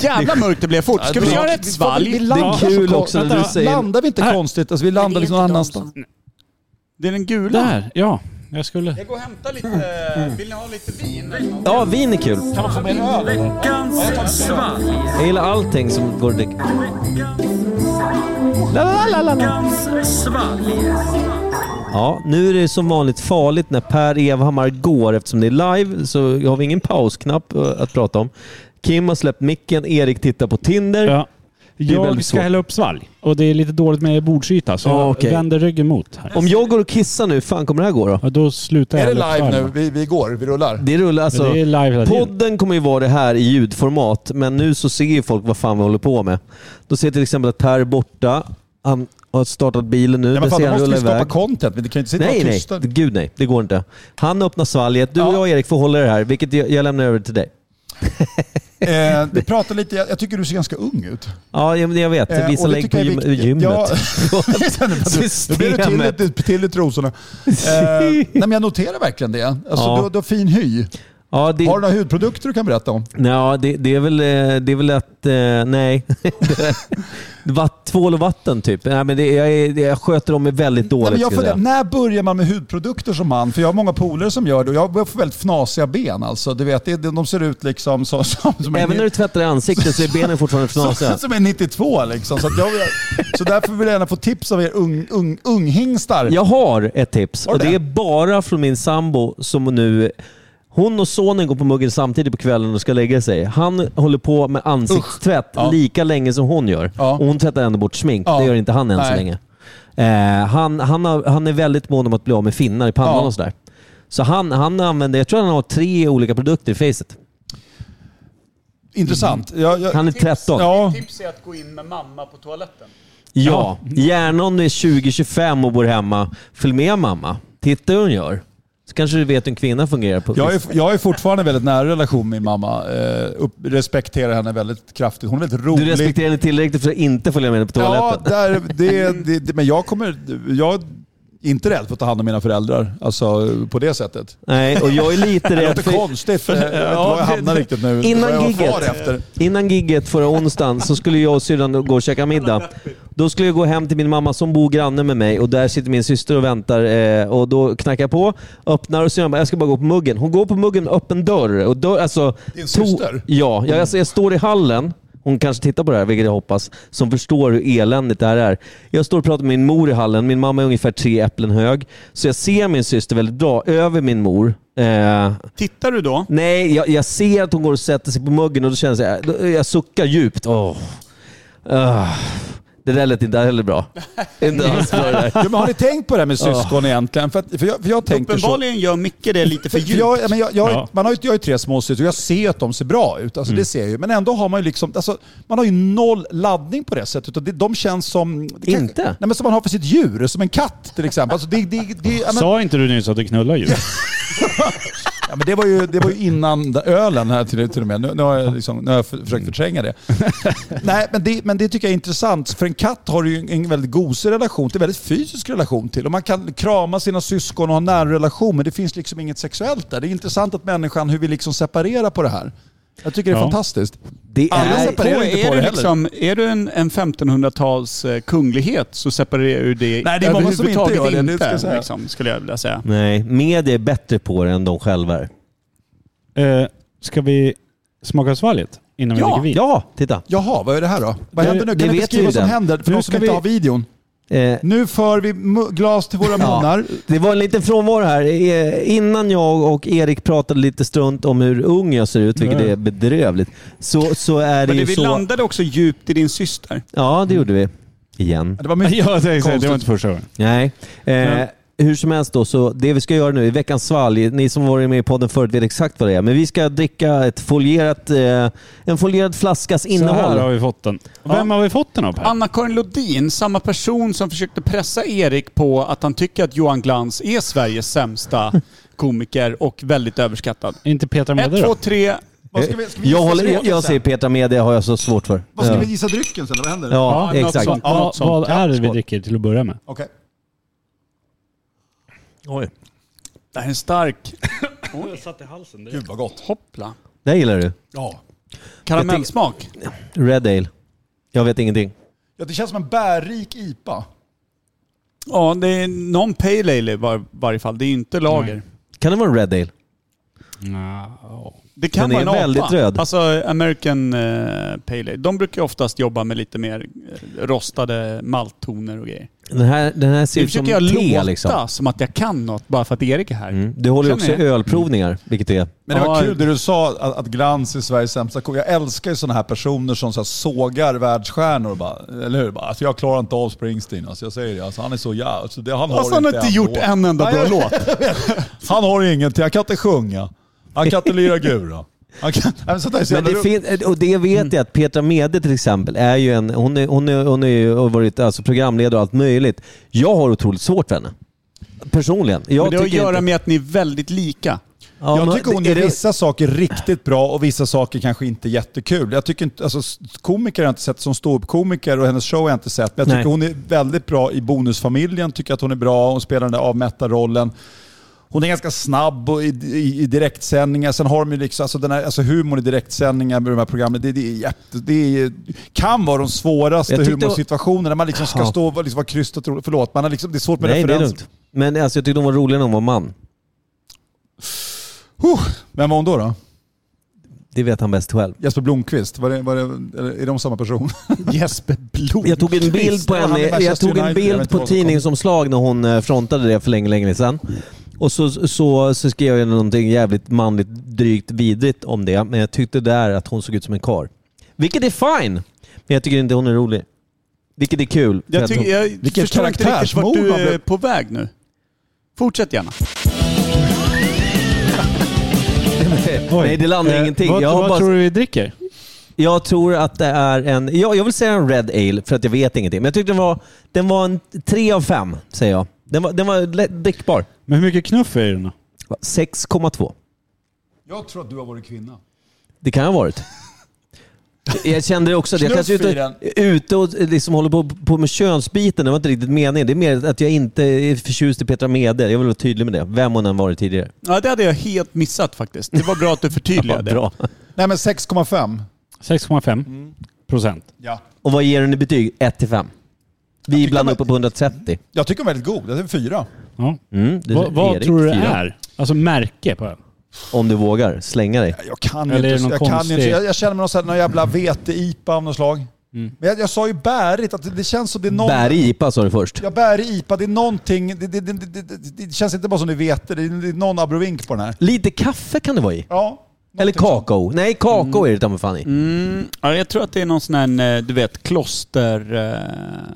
Speaker 2: Jävla mörkt det blev fort. Ska vi göra ett
Speaker 7: Vi
Speaker 2: svalg?
Speaker 7: landar
Speaker 3: Det är kul
Speaker 7: så kon-
Speaker 3: också när
Speaker 7: Vänta,
Speaker 3: du säger-
Speaker 7: Landar vi inte
Speaker 1: Här.
Speaker 7: konstigt? Alltså, vi
Speaker 6: Men det är
Speaker 7: landar liksom någon
Speaker 6: inte de
Speaker 7: annanstans.
Speaker 6: som-
Speaker 2: Det är den gula.
Speaker 1: Där, ja. Jag skulle...
Speaker 2: Jag går och hämtar lite... eh, Vill ni ha lite vin?
Speaker 3: Ja, vin är kul. Jag gillar allting som går att dricka. La, la, la, la, la. Ja, nu är det som vanligt farligt när Per Evhammar går eftersom det är live så har vi ingen pausknapp eh, att prata om. Kim har släppt micken, Erik tittar på Tinder.
Speaker 1: Ja.
Speaker 3: är väldigt
Speaker 1: Jag ska
Speaker 3: svårt.
Speaker 1: hälla upp svalg och det är lite dåligt med bordsyta så
Speaker 3: Ja,
Speaker 1: jag
Speaker 3: okej.
Speaker 1: vänder ryggen mot. Här.
Speaker 3: Om jag går och kissar nu, hur fan kommer det här gå då?
Speaker 1: Ja, då slutar
Speaker 7: Är
Speaker 1: jag
Speaker 7: det
Speaker 1: hälla upp
Speaker 7: live nu?
Speaker 1: svalg.
Speaker 7: Vi, vi går, vi rullar.
Speaker 3: Det rullar alltså.
Speaker 1: det är live hela tiden.
Speaker 3: Podden kommer ju vara det här i ljudformat, men nu så ser ju folk vad fan vi håller på med. Då ser jag till exempel att Per är borta. Han har startat bilen nu.
Speaker 7: Ja, men
Speaker 3: Det
Speaker 7: fan,
Speaker 3: ser
Speaker 7: då
Speaker 3: han
Speaker 7: måste
Speaker 3: rulla
Speaker 7: vi skapa
Speaker 3: iväg.
Speaker 7: content. Vi kan ju inte sitta och
Speaker 3: Nej,
Speaker 7: vara
Speaker 3: nej.
Speaker 7: tysta.
Speaker 3: Gud nej. Det går inte. Han öppnar svalget. Du och
Speaker 7: Ja.
Speaker 3: jag Erik får hålla det här, vilket jag, jag lämnar över till dig.
Speaker 7: Eh, vi pratar lite, jag, jag tycker du ser ganska ung ut.
Speaker 3: Ja, jag, jag vet.
Speaker 7: Eh,
Speaker 3: Visa
Speaker 7: och det
Speaker 3: lägg
Speaker 7: tycker
Speaker 3: på
Speaker 7: jag är
Speaker 3: gym,
Speaker 7: viktigt.
Speaker 3: gymmet.
Speaker 7: Ja. Alltså, Nu blir du till,
Speaker 3: Systemet.
Speaker 7: lite- till i trosorna. Eh, nej, men jag noterar verkligen det. Alltså,
Speaker 3: Ja.
Speaker 7: du, du har fin hy.
Speaker 3: Ja, det,
Speaker 7: Har du några hudprodukter du kan berätta om?
Speaker 3: ja, det, det, är väl, eh, det är väl att... Eh, nej. Vatt, tvål och vatten typ. Nej, men det, jag, är- det- jag sköter dem väldigt dåligt.
Speaker 7: Nej, men jag
Speaker 3: skulle
Speaker 7: funderar,
Speaker 3: jag säga.
Speaker 7: när börjar man med hudprodukter som man? För jag har många polare som gör det och jag får väldigt fnasiga ben. Alltså. Du vet, det, de ser ut liksom så, som, som,
Speaker 3: Även när du tvättar i ansiktet så är benen fortfarande
Speaker 7: som,
Speaker 3: fnasiga.
Speaker 7: som är 92 liksom. Så, att jag, så därför vill jag gärna få tips av er ung, ung, unghingstar.
Speaker 3: Jag har ett tips
Speaker 7: Har
Speaker 3: och
Speaker 7: du
Speaker 3: det
Speaker 7: det?
Speaker 3: är bara från min sambo som nu... Hon och sonen går på muggen samtidigt på kvällen och ska lägga sig. Han håller på med ansiktstvätt
Speaker 7: Ja.
Speaker 3: lika länge som hon gör.
Speaker 7: Ja.
Speaker 3: Och hon tvättar ändå bort smink.
Speaker 7: Ja.
Speaker 3: Det gör inte han än så
Speaker 7: Nej.
Speaker 3: länge. Eh, han, han, har, han är väldigt mån om att bli av med finnar i pannan
Speaker 7: Ja.
Speaker 3: och sådär. Så han, han använder, jag tror han har tre olika produkter i facet.
Speaker 7: Intressant. Jag, jag,
Speaker 3: Han är 13. Ja,
Speaker 7: ja.
Speaker 2: Tips är att gå in med mamma på toaletten.
Speaker 3: gärna om du är 20-25 och bor hemma. Följ med mamma. Titta hur hon gör. Så kanske du vet hur en kvinna fungerar. På
Speaker 7: Jag är, jag är fortfarande i väldigt nära relation med min mamma. Eh, upp, respekterar henne väldigt kraftigt. Hon är väldigt rolig.
Speaker 3: Du respekterar henne tillräckligt för att inte följa med henne på
Speaker 7: Ja,
Speaker 3: toaletten?
Speaker 7: där, det, det, det, men jag kommer... Jag är inte rädd för att ta hand om mina föräldrar. Alltså på det sättet.
Speaker 3: Nej, och jag är lite
Speaker 7: Det
Speaker 3: rädd.
Speaker 7: låter
Speaker 3: För
Speaker 7: konstigt. för Jag vet inte var jag hamnar riktigt nu. Vad jag
Speaker 3: innan,
Speaker 7: var
Speaker 3: gigget,
Speaker 7: kvar efter.
Speaker 3: innan gigget förra onsdagen så skulle jag och syrran gå och käka middag. Då skulle jag gå hem till min mamma som bor granne med mig och där sitter min syster och väntar eh, och då knackar jag på, öppnar och syrran bara “jag ska bara gå på muggen”. Hon går på muggen med öppen dörr. Och dörr alltså,
Speaker 7: Din
Speaker 3: to-
Speaker 7: syster?
Speaker 3: Ja, jag, alltså, jag står i hallen. Hon kanske tittar på det här, vilket jag hoppas, som förstår hur eländigt det här är. Jag står och pratar med min mor i hallen. Min mamma är ungefär tre äpplen hög. Så jag ser min syster väldigt bra, över min mor. Eh,
Speaker 2: Tittar du då?
Speaker 3: nej, jag, jag ser att hon går och sätter sig på muggen och då känner jag, då- jag suckar djupt. Åh. Ah. det där lät inte heller bra. Inte alls bra det där.
Speaker 7: Ja, men har ni tänkt på det här med syskon egentligen? För, att- för jag, för jag tänker så.
Speaker 2: Uppenbarligen gör Micke det lite för
Speaker 7: För
Speaker 2: djupt.
Speaker 7: jag, ja, men jag, jag,
Speaker 1: Ja.
Speaker 7: man har ju, jag har ju tre småsyskon och jag ser ju att de ser bra ut. Alltså,
Speaker 3: Mm.
Speaker 7: Det ser jag ju. Men ändå har man ju liksom, alltså, man har ju noll laddning på det sättet. Och det, de känns som... det kanske-
Speaker 3: Inte?
Speaker 7: Nej, men som man har för sitt djur. Som en katt till exempel. Alltså, det, det, det, ja, men,
Speaker 1: Sa inte du nyss att du knullar djur?
Speaker 7: ja, men det, var ju, det var ju innan den- ölen här till, till och med. Nu, nu, har jag liksom, nu har jag för- försökt förtränga det. Nej, men det, men det tycker jag är intressant. För en katt har ju en- en väldigt gosig relation till, en väldigt fysisk relation till. Och man kan krama sina syskon och ha en nära relation, men det finns liksom inget sexuellt där. Det är intressant att människan, hur vi liksom separerar på det här. Jag tycker det är
Speaker 1: Ja.
Speaker 7: fantastiskt.
Speaker 3: Det
Speaker 7: Alla
Speaker 3: är...
Speaker 7: separerar
Speaker 2: Och
Speaker 7: inte på
Speaker 2: är,
Speaker 7: det
Speaker 2: du
Speaker 7: heller.
Speaker 2: liksom, är du en, en 1500-tals eh, kunglighet så separerar du det
Speaker 7: Nej, det är många som inte
Speaker 2: överhuvudtaget
Speaker 7: gör det, det ska jag säga. Mm.
Speaker 2: liksom, skulle jag vilja säga.
Speaker 3: Nej, media är bättre på det än de själva är.
Speaker 1: Eh, ska vi smaka svalget innan
Speaker 2: Ja,
Speaker 1: vi lägger vid?
Speaker 3: Ja, titta.
Speaker 7: Jaha, vad är det här då? Vad
Speaker 1: Det-
Speaker 7: händer nu? Kan
Speaker 3: det
Speaker 7: ni
Speaker 3: vet vi
Speaker 7: beskriva
Speaker 3: ju
Speaker 7: vad som
Speaker 3: redan.
Speaker 7: händer för
Speaker 1: Nu
Speaker 7: de som
Speaker 1: ska
Speaker 7: inte
Speaker 1: vi-
Speaker 7: har videon?
Speaker 3: Eh,
Speaker 7: Nu för vi mu- glas till våra munnar.
Speaker 3: Det var en liten frånvaro här. Eh, Innan jag och Erik pratade lite strunt om hur ung jag ser ut, vilket är bedrövligt, så, så är det
Speaker 2: Men
Speaker 3: ju
Speaker 2: du, vi
Speaker 3: så...
Speaker 2: landade också djupt i din syster.
Speaker 3: Ja, det gjorde vi. Igen.
Speaker 7: Det var mycket
Speaker 1: Ja, det, det, det
Speaker 7: konstigt.
Speaker 1: var inte första gången.
Speaker 3: Nej. Eh, hur som helst då, så det vi ska göra nu i veckans svalg, ni som varit med i podden förut vet exakt vad det är, men vi ska dricka ett folierat, eh, en folierad flaskas
Speaker 1: Så här har
Speaker 3: innehåll.
Speaker 1: vi fått den. Vem har vi fått den av Per?
Speaker 2: Anna-Karin Lodin, samma person som försökte pressa Erik på att han tycker att Johan Glans är Sveriges sämsta komiker och väldigt överskattad.
Speaker 1: inte Petra Mede
Speaker 2: Ett, två,
Speaker 1: då?
Speaker 2: tre.
Speaker 7: Vad ska vi- ska vi
Speaker 3: Jag,
Speaker 7: gissa
Speaker 3: håller, jag,
Speaker 7: drycken
Speaker 3: jag
Speaker 7: sen?
Speaker 3: säger Petra Media har jag så svårt för.
Speaker 7: Vad ska
Speaker 3: Ja.
Speaker 7: vi gissa drycken sen? Vad händer?
Speaker 3: Ja,
Speaker 1: något
Speaker 3: exakt.
Speaker 1: sånt.
Speaker 7: Ja,
Speaker 1: Vad,
Speaker 7: något sånt.
Speaker 1: vad
Speaker 7: Ja,
Speaker 1: är det vi
Speaker 7: skål.
Speaker 1: dricker till att börja med?
Speaker 7: Okej.
Speaker 3: Oj.
Speaker 2: Det här är en stark...
Speaker 7: Gud vad gott.
Speaker 2: Hoppla.
Speaker 3: Det gillar du.
Speaker 7: Ja.
Speaker 2: Karamellsmak.
Speaker 3: Red Ale. Jag vet ingenting.
Speaker 7: ja. Det känns som en bärrik IPA.
Speaker 2: Ja, det är någon pale ale i var, varje fall. Det är inte lager.
Speaker 3: Kan det vara en Red Ale?
Speaker 1: Ja,
Speaker 2: Det
Speaker 3: Den
Speaker 2: kan
Speaker 3: är
Speaker 2: vara en apa.
Speaker 3: väldigt röd.
Speaker 2: Alltså American eh, Pale Ale. De brukar ju oftast jobba med lite mer eh, rostade malttoner och grejer.
Speaker 3: Den här, den här ser
Speaker 2: Nu
Speaker 3: ut Typ som
Speaker 2: försöker jag
Speaker 3: te
Speaker 2: låta
Speaker 3: liksom.
Speaker 2: som att jag kan något bara för att Erik är här.
Speaker 3: Mm. Du håller ju också
Speaker 2: Känner jag.
Speaker 3: ölprovningar, vilket är...
Speaker 7: Men det var
Speaker 2: Ja.
Speaker 7: kul det du sa att, att Glans är Sveriges sämsta ko. Jag älskar ju sådana här personer som så här sågar världsstjärnor. och Bara, eller hur? Bara, alltså jag klarar inte av Springsteen. Alltså jag säger det. Alltså han är så jävla... Alltså det, han
Speaker 2: Fast
Speaker 7: har
Speaker 2: han har
Speaker 7: inte,
Speaker 2: inte gjort
Speaker 7: låt.
Speaker 2: en enda bra
Speaker 7: Nej, jag-
Speaker 2: låt.
Speaker 7: Han har ingenting. Han kan inte sjunga. Han kan inte lira gura. Han kan, Nej, men sånt där är så
Speaker 3: Men
Speaker 7: jävla
Speaker 3: det
Speaker 7: roligt.
Speaker 3: finns, och det vet jag att Petra Mede till exempel är ju en... Hon är, hon är, hon är ju har varit alltså, programledare och allt möjligt. Jag har otroligt svårt för henne. Personligen. Jag
Speaker 2: Men det har att
Speaker 3: tycker
Speaker 2: göra
Speaker 3: inte-
Speaker 2: med att ni är väldigt lika.
Speaker 3: Ja,
Speaker 7: jag
Speaker 3: men
Speaker 7: tycker hon
Speaker 3: är
Speaker 7: gör
Speaker 3: det-
Speaker 7: vissa saker riktigt bra och vissa saker kanske inte jättekul. Jag tycker inte, alltså, s- komiker har jag inte sett som ståuppkomiker och hennes show har jag inte sett. Men jag tycker hon är väldigt bra i Bonusfamiljen, tycker att hon är bra. Hon spelar den där avmätta rollen. Hon är ganska snabb och i, i, i direktsändningar. Sen har de ju liksom, alltså den här, alltså humorn i direktsändningar med de här programmen, det, det, är jätte, det är, kan vara de svåraste
Speaker 3: Jag tyckte-
Speaker 7: humorsituationerna. När man liksom ska
Speaker 3: Ja.
Speaker 7: stå och liksom vara krystat rolig. Förlåt, man har liksom, det är svårt med
Speaker 3: Nej, det är
Speaker 7: referenser.
Speaker 3: lugnt. Men alltså, jag tyckte hon var roligare när hon var man.
Speaker 7: Vem var hon då? då?
Speaker 3: Det vet han bäst själv.
Speaker 7: Jesper Blomqvist? Var det, var det, eller är de samma person?
Speaker 2: Jesper Blom.
Speaker 3: Jag tog en bild på
Speaker 7: det var han i
Speaker 3: henne, jag
Speaker 7: Manchester
Speaker 3: tog en
Speaker 7: United, jag vet
Speaker 3: bild
Speaker 7: inte
Speaker 3: på
Speaker 7: vad som kom.
Speaker 3: tidningsomslag när hon eh, frontade det för länge, länge sedan. Och så, så, så skrev jag någonting jävligt manligt, drygt, vidrigt om det. Men jag tyckte där att hon såg ut som en kar. Vilket är fine! Men jag tycker inte hon är rolig. Vilket är kul. för
Speaker 2: Jag,
Speaker 3: att
Speaker 2: tycker,
Speaker 3: hon-
Speaker 2: jag förstår inte riktigt vart
Speaker 7: karaktärsmord
Speaker 2: du
Speaker 7: man
Speaker 2: är
Speaker 7: blev.
Speaker 2: på väg nu. Fortsätt gärna.
Speaker 3: Nej, det
Speaker 7: Eh,
Speaker 3: landar ingenting.
Speaker 1: Eh, Vad,
Speaker 3: jag, har
Speaker 1: vad
Speaker 3: bara,
Speaker 1: tror du vi dricker?
Speaker 3: jag tror att det är en... Ja, jag vill säga en Red Ale för att jag vet ingenting. Men jag tyckte den var, den var en tre av fem, säger jag. Den var, den var lätt drickbar.
Speaker 1: Men hur mycket knuff är det då?
Speaker 3: 6,2.
Speaker 7: Jag tror att du har varit kvinna.
Speaker 3: Det kan jag ha varit. Jag kände det också. Att jag
Speaker 7: Knuff
Speaker 3: kanske
Speaker 7: i
Speaker 3: ute, ute och liksom håller på, på med könsbiten. Det var inte riktigt meningen. Det är mer att jag inte är förtjust i Petra Mede. Jag vill vara tydlig med det. Vem hon än varit tidigare.
Speaker 2: Ja, det hade jag helt missat faktiskt. Det var bra att du
Speaker 3: Ja,
Speaker 2: förtydligade.
Speaker 3: bra.
Speaker 7: Nej men 6,5.
Speaker 1: 6,5
Speaker 7: Mm.
Speaker 1: procent.
Speaker 7: Ja.
Speaker 3: Och vad ger den i betyg? 1 till 5. Vi är
Speaker 7: tycker
Speaker 3: ibland
Speaker 7: man-
Speaker 3: uppe på 130.
Speaker 7: Jag tycker de är väldigt god. Jag tycker fyra.
Speaker 1: Ja.
Speaker 3: Mm, det
Speaker 1: Vad, vad
Speaker 3: Erik,
Speaker 1: tror du det
Speaker 3: fyra.
Speaker 1: är? Alltså märke på öl?
Speaker 3: Om du vågar slänga dig.
Speaker 7: Jag kan ju inte.
Speaker 1: Eller är det någon
Speaker 7: Jag, kan ju
Speaker 1: konstig-
Speaker 7: inte. jag, jag känner mig någon, sån här, någon jävla vete-IPA av något slag. Men jag, jag sa ju bärigt. Att det, det känns som det är någon...
Speaker 3: Bär i IPA sa du först.
Speaker 7: Jag bär i IPA. Det är någonting. Det, det, det, det, det, det känns inte bara som det är vete. Det är, det är någon abrovink på den här.
Speaker 3: Lite kaffe kan det vara i.
Speaker 7: Ja.
Speaker 3: Eller
Speaker 7: någonting sånt.
Speaker 3: kakao. Nej, kakao är det ta mig fan i.
Speaker 2: Mm, ja, jag tror att det är någon sån här, eh, du vet, kloster... Eh,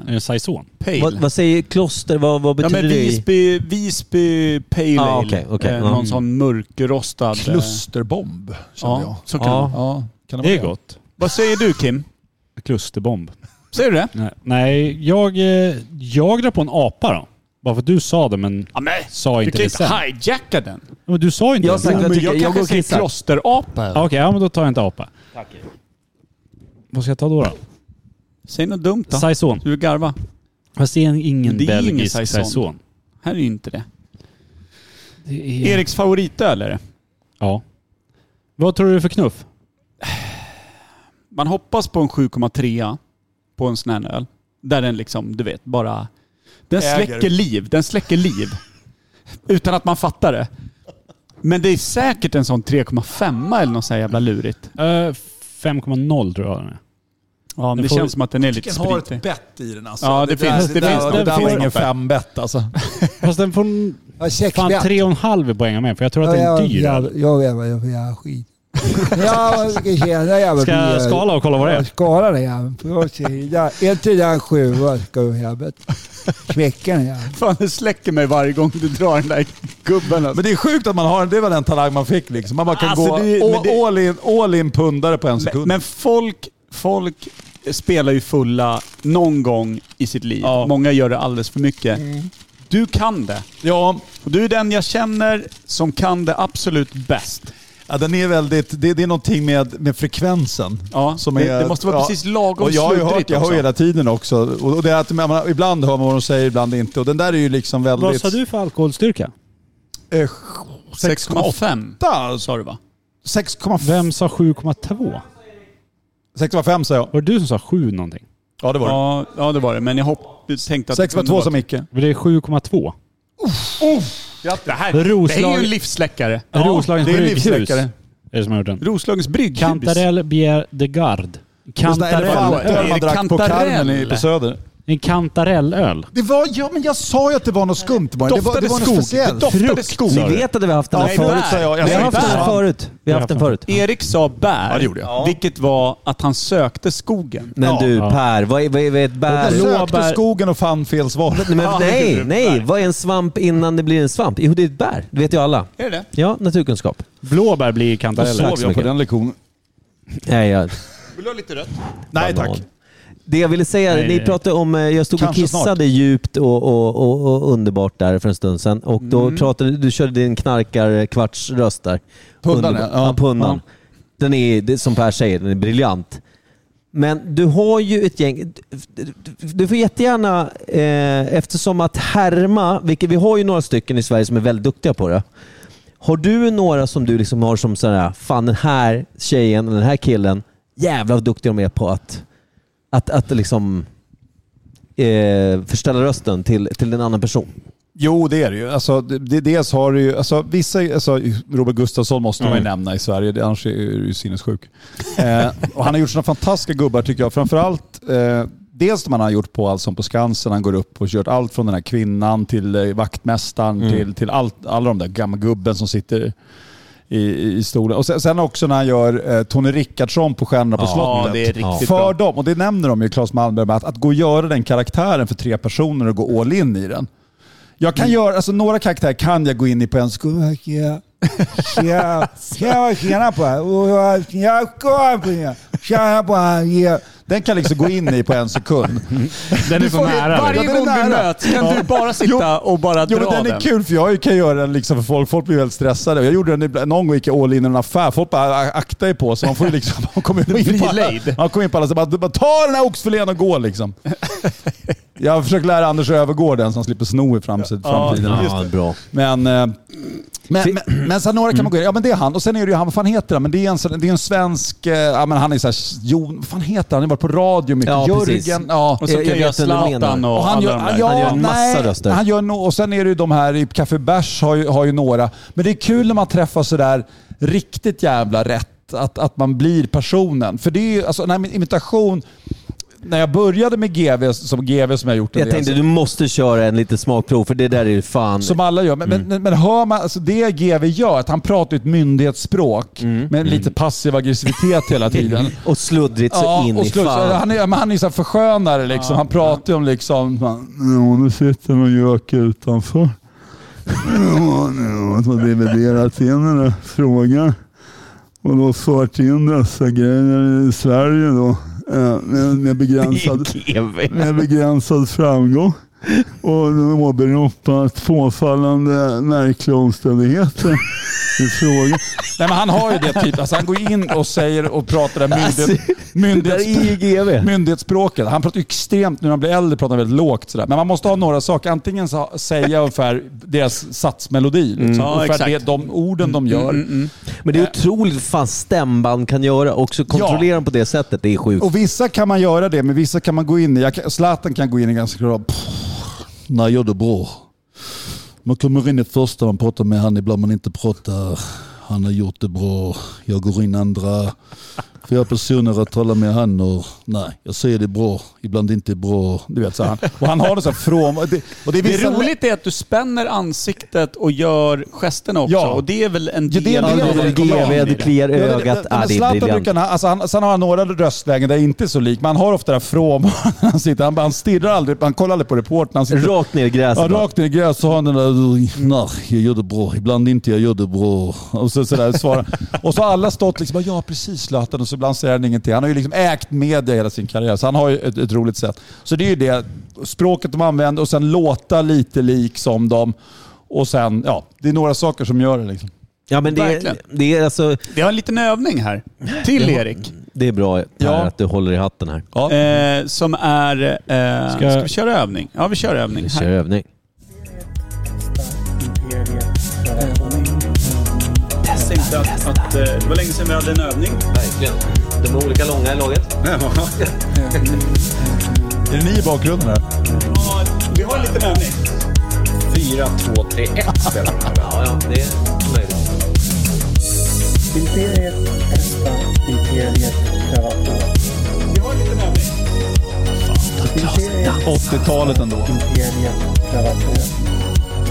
Speaker 1: Är det saison?
Speaker 2: pale.
Speaker 3: Vad, vad säger kloster? Vad, vad
Speaker 2: ja,
Speaker 3: betyder
Speaker 2: men
Speaker 3: det? i-
Speaker 2: Visby, Visby Pale
Speaker 3: Ah,
Speaker 2: Ale.
Speaker 3: okej, okej.
Speaker 2: eh,
Speaker 3: Ja.
Speaker 2: Någon sån mörkrostad... eh,
Speaker 7: Klusterbomb, kände
Speaker 2: Ja,
Speaker 7: jag.
Speaker 2: så kan det
Speaker 3: Ja.
Speaker 2: vara.
Speaker 7: Ja, kan
Speaker 1: Det är
Speaker 7: vara
Speaker 1: gott.
Speaker 2: Vad säger du Kim?
Speaker 1: Klusterbomb.
Speaker 2: Säger du det?
Speaker 1: Nej, nej jag, eh, jag drar på en apa då. Bara för att du sa det men
Speaker 2: Ja, men,
Speaker 1: sa
Speaker 2: du
Speaker 1: inte
Speaker 2: kan ju
Speaker 1: det
Speaker 2: inte
Speaker 1: sen.
Speaker 2: hijacka den.
Speaker 1: Ja, Men du sa ju inte
Speaker 3: Jag har
Speaker 1: det.
Speaker 3: sagt
Speaker 1: Jo,
Speaker 3: att
Speaker 1: men-
Speaker 3: tycker- jag går
Speaker 2: kanske
Speaker 3: och
Speaker 2: säger
Speaker 3: kissar.
Speaker 2: klosterapa.
Speaker 1: Ja, Okej, ja, men då tar jag inte apa. Vad ska jag ta då? då?
Speaker 2: Säg något dumt då.
Speaker 1: Saison.
Speaker 2: Du garva.
Speaker 1: Fast det är ingen
Speaker 2: Det är ingen
Speaker 1: belgisk
Speaker 2: saison.
Speaker 1: saison.
Speaker 2: Här är ju inte det.
Speaker 1: Det är-
Speaker 2: Eriks favoritöl är det.
Speaker 1: Ja. Vad tror du för knuff?
Speaker 2: Man hoppas på en 7,3 på en sån här öl. Där den liksom, du vet, bara... Den
Speaker 7: Äger.
Speaker 2: släcker liv. Den släcker liv. Utan att man fattar det. Men det är säkert en sån 3,5 eller något så här jävla lurigt.
Speaker 1: Eh, 5,0 tror jag den är.
Speaker 2: Ja, men
Speaker 1: Den
Speaker 2: det
Speaker 1: får-
Speaker 2: känns som att den är lite
Speaker 7: Vilken har
Speaker 2: spritig.
Speaker 7: ett bett i den alltså.
Speaker 2: Ja, det
Speaker 7: där-
Speaker 2: finns- det
Speaker 7: där-
Speaker 2: finns-
Speaker 7: Det
Speaker 1: det
Speaker 7: där
Speaker 1: finns
Speaker 7: var ingen
Speaker 2: något.
Speaker 7: fembett alltså.
Speaker 1: Fast den får
Speaker 8: Ja, sex
Speaker 1: fan
Speaker 8: bett.
Speaker 1: 3,5 i poäng av mig för jag tror att det är en dyr
Speaker 8: Ja,
Speaker 1: öl.
Speaker 8: jag vet vad jag är skit. Ja, ska tjäna jävla
Speaker 1: Ska jag skala och kolla vad det är?
Speaker 8: Skala den jäveln. På sidan. En till den sjua ska du helvete. Knäcka den jäveln.
Speaker 2: Fan, det släcker mig varje gång du drar den där gubben. Alltså.
Speaker 7: Men det är sjukt att man har det var den talang man fick liksom. Man bara kan
Speaker 2: Alltså,
Speaker 7: gå
Speaker 2: det- men
Speaker 7: all,
Speaker 2: det-
Speaker 7: all, in, all in pundare på en sekund.
Speaker 2: Men, men folk, folk spelar ju fulla någon gång i sitt liv.
Speaker 7: Ja.
Speaker 2: Många gör det alldeles för mycket. Du kan det.
Speaker 7: ja,
Speaker 2: Och du är den jag känner som kan det absolut bäst.
Speaker 7: ja, den är väldigt, det, det är någonting med, med frekvensen.
Speaker 2: Ja,
Speaker 7: som
Speaker 2: det-
Speaker 7: är,
Speaker 2: det måste vara precis lagom
Speaker 7: och jag har ju hört,
Speaker 2: sluddrigt
Speaker 7: jag hör
Speaker 2: också.
Speaker 7: hela tiden också. Och, och det är att, jag menar, ibland hör man vad de säger, ibland inte. Och den där är ju liksom väldigt...
Speaker 1: Vad sa du för alkoholstyrka?
Speaker 7: Eh,
Speaker 2: 6,5
Speaker 7: 6,8
Speaker 2: sa du va?
Speaker 7: 6,5
Speaker 1: Vem sa 7,2?
Speaker 7: 6,5 sa jag.
Speaker 1: Var det du som sa 7 någonting?
Speaker 7: Ja det var det.
Speaker 2: Ja, ja det var det. Men jag hopp, du tänkte att... det kunde
Speaker 7: 6,2
Speaker 2: vara-
Speaker 7: som Micke.
Speaker 1: För Det är 7,2.
Speaker 2: Det här, det här är ju
Speaker 1: Roslag-
Speaker 2: en livsläckare.
Speaker 1: Roslagens
Speaker 7: det är en
Speaker 1: brygghus.
Speaker 7: livsläckare.
Speaker 1: Är det som jag har gjort den?
Speaker 2: Roslagens brygghus.
Speaker 1: Kantarell Bier de Garde.
Speaker 2: elefanter.
Speaker 1: Kantarell.
Speaker 2: Är det
Speaker 7: Elefantöl man drack på
Speaker 2: kantarell?
Speaker 7: Carmen i, på Söder.
Speaker 1: En kantarellöl.
Speaker 7: Det var, ja men jag sa ju att det var något skumt bara. Det var,
Speaker 2: Doftade
Speaker 7: det var något
Speaker 2: skog.
Speaker 7: speciellt.
Speaker 2: Det doftade
Speaker 1: Frukt,
Speaker 2: skog.
Speaker 1: sa
Speaker 3: Ni
Speaker 1: du?
Speaker 3: vet att vi har haft den här
Speaker 2: Nej,
Speaker 3: förut.
Speaker 2: bär.
Speaker 7: sa jag. Jag
Speaker 3: Vi har
Speaker 7: sa
Speaker 3: haft den här
Speaker 7: bär.
Speaker 3: förut. Alltså, Vi har haft den förut.
Speaker 2: Erik sa bär,
Speaker 7: Ja, det gjorde jag.
Speaker 2: vilket var att han sökte skogen.
Speaker 3: Men du
Speaker 1: Ja.
Speaker 3: Per, vad är, vad är, vad är ett bär?
Speaker 7: Jag
Speaker 1: Blåbär.
Speaker 7: sökte skogen och fann fel svar.
Speaker 3: Nej, men,
Speaker 2: Ja,
Speaker 3: nej,
Speaker 2: herregud,
Speaker 3: nej.
Speaker 2: bär.
Speaker 3: Vad är en svamp innan det blir en svamp? Jo, det är ett bär. Det vet ju alla.
Speaker 2: Är det
Speaker 3: Ja, naturkunskap.
Speaker 1: Blåbär blir kantareller.
Speaker 3: Tack så mycket.
Speaker 7: lektionen.
Speaker 3: Nej, jag,
Speaker 2: Vill du ha lite rött?
Speaker 7: Nej
Speaker 3: banan.
Speaker 7: tack.
Speaker 3: Det jag ville säga,
Speaker 1: Nej,
Speaker 3: ni
Speaker 1: det-
Speaker 3: pratade om, eh, jag stod och
Speaker 7: Kanske
Speaker 3: kissade djupt och, och, och, och underbart där för en stund sedan. Och då
Speaker 7: Mm.
Speaker 3: pratade du, körde din knarkarkvartsröst där.
Speaker 7: Pundan,
Speaker 3: Underbart.
Speaker 7: ja.
Speaker 3: ja. pundan. Den är, det, som Per säger, den är briljant. Men du har ju ett gäng... Du får jättegärna, eh, eftersom att härma, vilket vi har ju några stycken i Sverige som är väldigt duktiga på det. Har du några som du liksom har som sådär, fan den här tjejen, den här killen, jävlar vad duktiga de är på att, att, att liksom eh, förställa rösten till, till en annan person?
Speaker 7: Jo, det är det ju. Alltså, det, det, dels har du ju, alltså, vissa, alltså, Robert Gustafsson måste man ju
Speaker 2: Mm.
Speaker 7: nämna i Sverige, det- annars är du ju sinnessjuk. Eh, och han har gjort sådana fantastiska gubbar tycker jag. Framförallt eh, dels de han har gjort på Allsång på Skansen. Han går upp och kört allt från den här kvinnan till eh, vaktmästaren
Speaker 2: Mm.
Speaker 7: till, till allt, alla de där gamla gubben som sitter i, i stolen. Och sen, sen också när han gör eh, Tony Rickardsson på Stjärnorna på slottet.
Speaker 2: det är riktigt
Speaker 7: för
Speaker 2: bra.
Speaker 7: dem, och det nämner de ju, Claes Malmberg, med att, att gå och göra den karaktären för tre personer och gå all in i den. Jag kan göra, alltså några karaktärer kan jag gå in i på en sekund.
Speaker 9: Tja, tja, tja, tjena på er. Och, Tja, kom på er. Tjena på er. Ja.
Speaker 7: Den kan jag liksom gå in i på en sekund.
Speaker 1: Den är
Speaker 7: Du
Speaker 1: för
Speaker 7: får-
Speaker 1: nära.
Speaker 7: varje- Ja,
Speaker 1: eller?
Speaker 2: Varje
Speaker 7: den
Speaker 2: gång
Speaker 7: är
Speaker 2: vi
Speaker 7: nära.
Speaker 2: möts kan du bara sitta och bara
Speaker 7: Jo
Speaker 2: dra
Speaker 7: men den är kul för jag kan göra den liksom för folk, folk blir väldigt stressade. Jag gjorde den ibland, någon gång gick jag all in i en affär, folk bara "A- akta er på så man får ju liksom, man kommer in på alla,
Speaker 2: Frilejd.
Speaker 7: man kommer in på alla så bara, bara ta den här oxfilén och gå liksom. Jag har försökt lära Anders Övergård den så han slipper sno i framtid, framtiden.
Speaker 3: bra.
Speaker 7: Men, eh, men, men, men sen några kan man gå in Ja men det är han. Och sen är det ju han, vad fan heter han? Men det är en, sån- det är en svensk, eh, ja men han är såhär, Jon, vad fan heter han? Han har varit på radio mycket.
Speaker 3: Ja,
Speaker 7: Jörgen.
Speaker 3: precis.
Speaker 7: Ja.
Speaker 2: Och så
Speaker 3: Jag-
Speaker 2: kan
Speaker 3: jag
Speaker 2: jag göra
Speaker 3: vet vem du menar.
Speaker 2: Zlatan och,
Speaker 7: Och han,
Speaker 2: alla
Speaker 7: gör,
Speaker 2: de där.
Speaker 7: ja,
Speaker 3: Han gör en massa
Speaker 7: nej,
Speaker 3: röster.
Speaker 7: Han gör no, och sen är det ju de här i Café Bärs har ju, har ju några. Men det är kul när man träffar sådär riktigt jävla rätt. Att, att man blir personen. För det är ju, alltså när min imitation, när jag började med GV, som GV som jag gjort en
Speaker 3: Jag
Speaker 7: del,
Speaker 3: tänkte du måste köra en liten smakprov för det där är ju fan...
Speaker 7: som alla gör. Men, men, men hör man, alltså det GV gör, att han pratar ju ett myndighetsspråk med lite passiv aggressivitet hela tiden.
Speaker 3: Och sluddrigt så in
Speaker 7: och
Speaker 3: i
Speaker 7: slut-
Speaker 3: fan.
Speaker 7: Han är, men han är ju så här förskönare liksom. han pratar ju om liksom... man, Ja, nu sitter någon göke utanför. Ja, nu har man dividerat in den där frågan. Och då fört in dessa grejer i Sverige då. eh, Med, med, begränsad, med begränsad framgång. Och de åberopat påfallande märkliga omständigheter i frågan. Nej men han har ju det typ. Alltså han går in och säger och pratar där
Speaker 3: Alltså, Det där är ju GV.
Speaker 7: Myndighetsspråket. Han pratar ju extremt, nu när han blir äldre pratar han väldigt lågt sådär. Men man måste ha några saker. Antingen så, säga ungefär deras satsmelodi. Liksom.
Speaker 2: Mm. Ja,
Speaker 7: ungefär
Speaker 2: exakt. Mm,
Speaker 7: det, de orden de gör.
Speaker 3: Men det är otroligt vad fan stämband kan göra. Också kontrollera dem på det sättet. Det är sjukt.
Speaker 7: Och vissa kan man göra det, men vissa kan man gå in i. Jag kan, Zlatan kan gå in i ganska bra. Nej, jag är bra. Man kommer in i första, man pratar med han ibland man inte pratar. Han har gjort det bra. Jag går in andra. För jag personer att tala med han och nej, jag säger det är bra. Ibland inte är bra. Du vet, så han. Och han har det så här från... Och det, och det är
Speaker 2: Det
Speaker 7: vissa-
Speaker 2: roligt är att du spänner ansiktet och gör gesterna också.
Speaker 7: Ja.
Speaker 2: Och det är väl en
Speaker 7: Ja,
Speaker 2: del
Speaker 7: det är en del
Speaker 2: av
Speaker 7: av
Speaker 2: vad
Speaker 7: det.
Speaker 2: kommer in i
Speaker 3: GV, du
Speaker 2: det.
Speaker 3: kliar
Speaker 7: Ja, det-
Speaker 3: ögat.
Speaker 7: det-
Speaker 3: Ah,
Speaker 7: men
Speaker 3: det är
Speaker 7: Zlatan
Speaker 3: briljant.
Speaker 7: brukar ha, alltså han, sen har han några röstlägen där det inte är så lik. Man har ofta det här från han sitter. Han, bara- han stirrar aldrig, han kollar aldrig på reportern. Han sitter-
Speaker 3: Rakt ner i gräset.
Speaker 7: Ja, rakt ner i gräset så har han den där, nej, jag gör det bra, ibland inte, jag gör det bra. Och så sådär svarar Och så har alla stått liksom, ja precis Zlatan, och så ibland säger han ingenting. Han har ju liksom ägt media hela sin karriär, så han har ju ett, ett roligt sätt. Så det är ju det, språket de använder och sen låta lite lik som dem. Och sen, ja, det är några saker som gör det liksom.
Speaker 3: Ja, men det,
Speaker 2: Verkligen.
Speaker 3: är, det är alltså...
Speaker 2: Vi har en liten övning här till Erik.
Speaker 3: Det är bra Per,
Speaker 2: Ja.
Speaker 3: att du håller i hatten här.
Speaker 7: Ja.
Speaker 2: Eh, som är... Eh, ska... vi köra övning? Ja, vi kör övning.
Speaker 3: Vi kör
Speaker 2: Här.
Speaker 3: övning.
Speaker 2: eh, det var länge sedan vi hade en övning.
Speaker 3: Verkligen. De är olika långa i laget.
Speaker 7: Är det ni i bakgrunden här?
Speaker 2: Vi har en liten övning.
Speaker 3: Ja, ja, det är möjligt.
Speaker 10: Imperiet etta, Imperiet tvåa. Vi har lite nämning. Imperiet
Speaker 7: 80-talet ändå.
Speaker 10: Imperiet tvåa.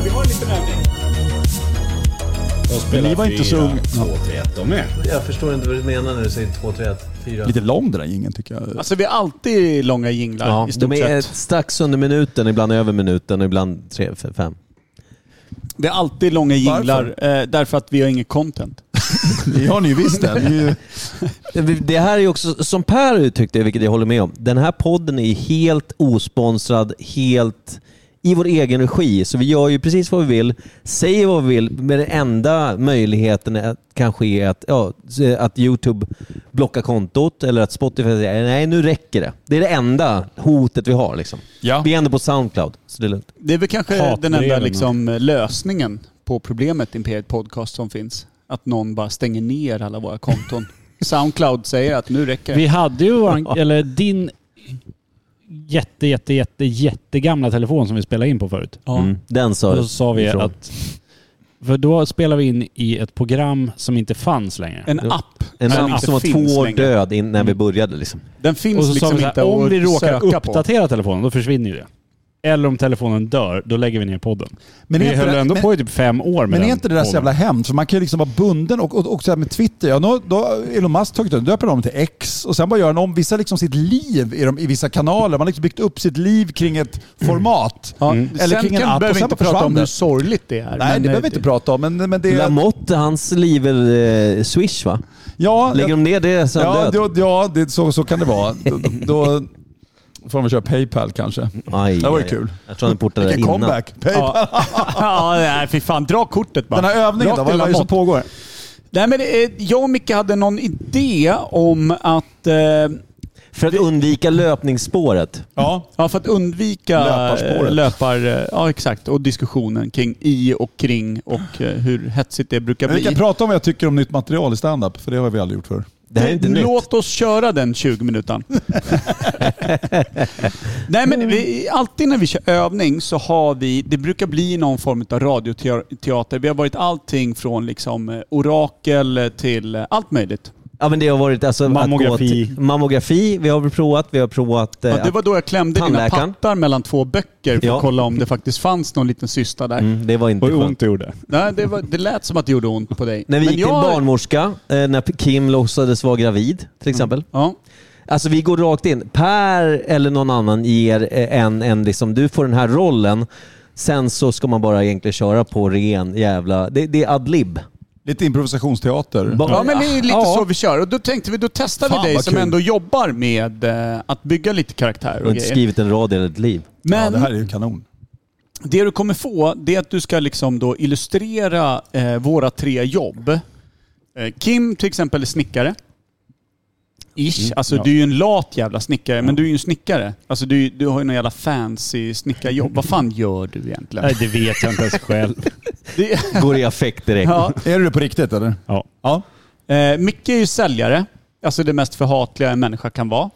Speaker 10: Vi har lite nämning.
Speaker 11: Jag spelar
Speaker 12: ni var inte så unga.
Speaker 11: 2, 3, 1 och med.
Speaker 3: Jag förstår inte vad du menar när du säger 2, 3, 1, 4.
Speaker 7: Lite lång den där jingeln tycker jag.
Speaker 2: Alltså vi har alltid långa jinglar
Speaker 3: Ja,
Speaker 2: i stort
Speaker 3: de är
Speaker 2: sett.
Speaker 3: strax under minuten, ibland över minuten och ibland 3, 5.
Speaker 2: Det är alltid långa jinglar eh, därför att vi har inget content.
Speaker 7: Det har ni ju visst det. det är ju...
Speaker 3: Det här är också, som Per uttryckte, vilket jag håller med om, den här podden är helt osponsrad, helt i vår egen regi. Så vi gör ju precis vad vi vill, säger vad vi vill, men den enda möjligheten är, kanske är att, ja, att Youtube blockar kontot eller att Spotify säger nej nu räcker det. Det är det enda hotet vi har. Liksom.
Speaker 7: Ja.
Speaker 3: Vi är ändå på Soundcloud, så det är lugnt.
Speaker 2: Det är väl kanske den
Speaker 11: Hatbreven,
Speaker 2: enda
Speaker 11: ja.
Speaker 2: liksom, lösningen på problemet Imperiet Podcast som finns. Att någon bara stänger ner alla våra konton. Soundcloud säger att nu räcker det.
Speaker 1: Vi hade ju våran, eller din jätte, jätte, jätte, jättegamla telefon som vi spelade in på förut.
Speaker 2: Ja.
Speaker 3: Mm. Den sa
Speaker 1: Och så sa vi
Speaker 3: ifrån.
Speaker 1: att... För då spelade vi in i ett program som inte fanns längre.
Speaker 2: En
Speaker 3: Ja.
Speaker 2: app
Speaker 3: En
Speaker 2: som
Speaker 3: app
Speaker 2: inte
Speaker 3: som var
Speaker 2: finns
Speaker 3: två år
Speaker 2: längre.
Speaker 3: död in, när vi började. Liksom.
Speaker 2: Den finns
Speaker 1: och så sa
Speaker 2: liksom
Speaker 1: vi så
Speaker 2: inte
Speaker 1: här, om
Speaker 2: att
Speaker 1: vi råkar
Speaker 2: söka på.
Speaker 1: uppdatera telefonen, då försvinner ju det. Eller om telefonen dör, då lägger vi ner podden.
Speaker 7: Men är
Speaker 1: vi
Speaker 7: inte
Speaker 1: höll
Speaker 7: det-
Speaker 1: ändå
Speaker 7: men-
Speaker 1: på i typ fem år med
Speaker 7: Men
Speaker 1: den
Speaker 7: är inte det där så
Speaker 1: podden.
Speaker 7: jävla hemskt? För man kan ju liksom vara bunden och, och, och så här med Twitter. Ja, då, då har Elon Musk tagit den, döper honom till X och sen bara gör han om vissa liksom sitt liv i, de, i vissa kanaler. Man har liksom byggt upp sitt liv kring ett format.
Speaker 2: Ja,
Speaker 7: Eller
Speaker 2: Sen
Speaker 7: kring en
Speaker 2: kan-
Speaker 7: app och
Speaker 2: behöver vi
Speaker 7: Mm. sen
Speaker 2: inte
Speaker 7: bara försvann
Speaker 2: prata om
Speaker 7: det.
Speaker 2: hur sorgligt det är.
Speaker 7: Nej,
Speaker 2: men,
Speaker 7: det
Speaker 2: eh,
Speaker 7: behöver vi inte prata om. Men, men det är...
Speaker 3: Lamotte, hans liv väl eh, Swish va?
Speaker 7: Ja,
Speaker 3: Lägger de ner det så är han
Speaker 7: ja,
Speaker 3: död.
Speaker 7: då, ja det, så, så kan det vara. Då, då får man köra Paypal kanske.
Speaker 3: Aj,
Speaker 7: Det var ju
Speaker 3: aj,
Speaker 7: kul.
Speaker 3: aj. Jag tror han portade
Speaker 7: Vilken
Speaker 3: innan.
Speaker 7: comeback! Paypal.
Speaker 2: Ja, ja nej, fy fan. Dra kortet bara.
Speaker 7: Den här övningen
Speaker 2: Rakt
Speaker 7: då, vad
Speaker 2: till
Speaker 7: vad är det som
Speaker 2: Lamotte.
Speaker 7: pågår?
Speaker 2: Nej, men, eh, jag och Micke hade någon idé om att... Eh,
Speaker 3: För att undvika löpningsspåret.
Speaker 7: Ja.
Speaker 2: ja, för att undvika
Speaker 7: Löparspåret.
Speaker 2: eh, löpar... eh, Ja, exakt. Och diskussionen kring i och kring och eh, hur hetsigt det brukar
Speaker 7: Vi
Speaker 2: bli.
Speaker 7: kan prata om vad jag tycker om nytt material i standup, för det har vi aldrig gjort förr.
Speaker 3: Det här är inte nytt.
Speaker 2: Låt oss köra den 20 minuten. Nej
Speaker 3: Mm.
Speaker 2: men vi, alltid när vi kör övning så har vi, det brukar bli någon form av radioteater. Vi har varit allting från liksom eh, orakel till eh, allt möjligt.
Speaker 3: Ja, men det har varit alltså, att gå
Speaker 11: Mammografi.
Speaker 3: till, mammografi. Vi har väl provat. Vi har provat... eh,
Speaker 2: Ja, det var då jag klämde dina
Speaker 3: Tandläkaren.
Speaker 2: pattar mellan två böcker för
Speaker 3: Ja.
Speaker 2: att kolla om det faktiskt fanns någon liten systa där.
Speaker 3: att, mm, det var inte
Speaker 11: Och hur
Speaker 3: skönt.
Speaker 11: ont det gjorde.
Speaker 2: Nej, det, var, det lät som att det gjorde ont på dig.
Speaker 3: När vi
Speaker 2: Men
Speaker 3: gick till barnmorska, eh, när Kim låtsades vara gravid
Speaker 2: Mm.
Speaker 3: till exempel.
Speaker 2: Ja.
Speaker 3: Alltså vi går rakt in. Per eller någon annan ger eh, en, en liksom, du får den här rollen. Sen så ska man bara egentligen köra på ren jävla... Det, det är adlib.
Speaker 7: Lite improvisationsteater.
Speaker 3: Ba-
Speaker 2: Ja men det är lite
Speaker 3: Ja.
Speaker 2: så vi kör. Och då tänkte vi, då testar
Speaker 7: Fan,
Speaker 2: vi dig
Speaker 7: vad
Speaker 2: som
Speaker 7: kul.
Speaker 2: ändå jobbar med eh, att bygga lite karaktär
Speaker 3: Och
Speaker 2: och
Speaker 3: inte
Speaker 2: grejer.
Speaker 3: skrivit en rad i hela ditt liv.
Speaker 2: Men
Speaker 7: ja, det här är ju kanon.
Speaker 2: Det du kommer få, det är att du ska liksom då illustrera eh, våra tre jobb. Eh, Kim till exempel är snickare. Ish. alltså
Speaker 11: ja.
Speaker 2: du är ju en lat jävla snickare, men du är ju en snickare. Alltså du, du har ju någon jävla fancy snickarjobb. Vad fan gör du egentligen?
Speaker 11: Nej, det vet jag inte ens själv.
Speaker 2: Det,
Speaker 3: Går i affekt direkt.
Speaker 2: ja.
Speaker 7: Är du det på riktigt eller?
Speaker 11: Ja.
Speaker 7: Ja.
Speaker 2: eh, Micke är ju säljare. Alltså det mest förhatliga en människa kan vara.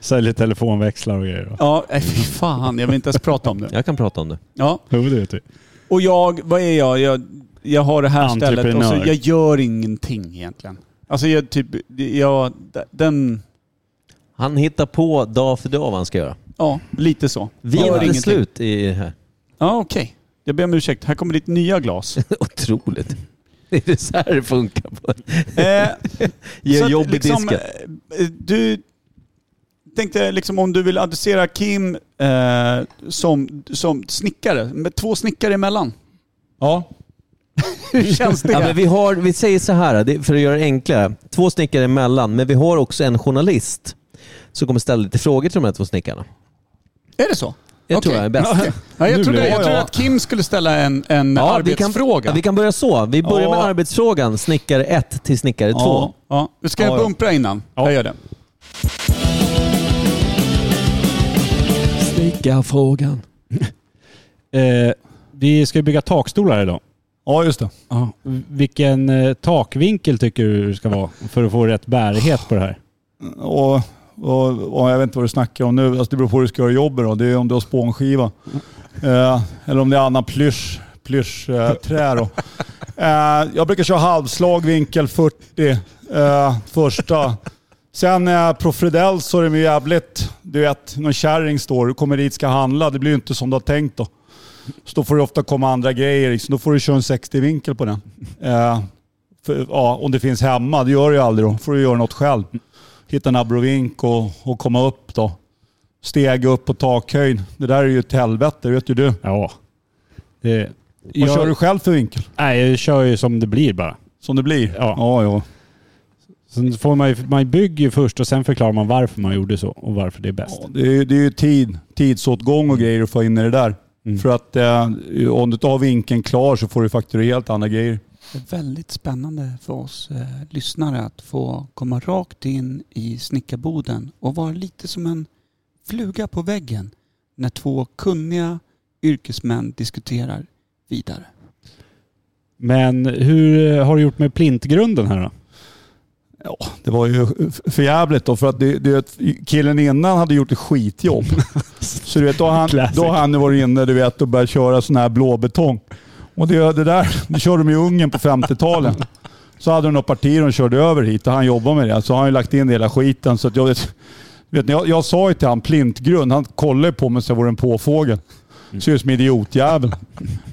Speaker 11: Säljer telefonväxlar och grejer. va?
Speaker 2: Ja, eh, fy fan. Jag vill inte ens prata om det.
Speaker 3: Jag kan prata om det.
Speaker 2: Ja.
Speaker 11: Jo, det vet vi.
Speaker 2: Och jag, vad är jag? Jag, jag har det här stället och så
Speaker 11: Entreprenör.
Speaker 2: jag gör ingenting egentligen. Alltså jag typ, jag, den,
Speaker 3: Han hittar på dag för dag vad han ska göra.
Speaker 2: ja lite så.
Speaker 3: Vi
Speaker 2: Gör
Speaker 3: är
Speaker 2: ingenting.
Speaker 3: inte slut i det här.
Speaker 2: Ja okej. Jag ber om ursäkt. Här kommer ditt nya glas.
Speaker 3: Otroligt. Det är så här det funkar. På.
Speaker 2: eh, så
Speaker 3: Ge
Speaker 2: att
Speaker 3: jobb i
Speaker 2: liksom,
Speaker 3: disken.
Speaker 2: eh, Du tänkte liksom om du vill adressera Kim eh, som, som snickare, med två snickare emellan.
Speaker 7: ja.
Speaker 2: Hur känns det?
Speaker 3: Ja, men vi, har, vi säger så här, det- för att göra det enklare. Två snickare emellan, men vi har också en journalist som kommer ställa lite frågor till de här två snickarna.
Speaker 2: Är det så?
Speaker 3: Det
Speaker 2: Okej.
Speaker 3: tror jag är bäst.
Speaker 2: Ja, jag
Speaker 11: Nu
Speaker 2: trodde,
Speaker 11: blev
Speaker 2: jag
Speaker 11: det-
Speaker 2: trodde att Kim skulle ställa en, en
Speaker 3: vi, kan,
Speaker 2: arbetsfråga.
Speaker 3: ja, vi kan börja så. Vi börjar med
Speaker 2: Ja.
Speaker 3: arbetsfrågan, snickare 1 till snickare 2.
Speaker 2: Ja, ja. Nu ska jag
Speaker 7: Ja, ja.
Speaker 2: bumpra innan. Jag gör det.
Speaker 3: Snickarfrågan.
Speaker 11: Eh, vi ska ju bygga takstolar idag.
Speaker 7: ja, just det.
Speaker 11: Ja. Vilken eh, takvinkel tycker du det ska vara för att få rätt bärighet på det här?
Speaker 7: Och, och, och jag vet inte vad du snackar om nu. Alltså, det beror på hur du ska göra jobbet då. Det är om du har spånskiva. Eh, eller om det är annan plysch, plyschträ eh, trä då. Eh, jag brukar köra halvslag, vinkel 40 eh, första. Sen eh, på Fredell så är det ju jävligt, du vet, någon kärring står, du kommer dit ska handla, det blir ju inte som du har tänkt då. Så då får det ofta komma andra grejer, liksom. då får du köra en 60-vinkel på den. Eh, för, ja, om det finns hemma, det gör du ju aldrig då, får du göra något själv. Hitta en abrovink och, och komma upp då. Steg upp på takhöjd. Det där är ju ett helvete, det vet ju du.
Speaker 1: Ja. Det,
Speaker 7: Vad kör du själv för vinkel?
Speaker 1: Nej, jag kör ju som det blir bara.
Speaker 7: Som det blir?
Speaker 1: Ja.
Speaker 7: ja, ja.
Speaker 1: Sen får man, ju, man bygger ju först och sen förklarar man varför man gjorde så och varför det är bäst.
Speaker 7: Det är, ju- det är ju tid, tidsåtgång och grejer att få in i det där. För att eh, om du inte har vinkeln klar så får du fakturera helt andra grejer.
Speaker 2: Det är väldigt spännande för oss eh, lyssnare att få komma rakt in i snickarboden och vara lite som en fluga på väggen när två kunniga yrkesmän diskuterar vidare.
Speaker 1: Men hur eh, har du gjort med plintgrunden här då?
Speaker 7: Det var ju f- för jävligt då för att det, det, är ett- killen innan hade gjort ett skitjobb. så du vet, då har han, då har han varit inne du vet, och börjat köra sån här blåbetong. Och det, det där det körde de i Ungern på 50-talet. Så hade de några partier de körde över hit och han jobbade med det. Så har han ju lagt in hela skiten. Så att jag, vet, vet ni, jag, jag sa ju till han plintgrund, han kollade ju på mig så jag vore en påfågel. Ser ut som idiotjävel.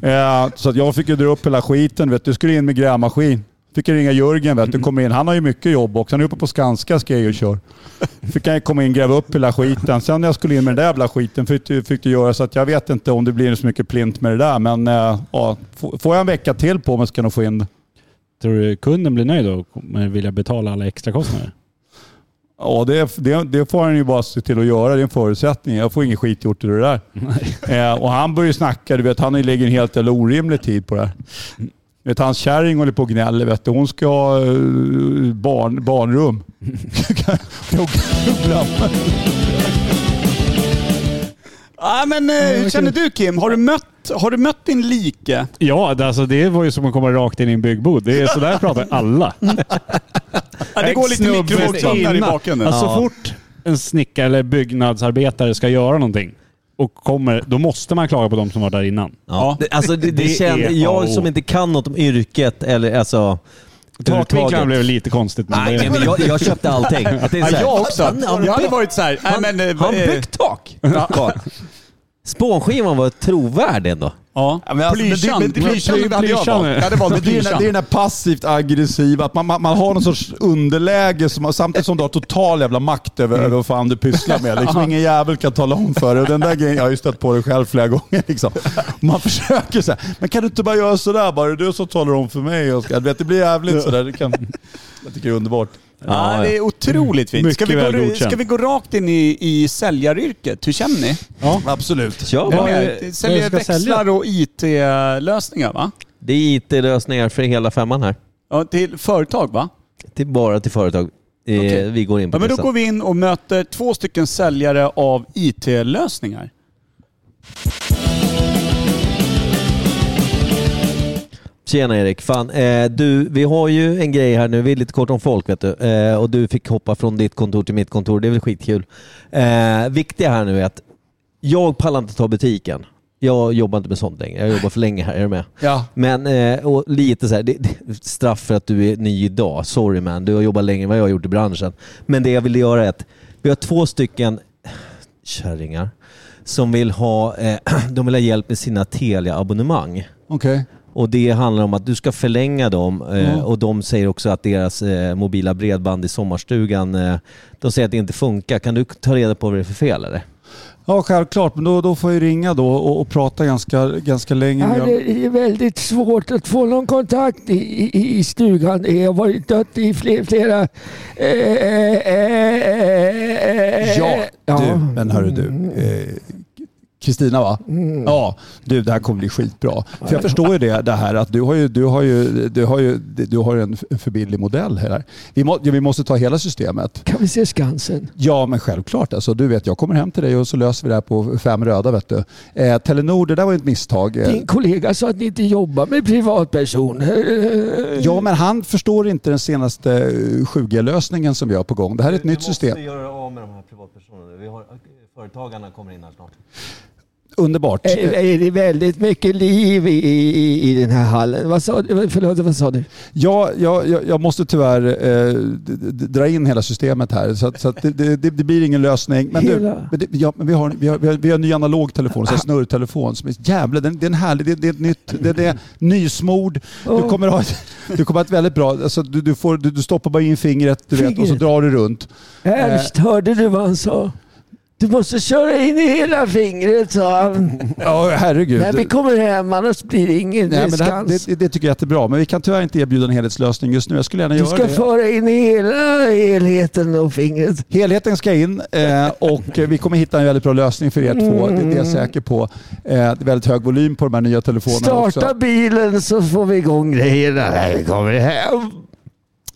Speaker 7: Eh, så att jag fick ju dra upp hela skiten. Vet du, skulle in med grävmaskin. Fick jag ringa Jörgen, vet du, kom in. Han har ju mycket jobb också. Han är uppe på Skanska ska jag ju köra. Fick han ju komma in och gräva upp hela skiten. Sen när jag skulle in med den där jävla skiten fick det, fick det göra så att jag vet inte om det blir så mycket plint med det där. Men eh, ja, får- får jag en vecka till på mig ska jag nog få in det.
Speaker 1: Tror du kunden blir nöjd och kommer vilja betala alla extra kostnader?
Speaker 7: Ja, det, det, det får han ju bara se till att göra. Det är en förutsättning. Jag får ingen skit gjort i det där. Eh, och han börjar ju snacka. Du vet, han lägger en helt eller orimlig tid på det här. Du Vet, hans kärring håller på och gnäller. Vet du. Hon ska ha eh, barn, barnrum. Jag glömmer.
Speaker 2: Ja, men, eh, hur känner du Kim? Har du mött, har du mött din like?
Speaker 1: Ja, det, alltså, det var ju som att komma rakt in i en byggbod. Det är sådär pratar alla.
Speaker 2: Ja, det går lite mikrovågsugnar i bakgrunden.
Speaker 1: Alltså,
Speaker 2: Ja.
Speaker 1: så fort en snickare eller byggnadsarbetare ska göra någonting och kommer, då måste man klaga på de som var där innan.
Speaker 3: Ja. Det, alltså det, det, känns-
Speaker 1: är A
Speaker 3: jag
Speaker 1: och O.
Speaker 3: som inte kan något om yrket eller alltså...
Speaker 1: Takvinklarna
Speaker 3: överhuvudtaget.
Speaker 1: blev lite konstigt. men
Speaker 3: Nej,
Speaker 1: det-
Speaker 3: nej, men jag, jag köpte allting. Att det är så
Speaker 2: Ja,
Speaker 3: här,
Speaker 2: jag också.
Speaker 3: Han, han,
Speaker 2: jag hade varit så här, nej, men, eh,
Speaker 3: han
Speaker 2: eh,
Speaker 3: byggt tak. Karl. Spånskivan var trovärd ändå.
Speaker 2: Ja, men
Speaker 7: alltså, men det-
Speaker 2: plyschan.
Speaker 7: men det- men
Speaker 2: Plyschan
Speaker 7: ply-
Speaker 2: hade jag
Speaker 7: plyschan.
Speaker 2: valt. Jag hade
Speaker 7: Men
Speaker 2: valt
Speaker 7: Det är den här- det är
Speaker 2: plyschan.
Speaker 7: den här passivt aggressiva, att man, man, man har någon sorts underläge som, samtidigt som du har total jävla makt över, över vad fan du pysslar med. Liksom, ingen jävel kan tala om för dig. Och Den där grejen, jag har ju stött på det själv flera gånger. Liksom. Man försöker så här, men kan du inte bara göra sådär? Bara, det är du som talar om för mig. Och, så- du vet, det blir jävligt sådär. Det kan, jag tycker det är underbart.
Speaker 2: Ja, det är otroligt fint. Ska vi, gå, ska vi gå rakt in i, i säljaryrket? Hur känner ni?
Speaker 1: Ja,
Speaker 7: absolut.
Speaker 3: Kör
Speaker 2: Vad
Speaker 3: bara.
Speaker 2: är det? Säljer
Speaker 3: ska
Speaker 2: växlar
Speaker 3: sälja?
Speaker 2: och IT-lösningar va?
Speaker 3: Det är IT-lösningar för hela femman här.
Speaker 2: Ja, till företag va?
Speaker 3: Det är bara till företag. Eh, Vi går in på
Speaker 2: Ja, men
Speaker 3: det
Speaker 2: då
Speaker 3: sen.
Speaker 2: går vi in och möter två stycken säljare av IT-lösningar.
Speaker 3: Tjena Erik. Fan, eh, du, vi har ju en grej här nu. Vi är lite kort om folk vet du. Eh, och du fick hoppa från ditt kontor till mitt kontor. Det är väl skitkul. Eh, viktiga här nu är att jag pallar inte ta butiken. Jag jobbar inte med sånt längre. Jag jobbar för länge här. Är du med?
Speaker 2: Ja.
Speaker 3: Men eh, och lite så här, det, det, straff för att du är ny idag. Sorry man, du har jobbat längre än vad jag har gjort i branschen. Men det jag ville göra är att vi har två stycken kärringar som vill ha, eh, de vill ha hjälp med sina Telia-abonnemang.
Speaker 7: Okej.
Speaker 3: Och det handlar om att du ska förlänga dem eh,
Speaker 7: Ja.
Speaker 3: och de säger också att deras eh, mobila bredband i sommarstugan, eh, de säger att det inte funkar. Kan du ta reda på vad det är för fel eller?
Speaker 7: Ja, självklart. Men då, då får jag ringa då och, och prata ganska, ganska länge.
Speaker 9: Ja, det är väldigt svårt att få någon kontakt i, i, i stugan. Det har varit dött i flera... flera eh, eh, eh,
Speaker 7: Ja,
Speaker 9: ja. Mm.
Speaker 7: du. Men hörru du. eh, Kristina va? Ja, du det här kommer bli skitbra. För jag förstår ju det, det här att du har ju, du har ju, du har ju, du har ju en f- för billig modell här. Vi, må, ja, vi måste ta hela systemet.
Speaker 9: Kan vi se Skansen?
Speaker 7: Ja, men självklart. Alltså, du vet, jag kommer hem till dig och så löser vi det här på fem röda. Vet du. Eh, Telenor, det där var ju ett misstag. Eh,
Speaker 9: Din kollega sa att ni inte jobbar med privatpersoner.
Speaker 7: Ja, men han förstår inte den senaste eh, 7G-lösningen som vi har på gång. Det här är ett nytt system.
Speaker 3: göra av med de här privatpersonerna. Vi har, företagarna kommer in här snart.
Speaker 7: Underbart.
Speaker 9: Är, Äh, är det väldigt mycket liv i, i, i den här hallen? Vad sa, du? förlåt, vad sa du?
Speaker 7: Ja, jag, jag, jag måste tyvärr eh, d- d- dra in hela systemet här så, att- så att det, det, det det blir ingen lösning. Men, du,
Speaker 9: Hela-
Speaker 7: men, det, ja, men vi, har, vi, har, vi, har, vi har en ny analog telefon, en snurrtelefon. Som är, jävlar, det, det är en härlig, det, det är ett nytt, det, det
Speaker 9: Mm.
Speaker 7: är nysmord. Du kommer ha ett, du kommer ha ett väldigt bra, alltså, du, du, får, du, du stoppar bara in fingret, du vet, och så
Speaker 9: Fingret.
Speaker 7: drar du runt.
Speaker 9: Ernst, Äh, hörde du vad han sa? Du måste köra in i hela fingret, sa han.
Speaker 7: Ja, herregud.
Speaker 9: När vi kommer hem, annars blir det ingen
Speaker 7: Nej, men det, här,
Speaker 9: diskans.
Speaker 7: det, det tycker jag är jättebra, men vi kan tyvärr inte erbjuda en helhetslösning just nu. Jag skulle gärna
Speaker 9: Du
Speaker 7: göra
Speaker 9: ska
Speaker 7: det.
Speaker 9: föra in i hela helheten och fingret.
Speaker 7: Helheten ska in eh, och eh, vi kommer hitta en väldigt bra lösning för er två. Det, det är jag säker på. Eh, det är väldigt hög volym på de här nya telefonerna
Speaker 9: Starta
Speaker 7: också.
Speaker 9: bilen så får vi igång grejerna när vi kommer hem.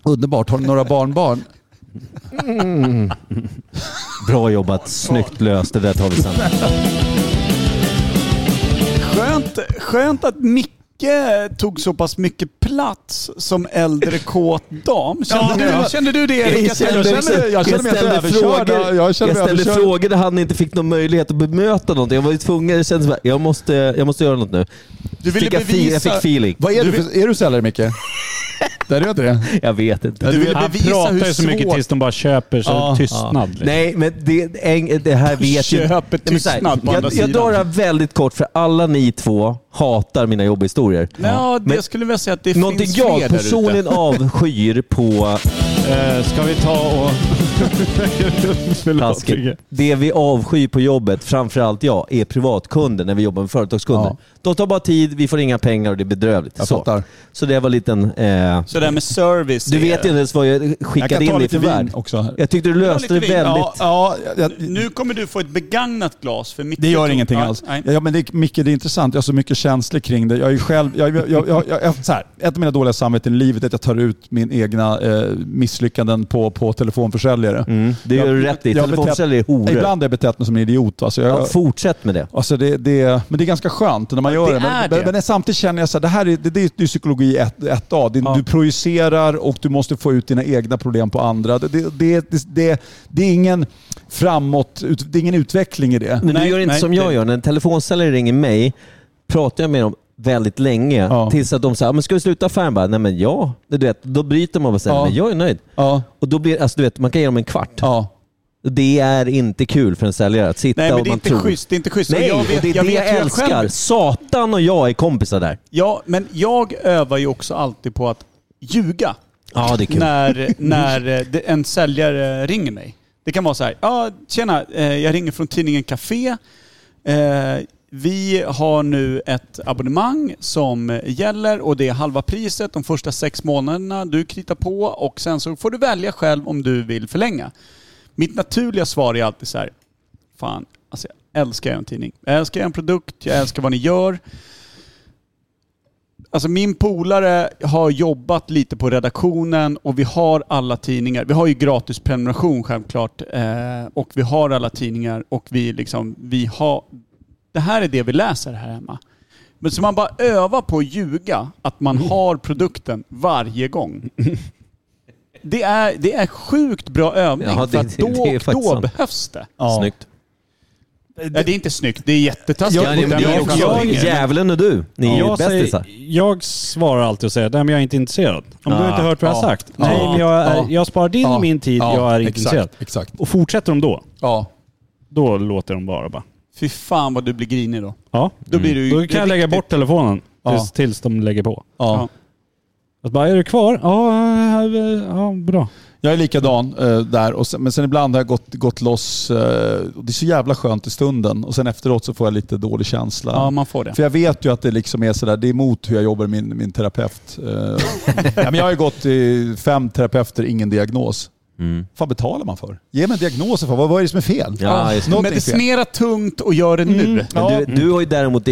Speaker 7: Underbart. Har ni några barnbarn?
Speaker 3: Mm. Bra jobbat. Snyggt löst. Det där tar vi sen.
Speaker 2: Skönt, skönt att Micke tog så pass mycket plats som äldre kåt dam. Kände, du, kände du det Erik?
Speaker 3: Jag kände,
Speaker 2: Jag kände- jag kände mig
Speaker 3: ställde
Speaker 2: överkörd.
Speaker 3: frågor,
Speaker 2: Jag
Speaker 3: jag
Speaker 2: kände mig
Speaker 3: ställde
Speaker 2: överkörd.
Speaker 3: frågor där han inte fick någon möjlighet att bemöta någonting. Jag var ju tvungen. Det kändes som att jag måste, jag måste göra något nu.
Speaker 7: Du ville
Speaker 3: fick jag, fi-
Speaker 7: bevisa-
Speaker 3: jag fick feeling.
Speaker 7: Vad är du, för, är du säljare Micke? Där är inte det?
Speaker 3: Jag vet inte.
Speaker 7: Du ville
Speaker 1: Han
Speaker 7: bevisa
Speaker 1: pratar
Speaker 7: hur
Speaker 1: ju så mycket
Speaker 7: svårt-
Speaker 1: tills de bara köper så
Speaker 3: Ja. Ja.
Speaker 1: tystnad. liksom.
Speaker 3: Nej, men det, en- det här vet
Speaker 1: Köper
Speaker 3: jag Nej, men så här,
Speaker 1: tystnad på andra
Speaker 3: Jag, jag
Speaker 1: sidan.
Speaker 3: drar det här väldigt kort för alla ni två hatar mina jobbhistorier.
Speaker 2: Ja, det
Speaker 3: Men
Speaker 2: skulle jag säga att det
Speaker 3: Någonting
Speaker 2: finns fler
Speaker 3: jag
Speaker 2: där ute.
Speaker 3: personligen avskyr på...
Speaker 1: Eh, ska vi ta och...
Speaker 3: Taskigt. Det vi avskyr på jobbet, framförallt jag, är privatkunder när vi jobbar med företagskunder. De tar bara tid, vi får inga pengar och det är bedrövligt.
Speaker 2: Jag
Speaker 3: så.
Speaker 2: fattar.
Speaker 3: så det var en liten... Eh,
Speaker 2: Så det här med service.
Speaker 3: du vet ju inte ens vad jag skickade in dig för värld. Jag tyckte du löste det väldigt...
Speaker 7: Ja,
Speaker 2: Nu kommer du få ett begagnat glas för Micke.
Speaker 7: Det gör
Speaker 2: tog-
Speaker 7: ingenting
Speaker 2: Ja,
Speaker 7: alls.
Speaker 2: nej.
Speaker 7: Ja, men det, Micke, det är intressant. Jag har så mycket känslor kring det. Jag är ju själv, jag, jag, jag, jag, jag, så här, ett av mina dåliga samveten i livet är att jag tar ut min egna eh, misslyckanden på, på telefonförsäljare.
Speaker 3: Mm. det gör
Speaker 7: Jag-
Speaker 3: du rätt i.
Speaker 7: jag har betett-
Speaker 3: Telefonförsäljare är horor.
Speaker 7: Ibland har jag betett mig som en idiot. Alltså, jag,
Speaker 3: Ja, fortsätt med det.
Speaker 7: Alltså det, det, men det är ganska skönt när man gör det.
Speaker 3: är
Speaker 7: Men,
Speaker 3: det.
Speaker 7: men, men samtidigt känner jag så här, det här är, det, det är ju psykologi 1A. Det, Du projicerar och du måste få ut dina egna problem på andra. Det, det, det, det, det, det är ingen framåt, ut- det är ingen utveckling i det.
Speaker 3: Men du gör inte som jag gör. När en telefonsäljare ringer mig pratar jag med dem väldigt länge tills att de säger men ska vi sluta affären? Bara, Nej men ja. Du vet, då bryter man och säger
Speaker 7: Ja.
Speaker 3: men jag är nöjd. Och då blir, alltså, du vet, man kan ge dem en kvart. Det är inte kul för en säljare att sitta
Speaker 2: Nej, men
Speaker 3: och
Speaker 2: det är
Speaker 3: man
Speaker 2: inte
Speaker 3: tror...
Speaker 2: schysst, det är inte schysst. Och
Speaker 3: Nej,
Speaker 2: jag
Speaker 3: och
Speaker 2: vet-
Speaker 3: det är
Speaker 2: jag
Speaker 3: det
Speaker 2: vet
Speaker 3: jag
Speaker 2: ju
Speaker 3: älskar.
Speaker 2: själv.
Speaker 3: Satan och jag är kompisar där.
Speaker 2: Ja, men jag övar ju också alltid på att ljuga.
Speaker 3: Ja, det är kul.
Speaker 2: När, när eh, det- en säljare ringer mig. Det kan vara så här, ja tjena, eh, jag ringer från tidningen Café. Eh, Vi har nu ett abonnemang som gäller och det är halva priset de första sex månaderna du kritar på och sen så får du välja själv om du vill förlänga. Mitt naturliga svar är alltid så här, fan, alltså jag älskar en tidning. Jag älskar en produkt, jag älskar vad ni gör. Alltså min polare har jobbat lite på redaktionen och vi har alla tidningar. Vi har ju gratis prenumeration självklart eh, och vi har alla tidningar och vi liksom, vi har... Det här är det vi läser här hemma. Men så man bara övar på att ljuga att man
Speaker 3: Mm.
Speaker 2: har produkten varje gång. Det är, det är sjukt bra övning
Speaker 3: Ja,
Speaker 2: för
Speaker 3: det-
Speaker 2: att
Speaker 3: det-
Speaker 2: då,
Speaker 3: det är
Speaker 2: och
Speaker 3: faktiskt
Speaker 2: då
Speaker 3: sant.
Speaker 2: behövs
Speaker 1: Eh,
Speaker 2: det.
Speaker 3: Snyggt.
Speaker 2: Ja, det är inte snyggt, det är jättetaskigt.
Speaker 3: Ja, det-
Speaker 2: mot den
Speaker 3: det är
Speaker 2: som
Speaker 3: också-
Speaker 2: ringer.
Speaker 3: Djävulen och du, ni är ju
Speaker 1: jag,
Speaker 3: bästisar.
Speaker 1: säger, jag svarar alltid och säger att jag är inte intresserad. Om du
Speaker 3: Ah,
Speaker 1: inte hört vad jag
Speaker 3: ah,
Speaker 1: har sagt.
Speaker 3: ah,
Speaker 1: Nej, men jag, är,
Speaker 3: ah,
Speaker 1: jag sparar din
Speaker 3: ah,
Speaker 1: min tid,
Speaker 3: ah,
Speaker 1: jag är inte
Speaker 3: exakt,
Speaker 1: intresserad.
Speaker 7: Exakt.
Speaker 1: Och fortsätter de då,
Speaker 7: ja.
Speaker 1: då låter de bara. bara.
Speaker 2: Fy fan vad du blir grinig då.
Speaker 1: Ja.
Speaker 2: Då blir du ju
Speaker 1: Då kan jag lägga
Speaker 2: riktigt-
Speaker 1: bort telefonen
Speaker 2: Ja.
Speaker 1: tills, tills de lägger på.
Speaker 7: Ja.
Speaker 1: Jag bara, är du kvar? Ja, eh, ja bra.
Speaker 7: Jag är likadan eh, där, och sen, men sen ibland har jag gått, gått loss. eh, och det är så jävla skönt i stunden och sen efteråt så får jag lite dålig känsla.
Speaker 2: Ja, man får det.
Speaker 7: För jag vet ju att det liksom är sådär, det är emot hur jag jobbar med min, min terapeut. Eh, ja, men jag har ju gått till fem terapeuter, ingen diagnos. Mm. Vad betalar man för? Ge mig en diagnos för vad, vad är det som är fel?
Speaker 3: Ja, just det.
Speaker 7: Någonting fel.
Speaker 2: Medicinera tungt och gör det
Speaker 1: Mm.
Speaker 2: nu.
Speaker 3: Men du, du har ju däremot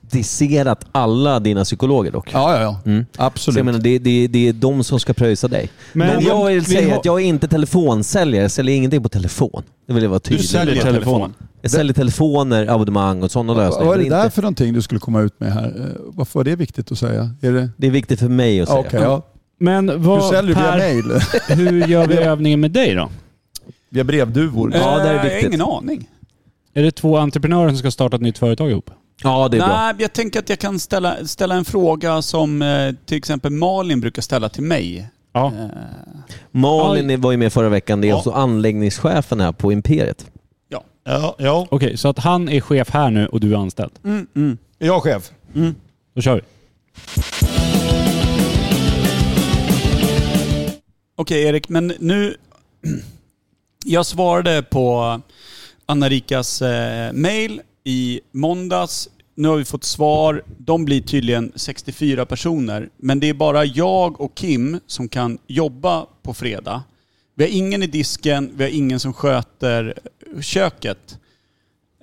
Speaker 3: diagnostiserat alla dina psykologer dock.
Speaker 7: Ja, ja, ja. Absolut.
Speaker 3: Så jag menar, det, det, det är de som ska pröjsa dig. Men,
Speaker 1: Men om-
Speaker 3: jag vill
Speaker 1: vi
Speaker 3: säga
Speaker 1: har-
Speaker 3: att jag är inte telefonsäljare. Jag säljer ingenting på telefon. Det vill jag vara tydlig
Speaker 1: säljer
Speaker 3: med.
Speaker 1: telefon.
Speaker 3: Jag säljer telefoner, abonnemang och sådana lösningar.
Speaker 7: Vad är det
Speaker 3: Men
Speaker 7: där
Speaker 3: inte-
Speaker 7: för någonting du skulle komma ut med här? Eh, Varför var det viktigt att säga? Är det...
Speaker 3: Det är viktigt för mig att säga.
Speaker 7: Okej, ja.
Speaker 1: Men vad,
Speaker 7: Du säljer via mail.
Speaker 1: hur gör vi övningen med dig då?
Speaker 7: Via brevduvor.
Speaker 2: Eh, Jag har ingen aning.
Speaker 1: Är det två entreprenörer som ska starta ett nytt företag ihop?
Speaker 3: Ja,
Speaker 1: det är
Speaker 2: Nej,
Speaker 1: bra.
Speaker 2: men jag tänker att jag kan ställa, ställa en fråga som eh, till exempel Malin brukar ställa till mig.
Speaker 1: Ja.
Speaker 3: Malin var ju med förra veckan. Det är alltså anläggningschefen här på Imperiet.
Speaker 2: Ja.
Speaker 1: Ja, ja. Okej, så att han är chef här nu och du är anställd?
Speaker 2: Mm, mm.
Speaker 1: Är jag chef? Mm. Då kör vi.
Speaker 2: Okej Erik, men nu... Jag svarade på Anna-Rikas eh, mail i måndags. Nu har vi fått svar. De blir tydligen 64 personer. Men det är bara jag och Kim som kan jobba på fredag. Vi har ingen i disken, vi har ingen som sköter köket.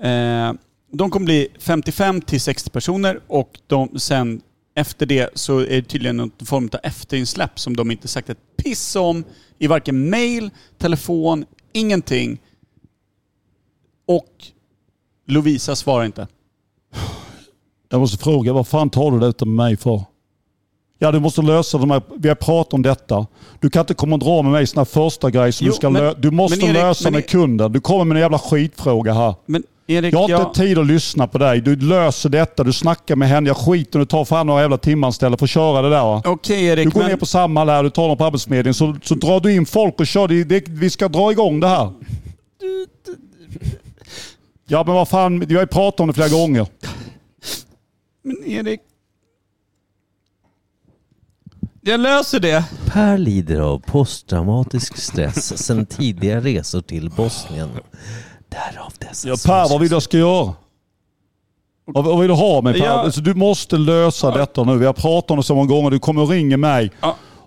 Speaker 2: Eh, de kommer bli 55 till 60 personer och de, sen efter det så är det tydligen någon form av efterinsläpp som de inte sagt ett piss om i varken mail, telefon, ingenting. Och Lovisa svarar inte.
Speaker 7: Jag måste fråga, vad fan tar du det utan mig för? Ja, du måste lösa de här... Vi har pratat om detta. Du kan inte komma och dra med mig sådana första grejer som
Speaker 2: Jo,
Speaker 7: du ska
Speaker 2: men-
Speaker 7: lösa. Du måste
Speaker 2: men Erik,
Speaker 7: lösa
Speaker 2: men
Speaker 7: med
Speaker 2: E-
Speaker 7: kunden. Du kommer med en jävla skitfråga här.
Speaker 2: Men Erik,
Speaker 7: jag har
Speaker 2: jag-
Speaker 7: inte tid att lyssna på dig. Du löser detta. Du snackar med henne. Jag skiter och du tar fan några jävla timanställda för att köra det där. va?
Speaker 2: Okej Erik,
Speaker 7: Du går
Speaker 2: men-
Speaker 7: ner på Samhall här, du tar dem på Arbetsförmedlingen, så, så drar du in folk och kör. Det, det, vi ska dra igång det här. Ja men vad fan, vi har ju pratat om det flera gånger.
Speaker 2: Men Erik... Jag löser det.
Speaker 3: Per lider av posttraumatisk stress sedan tidiga resor till Bosnien. Därav dessa
Speaker 7: Ja, per, vad vill du jag ska göra? Vad, vad vill du ha mig Per?
Speaker 3: Ja.
Speaker 7: Alltså, du måste lösa detta nu. Vi har pratat om det så många gånger. Du kommer och ringer mig.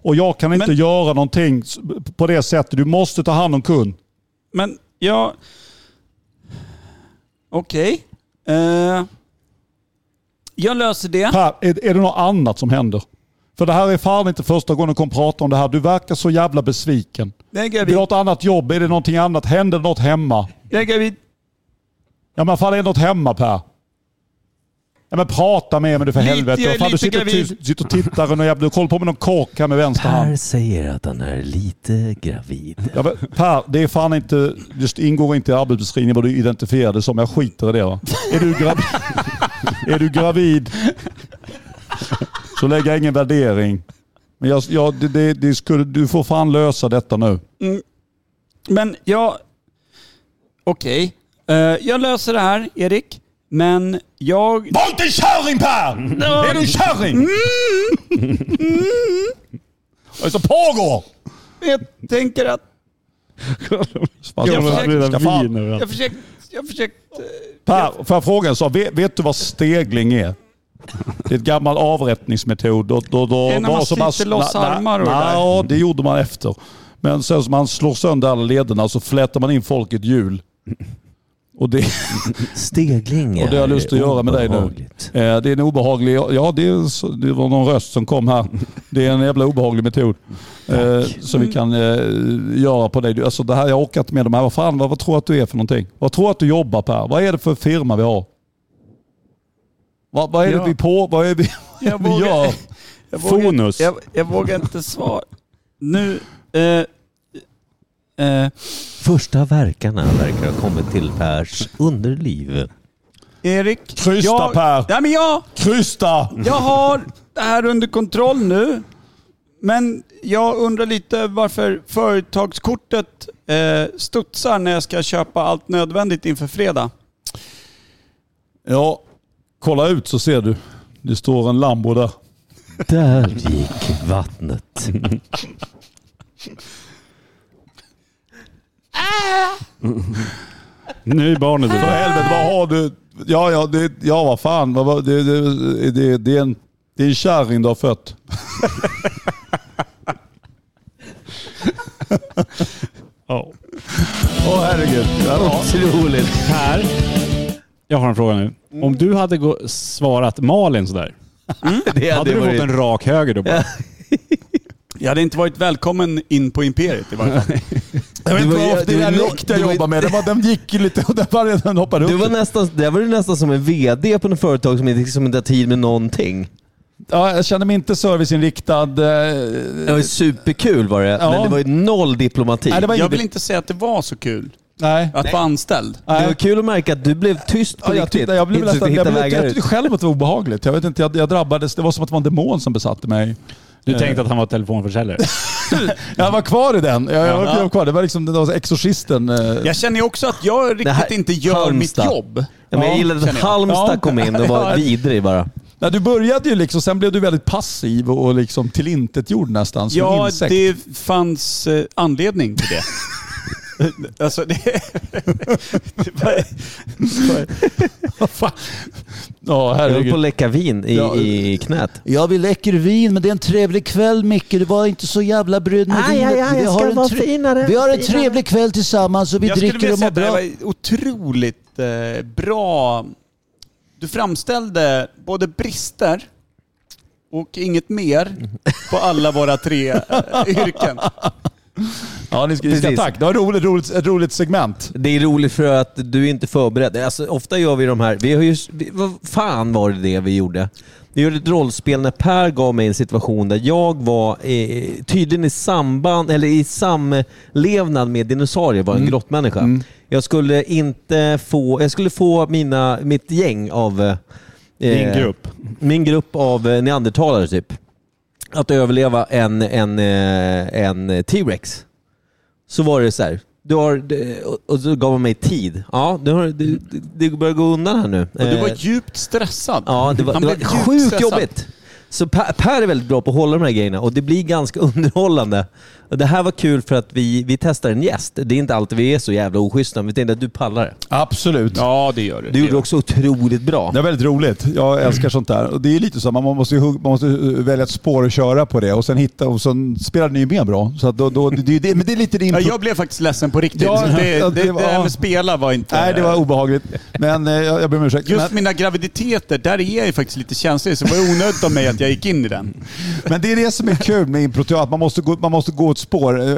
Speaker 7: Och jag kan inte göra någonting s- på det sättet. Du måste ta hand om kund.
Speaker 2: Men jag... Okej. Eh, jag löser det.
Speaker 7: Per, är, är det något annat som händer? För det här är fan inte första gången du kommer prata om det här. Du verkar så jävla besviken.
Speaker 2: Jag är
Speaker 7: Du har ett annat jobb. Är det någonting annat? Händer det något hemma?
Speaker 2: Jag är gravid.
Speaker 7: Ja men fan är det något hemma Per? Ja men prata med mig du för
Speaker 3: Lite-
Speaker 7: helvete.
Speaker 3: jag
Speaker 7: Vad
Speaker 3: är
Speaker 7: fan, du
Speaker 3: lite
Speaker 7: sitter,
Speaker 3: gravid.
Speaker 7: tyst- sitter och tittar och jävla- du håller på med någon kork här med vänster hand.
Speaker 3: Per säger att han är lite gravid.
Speaker 7: Ja, men per, det är fan inte, just ingår inte i arbetsbeskrivningen vad du identifierar dig som. Jag skiter i det. Va? Är, du gravid, är du gravid så lägger jag ingen värdering. Men jag, jag, det, det, det skulle, du får fan lösa detta nu.
Speaker 2: Mm. Men jag... Okej. Eh, jag löser det här, Erik. Men jag...
Speaker 7: Var inte kärring Per!
Speaker 2: Ja.
Speaker 7: Är du kärring?
Speaker 2: Mm. Mm.
Speaker 7: Vad är det som pågår?
Speaker 2: Jag tänker att...
Speaker 7: Fan,
Speaker 2: Jag
Speaker 7: ska-
Speaker 2: försöker-
Speaker 7: ska fan-
Speaker 2: Jag försökte... Jag försökte...
Speaker 7: Per, får jag fråga en sak? Vet, vet du vad stegling är? Det är en gammal avrättningsmetod. Då, då, då,
Speaker 2: Det är när man
Speaker 7: då- så
Speaker 2: sliter loss
Speaker 7: na- na-
Speaker 2: armar och det där.
Speaker 7: Ja, det gjorde man efter. Men sen så man slår sönder alla lederna så flätar man in folk i ett hjul. Och det,
Speaker 3: Stegling
Speaker 7: och det har jag lust att göra med dig nu. Eh, Det är en obehaglig... Ja, det, är, så- det var någon röst som kom här. Det är en jävla obehaglig metod eh, som vi kan eh, göra på dig. Du, Alltså, det här, jag har orkat med de här. Vad fan, vad, vad tror du att du är för någonting? Vad tror du att du jobbar Per? Vad är det för firma vi har? Vad, vad är
Speaker 2: Ja.
Speaker 7: det vi på? Vad är vi,
Speaker 2: Jag
Speaker 7: vi
Speaker 2: vågar-
Speaker 7: gör?
Speaker 2: Jag vågar, Jag, jag vågar inte svara. Nu... Eh, eh,
Speaker 3: Första verkarna verkar ha kommit till Pers underliv.
Speaker 2: Erik.
Speaker 3: Krysta,
Speaker 2: jag,
Speaker 3: Per.
Speaker 2: Nej, men jag,
Speaker 7: Krysta!
Speaker 2: jag har det här under kontroll nu. Men jag undrar lite varför företagskortet eh, studsar när jag ska köpa allt nödvändigt inför fredag.
Speaker 7: Ja, kolla ut så ser du. Det står en Lambo där.
Speaker 3: Där gick vattnet.
Speaker 7: Nu är barnet För helvete, vad har du? Ja, ja, det, ja vad fan. Vad, vad- det, det, det, det, är en, det är en kärring du har fött.
Speaker 1: Ja.
Speaker 7: Åh herregud.
Speaker 1: Otroligt. Per, jag har en fråga nu.
Speaker 2: Mm.
Speaker 1: Om du hade gå- svarat Malin sådär,
Speaker 3: hade
Speaker 1: hade du
Speaker 2: varit-
Speaker 1: fått en rak höger då bara?
Speaker 2: Jag hade inte varit välkommen in på Imperiet i varje fall.
Speaker 7: Jag vet inte
Speaker 3: var-
Speaker 7: vad ofta
Speaker 3: det
Speaker 7: den
Speaker 3: var-
Speaker 7: där lukten
Speaker 3: det var-
Speaker 7: jag jobbar med. Den, var, den gick ju lite och den, var, den hoppade upp.
Speaker 3: Det var, nästan, det var ju nästan som en VD på något företag som inte, som inte har tid med någonting.
Speaker 7: Ja, jag känner mig inte serviceinriktad. eh,
Speaker 3: Det var ju superkul var det,
Speaker 7: Ja.
Speaker 3: men det var ju noll diplomati.
Speaker 2: jag vill inte säga att det var så kul.
Speaker 7: Nej.
Speaker 2: Att vara anställd.
Speaker 3: Det var kul att märka att du blev tyst på
Speaker 7: Ja, jag,
Speaker 3: riktigt.
Speaker 7: tyckte, jag, blev
Speaker 3: Inte
Speaker 7: nästan,
Speaker 3: försökte
Speaker 7: jag,
Speaker 3: hitta
Speaker 7: blev,
Speaker 3: vägar
Speaker 7: jag
Speaker 3: ut.
Speaker 7: tyckte själv att det var obehagligt. Jag, vet inte, jag, jag drabbades. Det var som att det var en demon som besatte mig.
Speaker 1: Du
Speaker 7: Eh,
Speaker 1: tänkte att han var telefonförsäljare?
Speaker 7: Jag var kvar i den. Jag, jag var,
Speaker 2: Ja.
Speaker 7: jag var kvar. Det var liksom det var exorcisten. eh.
Speaker 2: Jag känner ju också att jag riktigt inte gör mitt jobb.
Speaker 7: Ja, men jag gillade att
Speaker 2: känner
Speaker 7: Halmstad
Speaker 2: Ja.
Speaker 7: kom in och var
Speaker 2: Ja.
Speaker 3: Vidrig bara.
Speaker 7: Nej, du började ju liksom, sen blev du väldigt passiv och liksom tillintetgjord nästan. Som en
Speaker 2: Ja,
Speaker 7: insekt.
Speaker 2: det fanns eh, anledning till det. alltså det... det var,
Speaker 7: Ja,
Speaker 3: Jag
Speaker 7: herregud.
Speaker 3: höll på att läcka vin i,
Speaker 7: Ja.
Speaker 3: i knät.
Speaker 9: Ja, vi läcker vin, men det är en trevlig kväll Micke. Du var inte så jävla brydd med
Speaker 3: Aj,
Speaker 9: vinet.
Speaker 3: aj, aj,
Speaker 9: vi
Speaker 3: jag
Speaker 9: har
Speaker 3: ska
Speaker 9: en
Speaker 3: vara
Speaker 9: tre-
Speaker 3: finare,
Speaker 9: Vi har en
Speaker 3: finare.
Speaker 9: trevlig kväll tillsammans och vi
Speaker 2: jag skulle
Speaker 9: dricker
Speaker 2: vilja
Speaker 9: och
Speaker 2: säga
Speaker 9: mår
Speaker 2: att det
Speaker 9: bra.
Speaker 2: här var otroligt eh, bra. Du framställde både brister och inget mer på alla våra tre eh, yrken.
Speaker 7: Ja, ni ska, ni ska
Speaker 3: Precis.
Speaker 7: tack. Det var ett roligt, roligt, ett roligt segment.
Speaker 3: Det är roligt för att du inte är förberedd. Alltså, ofta gör vi de här... Vi har ju, vi, vad fan var det det vi gjorde? Vi gjorde ett rollspel när Per gav mig en situation där jag var eh, tydligen i samband eller i samlevnad med dinosaurier, var en grottmänniska. Jag skulle inte få... Jag skulle få mina, mitt gäng av... eh,
Speaker 1: Din grupp.
Speaker 3: Min grupp av eh, neandertalare typ. Att överleva en, en, eh, en T-Rex så var det så här. Du har, det- och- och så gav man mig tid. Ja, du har, det, det börjar gå undan här nu.
Speaker 2: Och du var
Speaker 3: Eh,
Speaker 2: djupt stressad.
Speaker 3: ja, det var,
Speaker 2: Han
Speaker 3: det var
Speaker 2: blev djupt
Speaker 3: sjukt
Speaker 2: stressad.
Speaker 3: jobbigt. Så per, per är väldigt bra på att hålla de här grejerna och det blir ganska underhållande. Och det här var kul för att vi, vi testar en gäst. Det är inte alltid vi är så jävla oschyssta, men vi tänkte att du pallar det.
Speaker 7: Absolut.
Speaker 2: Ja, det gör
Speaker 3: Du gjorde också otroligt bra.
Speaker 7: Det är väldigt roligt. Jag älskar sånt där. Och det är lite så, man man måste, ju hugg- man måste ju välja ett spår och köra på det och sen hitta och sen spelar ni ju med bra. Så att då, då, det, är ju det, men det är lite din...
Speaker 2: Ja, jag blev faktiskt ledsen på riktigt.
Speaker 7: Ja,
Speaker 2: Så det,
Speaker 7: ja,
Speaker 2: det,
Speaker 7: det
Speaker 2: det,
Speaker 7: var-
Speaker 2: här med spela var inte...
Speaker 7: Nej, det var obehagligt. Men eh, jag, jag ber om ursäkt.
Speaker 2: Just
Speaker 7: men,
Speaker 2: mina graviditeter, där är jag ju faktiskt lite känslig, så det var ju onödigt av mig att jag gick in i den.
Speaker 7: Men det är det som är kul med improteater, att man måste gå, man måste gå ett spår. Eh,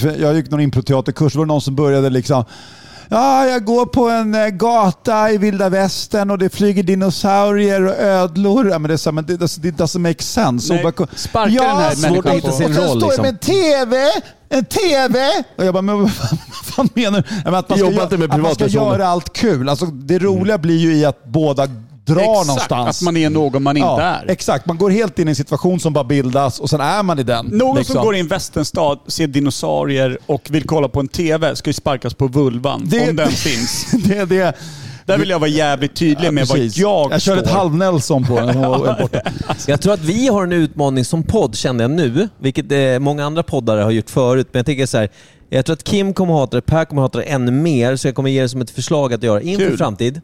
Speaker 7: för Jag gick någon improteaterkurs, då var det någon som började liksom Ja, jag går på en eh, gata i vilda västern och det flyger dinosaurier och ödlor. Ja, men det, är så här, men det, alltså, det, det doesn't make sense.
Speaker 2: Nej,
Speaker 7: Och bara-
Speaker 2: sparka den här människan
Speaker 7: svårt att hitta
Speaker 2: på. liksom.
Speaker 7: sin
Speaker 2: Och sen
Speaker 7: roll,
Speaker 2: står jag med
Speaker 7: en TV! En TV! Och jag bara, men vad fan, vad fan menar du? Ja, men Att man ska,
Speaker 3: Vi jobbar
Speaker 7: göra-
Speaker 3: inte med
Speaker 7: att man ska
Speaker 3: privatpersoner.
Speaker 7: göra allt kul. Alltså, det roliga blir ju i att båda drar
Speaker 2: Exakt,
Speaker 7: någonstans.
Speaker 2: att man är någon man inte är.
Speaker 7: Exakt, man går helt in i en situation som bara bildas och sen är man i den.
Speaker 2: Någon
Speaker 7: liksom.
Speaker 2: som går i en västernstad, ser dinosaurier och vill kolla på en TV ska ju sparkas på vulvan,
Speaker 7: Det-
Speaker 2: om den finns.
Speaker 7: det, det,
Speaker 2: Där vill jag vara jävligt tydlig med vad
Speaker 7: Precis.
Speaker 2: jag,
Speaker 7: jag körde
Speaker 2: står.
Speaker 7: ett halv-Nelson på den och och borta.
Speaker 3: Jag tror att vi har en utmaning som podd, känner jag nu, vilket eh, många andra poddare har gjort förut. Men jag tänker så här, jag tror att Kim kommer hata det, Per kommer hata det ännu mer, så jag kommer ge det som ett förslag att göra inför
Speaker 2: Kul.
Speaker 3: framtid.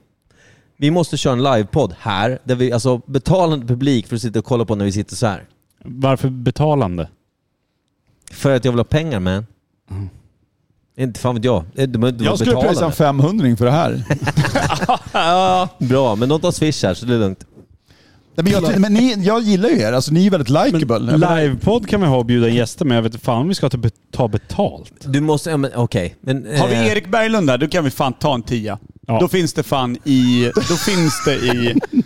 Speaker 3: Vi måste köra en livepodd här, där vi alltså betalande publik för att sitta och kolla på när vi sitter så här.
Speaker 1: Varför betalande?
Speaker 3: För att jag vill ha pengar man.
Speaker 2: Mm.
Speaker 3: Inte fan vet jag. Eh, De, de, de
Speaker 7: Jag skulle pröjsa en 500 för det här.
Speaker 3: Bra, men de tar swish här så det är lugnt.
Speaker 7: Nej, men jag, men ni, jag gillar ju er. Alltså, ni är väldigt likeable.
Speaker 1: Livepodd kan vi ha och bjuda in gäster men jag vet inte fan om vi ska ta bet- ta betalt.
Speaker 3: Du måste, ja, men okej. Men,
Speaker 2: Har vi
Speaker 3: eh,
Speaker 2: Erik Berglund där, då kan vi fan ta en tia. Då finns det fan i... Då finns det i...
Speaker 7: liksom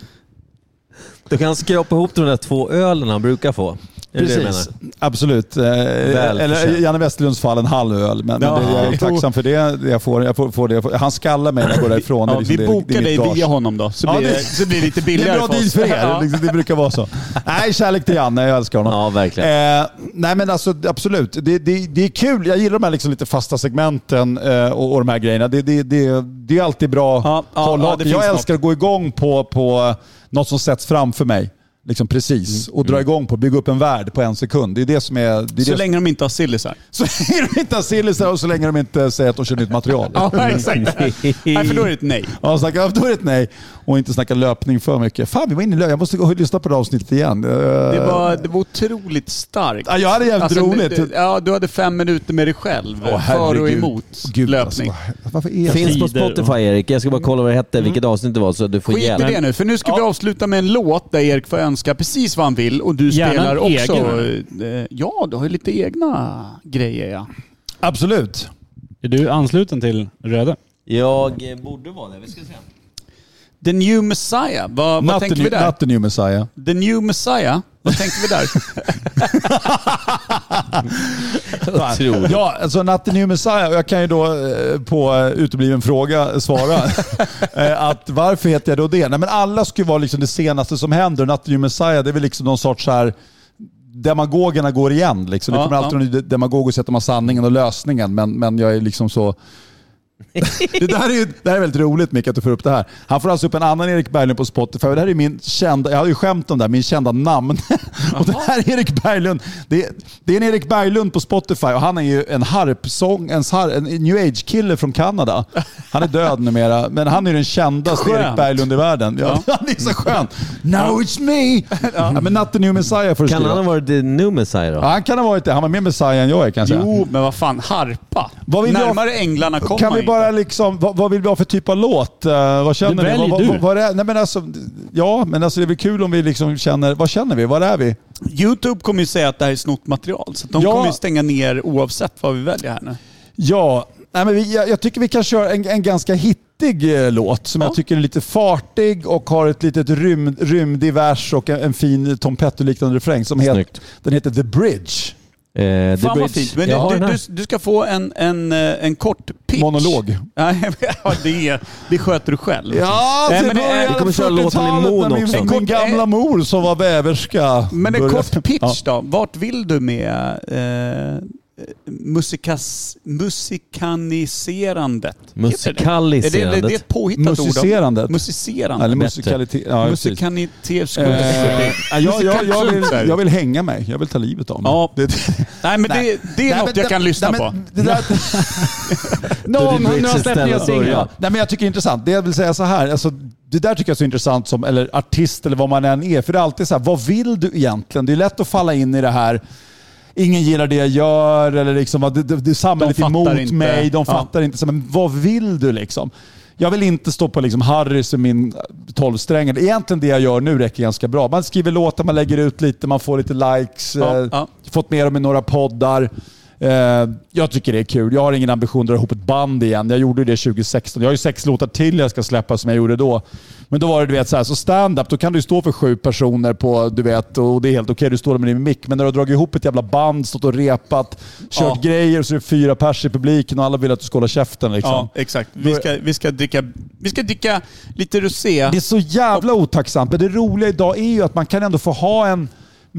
Speaker 3: Då kan han skrapa ihop de där två ölen han brukar få. Är det det du
Speaker 7: Precis,
Speaker 3: menar?
Speaker 7: absolut. Eh, Eller
Speaker 3: förtjänt.
Speaker 7: i Janne Westerlunds fall en halv öl. Men,
Speaker 2: Ja.
Speaker 7: men det, jag är tacksam för det, det jag får. Jag får, får det. jag får- Han skallar mig när jag går därifrån. Det är
Speaker 2: Ja, vi
Speaker 7: liksom det- det är
Speaker 2: bokar
Speaker 7: mitt
Speaker 2: dig
Speaker 7: gage.
Speaker 2: via honom då, så
Speaker 7: Ja,
Speaker 2: blir det,
Speaker 7: det-
Speaker 2: så blir det lite
Speaker 7: Det
Speaker 2: billigare
Speaker 7: är bra deal för er.
Speaker 2: Ja.
Speaker 7: Liksom, det brukar vara så. Nej, kärlek till Janne. Jag älskar honom.
Speaker 3: Ja, verkligen.
Speaker 7: Eh, nej, men alltså absolut. Det, det, det är kul. Jag gillar de här liksom lite fasta segmenten eh, och, och de här grejerna. Det, det, det, det är alltid bra
Speaker 2: Ja, ja,
Speaker 7: håll
Speaker 2: ja,
Speaker 7: hak.
Speaker 2: det
Speaker 7: Jag
Speaker 2: finns
Speaker 7: älskar att gå igång på, på något som sätts framför mig. Liksom precis. Och dra igång på, bygga upp en värld på en sekund. Det är det som är... Det är
Speaker 2: Mm, Så
Speaker 7: det
Speaker 2: länge de inte har sillisar.
Speaker 7: som, så länge de inte har sillisar och så länge de inte säger att de kör nytt material.
Speaker 2: Ja, exakt. Nej, för då är det ett nej.
Speaker 7: Ja, snacka då är det ett nej. Och inte snacka löpning för mycket. Fan, vi var inne i löp. Jag måste gå och lyssna på det avsnittet igen. Eh,
Speaker 2: Det var, det var otroligt starkt. Alltså,
Speaker 7: Ja, jag hade jävligt roligt.
Speaker 2: det- Ja, du hade fem minuter med dig själv.
Speaker 7: Åh,
Speaker 2: för och
Speaker 7: herregud.
Speaker 2: emot
Speaker 7: Gud,
Speaker 2: löpning.
Speaker 7: alltså, varför är
Speaker 3: Finns på
Speaker 1: Tider och-
Speaker 3: Spotify Erik. Jag ska bara kolla vad det hette, vilket avsnitt det var så du får
Speaker 2: Skit i
Speaker 3: hjälp.
Speaker 2: det nu, för nu ska vi avsluta med en låt där Erik får önska precis vad han vill och du
Speaker 1: Gärna
Speaker 2: spelar
Speaker 1: en
Speaker 2: också.
Speaker 1: egen.
Speaker 2: eh, Ja, du har ju lite egna grejer ja.
Speaker 7: Absolut.
Speaker 1: Är du ansluten till Röde?
Speaker 3: Jag eh, borde vara det. Vi ska se.
Speaker 2: The New Messiah, vad, vad
Speaker 7: Not the,
Speaker 2: tänker vi
Speaker 7: new,
Speaker 2: där?
Speaker 7: not the new Messiah.
Speaker 2: The New Messiah Vad tänkte vi där?
Speaker 3: Otroligt.
Speaker 7: Ja, alltså natten i New Messiah, och jag kan ju då eh, på eh, utebliven fråga svara eh, att varför heter jag då det? Nej men alla ska ju vara liksom det senaste som händer och natten i New Messiah det är väl liksom någon sorts så här demagogerna går igen. Liksom. Det
Speaker 2: Ja,
Speaker 7: kommer alltid
Speaker 2: ja.
Speaker 7: någon ny demagog och säger att de har sanningen och lösningen men, men jag är liksom så det, där är ju, det här är väldigt roligt Micke att du får upp det här. Han får alltså upp en annan Erik Berglund på Spotify. Och Det här är min kända, jag har ju skämt om det här, min kända namn. och det här är Erik Berglund. Det är, det är en Erik Berglund på Spotify och han är ju en harpsång, en, har, en new age-kille från Kanada. Han är död numera, men han är ju den kändaste
Speaker 2: Skönt.
Speaker 7: Erik Berglund i världen. Ja, han är så skön. Now it's me! ja, men Not the new Messiah får du
Speaker 3: Kan
Speaker 7: skriva.
Speaker 3: han ha varit the new Messiah då?
Speaker 7: Ja, han kan ha varit det. Han var mer Messiah än jag är kan jag säga.
Speaker 2: Jo, men vad fan. Harpa.
Speaker 7: Vad vill jag-
Speaker 2: Närmare änglarna kommer
Speaker 7: Kan
Speaker 2: man
Speaker 7: vi
Speaker 2: ju
Speaker 7: bara liksom, vad, vad vill vi ha för typ av låt? Eh, vad känner
Speaker 2: Det
Speaker 7: ni? Vad,
Speaker 2: väljer
Speaker 7: vad,
Speaker 2: du.
Speaker 7: vad, vad är, nej men alltså, ja, men alltså det är väl kul om vi liksom känner, vad känner vi? Var är vi?
Speaker 2: Youtube kommer ju säga att det här är snott material, så att de
Speaker 7: Ja.
Speaker 2: kommer ju stänga ner oavsett vad vi väljer här nu.
Speaker 7: Ja, nej men vi, jag, jag tycker vi kan köra en, en ganska hittig eh, låt som jag tycker är lite fartig och har ett litet rymd, rymdig vers och en, en fin Tom Petty-liknande refräng. Som het, den heter The Bridge.
Speaker 3: Eh,
Speaker 2: Fan vad fint. Men du, du, du, du ska få en, en, eh, en kort pitch.
Speaker 7: Monolog.
Speaker 2: Nej, ja, det, det sköter du själv.
Speaker 7: Ja,
Speaker 2: Nej,
Speaker 7: till
Speaker 2: men det är-
Speaker 7: början av 40-talet när min- Min
Speaker 2: eh,
Speaker 7: gamla mor som var väverska.
Speaker 2: Men en
Speaker 7: började-
Speaker 2: kort pitch
Speaker 7: Ja.
Speaker 2: då. Vart vill du med eh, musikas, musikaniserandet? Heter det? Är det, är det ett påhittat ord?
Speaker 7: Musicerandet.
Speaker 2: av- Musicerandet.
Speaker 7: Eller musikalitet. Ja, precis.
Speaker 2: Musikanitet.
Speaker 7: Eh, ja, jag, jag, jag, vill, jag vill hänga mig. Jag vill ta livet av mig.
Speaker 2: Ja.
Speaker 7: Det,
Speaker 2: Nej men det, det är
Speaker 7: Nej, men
Speaker 2: något jag
Speaker 7: det-
Speaker 2: kan lyssna
Speaker 7: nej,
Speaker 2: på.
Speaker 7: men det där-
Speaker 1: Någon- nu har jag släppt nya singlar.
Speaker 7: Nej, men jag tycker det är intressant. Det jag vill säga så här. Alltså, det där tycker jag är så intressant som eller artist eller vad man än är. För det är alltid så här, vad vill du egentligen? Det är lätt att falla in i det här. Ingen gillar det jag gör eller liksom, det, det, det är samhället
Speaker 2: De fattar
Speaker 7: emot
Speaker 2: inte.
Speaker 7: mig. De
Speaker 2: Ja.
Speaker 7: fattar inte. Så, men vad vill du liksom? Jag vill inte stå på liksom Harrys och min 12-strängare. Egentligen det jag gör nu räcker ganska bra. Man skriver låtar, man lägger ut lite, man får lite likes.
Speaker 2: Ja,
Speaker 7: eh,
Speaker 2: ja.
Speaker 7: Fått med dem i några poddar. Eh, jag tycker det är kul. Jag har ingen ambition att dra ihop ett band igen. Jag gjorde ju det 2016. Jag har ju sex låtar till jag ska släppa som jag gjorde då. Men då var det du vet så här, så stand-up, då kan du ju stå för sju personer på, du vet, och det är helt okej, du står där med din mick. Men när du har dragit ihop ett jävla band, stått och repat, kört
Speaker 2: Ja.
Speaker 7: grejer och så är det fyra pers i publiken och alla vill att du ska hålla käften liksom.
Speaker 2: Ja, exakt. Vi ska, vi, ska dricka, vi ska dricka lite rosé.
Speaker 7: Det är så jävla otacksamt. Men det roliga idag är ju att man kan ändå få ha en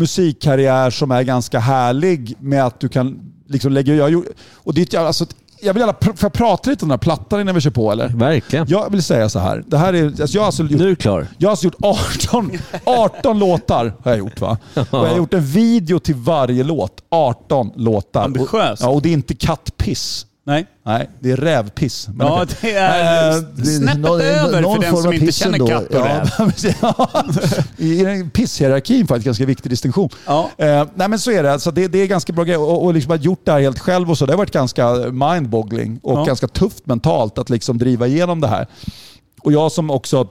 Speaker 7: musikkarriär som är ganska härlig med att du kan liksom lägga... Jag, gjorde- och det är, ett jävla- alltså, jag vill gärna pr- får jag prata lite om den här plattan innan vi kör på eller?
Speaker 3: Verkligen.
Speaker 7: Jag vill säga så här. Det här är, alltså, jag har alltså gjort,
Speaker 3: nu är du klar.
Speaker 7: jag har alltså gjort 18, 18 låtar. Har jag gjort va? Och jag har gjort en video till varje låt. 18 låtar.
Speaker 2: Ambitiöst.
Speaker 7: Och, ja, och det är inte kattpiss.
Speaker 2: Nej.
Speaker 7: Nej, det är rävpiss. Men
Speaker 2: Ja,
Speaker 7: okej.
Speaker 2: det är
Speaker 7: Eh,
Speaker 2: snäppet
Speaker 7: någon-
Speaker 2: över
Speaker 7: någon
Speaker 2: för den
Speaker 7: form
Speaker 2: som
Speaker 7: av
Speaker 2: inte
Speaker 7: piss
Speaker 2: känner
Speaker 7: ändå.
Speaker 2: katt och räv.
Speaker 7: Ja, precis. Ja. I den pisshierarkin faktiskt, ganska viktig distinktion.
Speaker 2: Ja.
Speaker 7: Eh, nej men så är det. Alltså, det, det är ganska bra grejer. Och, och liksom att ha gjort det här helt själv och så, det har varit ganska mindboggling och
Speaker 2: Ja.
Speaker 7: ganska tufft mentalt att liksom driva igenom det här. Och jag som också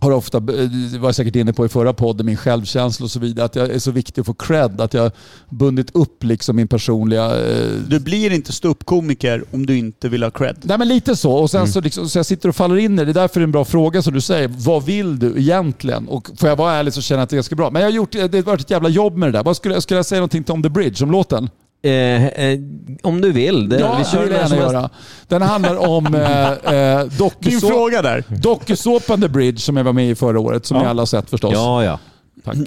Speaker 7: har ofta, eh, det var jag säkert inne på i förra podden, min självkänsla och så vidare, att jag är så viktig att få cred, att jag har bundit upp liksom min personliga eh,
Speaker 2: Du blir inte ståuppkomiker om du inte vill ha cred.
Speaker 7: Nej men lite så. Och sen så, liksom, så jag sitter och faller in i det. Det är därför det är en bra fråga som du säger. Vad vill du egentligen? Och får jag vara ärlig så känner jag att det är ganska bra. Men jag har gjort, eh, det har varit ett jävla jobb med det där. Vad skulle, skulle jag säga någonting till om The Bridge, om låten?
Speaker 3: Eh, eh, om du vill. Det, vi
Speaker 7: det
Speaker 3: kör
Speaker 7: vill
Speaker 3: när
Speaker 7: jag gärna
Speaker 3: som helst.
Speaker 7: göra. Den handlar om eh, eh,
Speaker 2: Din
Speaker 7: dokuså-
Speaker 2: fråga där.
Speaker 7: dokusåpan The Bridge som jag var med i förra året, som
Speaker 2: Ja.
Speaker 7: ni alla har sett förstås.
Speaker 3: Ja, ja.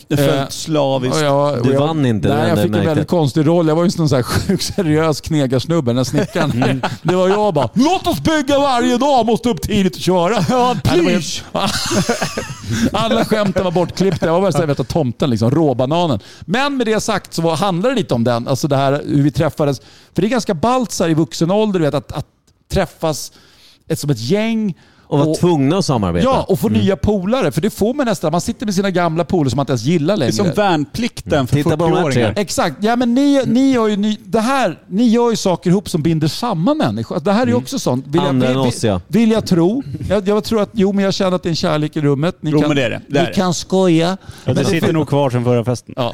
Speaker 2: Du följt
Speaker 7: Eh,
Speaker 2: slaviskt.
Speaker 7: och jag- och
Speaker 3: Du
Speaker 7: jag-
Speaker 3: vann inte den,
Speaker 7: Nej, jag
Speaker 3: det
Speaker 7: fick en
Speaker 3: märkte
Speaker 7: väldigt
Speaker 3: jag.
Speaker 7: konstig roll. Jag var ju en sån här sjukt seriös knegarsnubbe, den här snickaren.
Speaker 3: Mm.
Speaker 7: Det var jag bara. Låt oss bygga varje dag, måste upp tidigt och köra. Ja,
Speaker 2: plysch.
Speaker 7: Alla skämten var bortklippta. Jag var bara såhär, vet du, tomten liksom, råbananen. Men med det sagt så var- handlar det lite om den, alltså det här hur vi träffades. För det är ganska ballt så här i vuxen ålder, du vet, att, att träffas ett, som ett gäng.
Speaker 3: Och var tvungna att samarbeta.
Speaker 7: Ja, och få nya polare. För det får man nästan. Man sitter med sina gamla polare som man inte ens gillar
Speaker 2: Det är
Speaker 7: längre.
Speaker 2: som värnplikten för
Speaker 3: Titta på de här
Speaker 2: 40-åringar.
Speaker 3: tre.
Speaker 7: Exakt. Ja, men ni, ni, gör ju, ni, det här, ni gör ju saker ihop som binder samman människor. Alltså, Det här är ju
Speaker 2: Mm.
Speaker 7: också sånt. Vill
Speaker 3: Andra
Speaker 7: jag,
Speaker 3: än
Speaker 7: vill,
Speaker 3: oss, ja.
Speaker 7: vill jag tro. Jag, jag tror att, jo men jag känner att det är en kärlek i rummet. Ni
Speaker 2: Jo,
Speaker 7: kan,
Speaker 2: men det är det. Det är
Speaker 7: ni
Speaker 2: det.
Speaker 7: kan skoja.
Speaker 1: Ja, det sitter nog kvar sedan förra festen.
Speaker 7: Ja.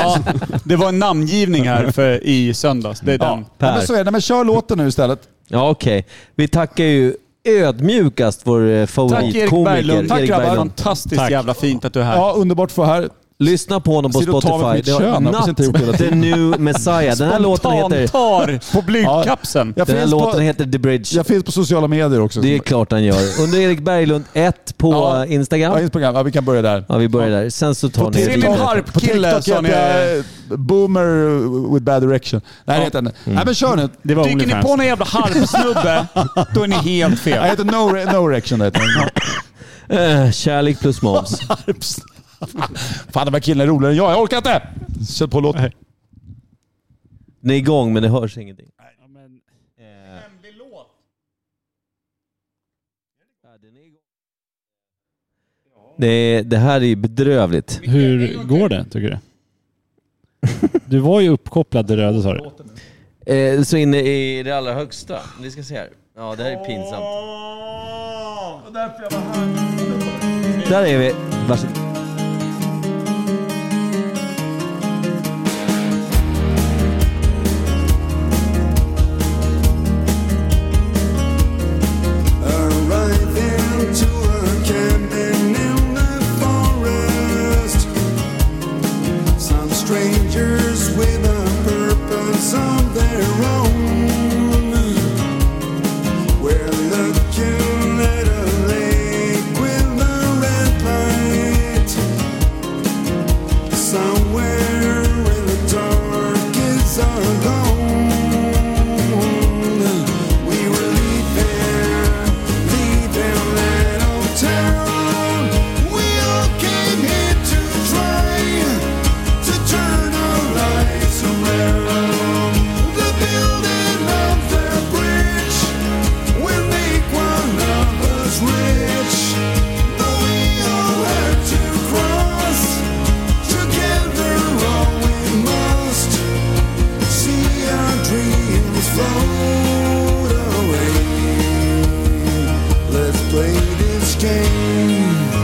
Speaker 2: Ja, det var en namngivning här för, i söndags. Det är den.
Speaker 7: Ja, men så är det. Nej, Men kör låten nu istället.
Speaker 3: Ja, okej. Vi tackar ju ödmjukast vår eh,
Speaker 2: Tack Erik
Speaker 3: favoritkomiker.
Speaker 2: Berglund. Tack
Speaker 3: Erik
Speaker 2: grabbar.
Speaker 3: Berglund.
Speaker 2: Fantastiskt jävla fint att du är här.
Speaker 7: Ja, underbart att få vara här.
Speaker 3: Lyssna på honom på
Speaker 7: Sitter och tar
Speaker 3: Spotify.
Speaker 7: med mitt
Speaker 3: Det
Speaker 7: kön, jag
Speaker 3: var
Speaker 7: hoppas inte jag gjort hela
Speaker 3: Not the
Speaker 7: tiden.
Speaker 3: new Messiah. Den här låten heter...
Speaker 2: Spontantar på blygdkapseln.
Speaker 3: Den här låten heter The Bridge.
Speaker 7: Jag finns på sociala medier också.
Speaker 3: Det är klart han gör. Under Erik Berglund 1 på eh, Instagram. Ja,
Speaker 7: Instagram. vi kan börja där.
Speaker 3: Ja, vi börjar där. Sen så tar ni er
Speaker 7: TikTok-
Speaker 3: vidare.
Speaker 7: på TikTok heter jag Boomer with bad direction. Nej, det heter jag inte. Nej, men kör nu.
Speaker 2: Mm. Det var Dyker ni OnlyFans. på någon jävla harpsnubbe, då är ni helt fel.
Speaker 7: Jag heter No, Re- no Rection. det Heter
Speaker 3: jag. Eh, kärlek plus moms.
Speaker 7: Fan, de här killarna är roligare än jag. Jag orkar inte! Sätt på låten.
Speaker 3: Ni är igång men det hörs ingenting. Det, det här är ju bedrövligt.
Speaker 1: Hur går det tycker du? Du var ju uppkopplad till Röde sa du.
Speaker 3: Eh, så inne i det allra högsta. Vi ska se här. Ja, det här är pinsamt. Där är vi. Varsågod.
Speaker 13: Arriving to a cabin in the forest. Some strangers with a purpose of their own. We're looking at a lake with a red light. Somewhere in the dark is our goal. We were leaving. Float away. Let's play this game.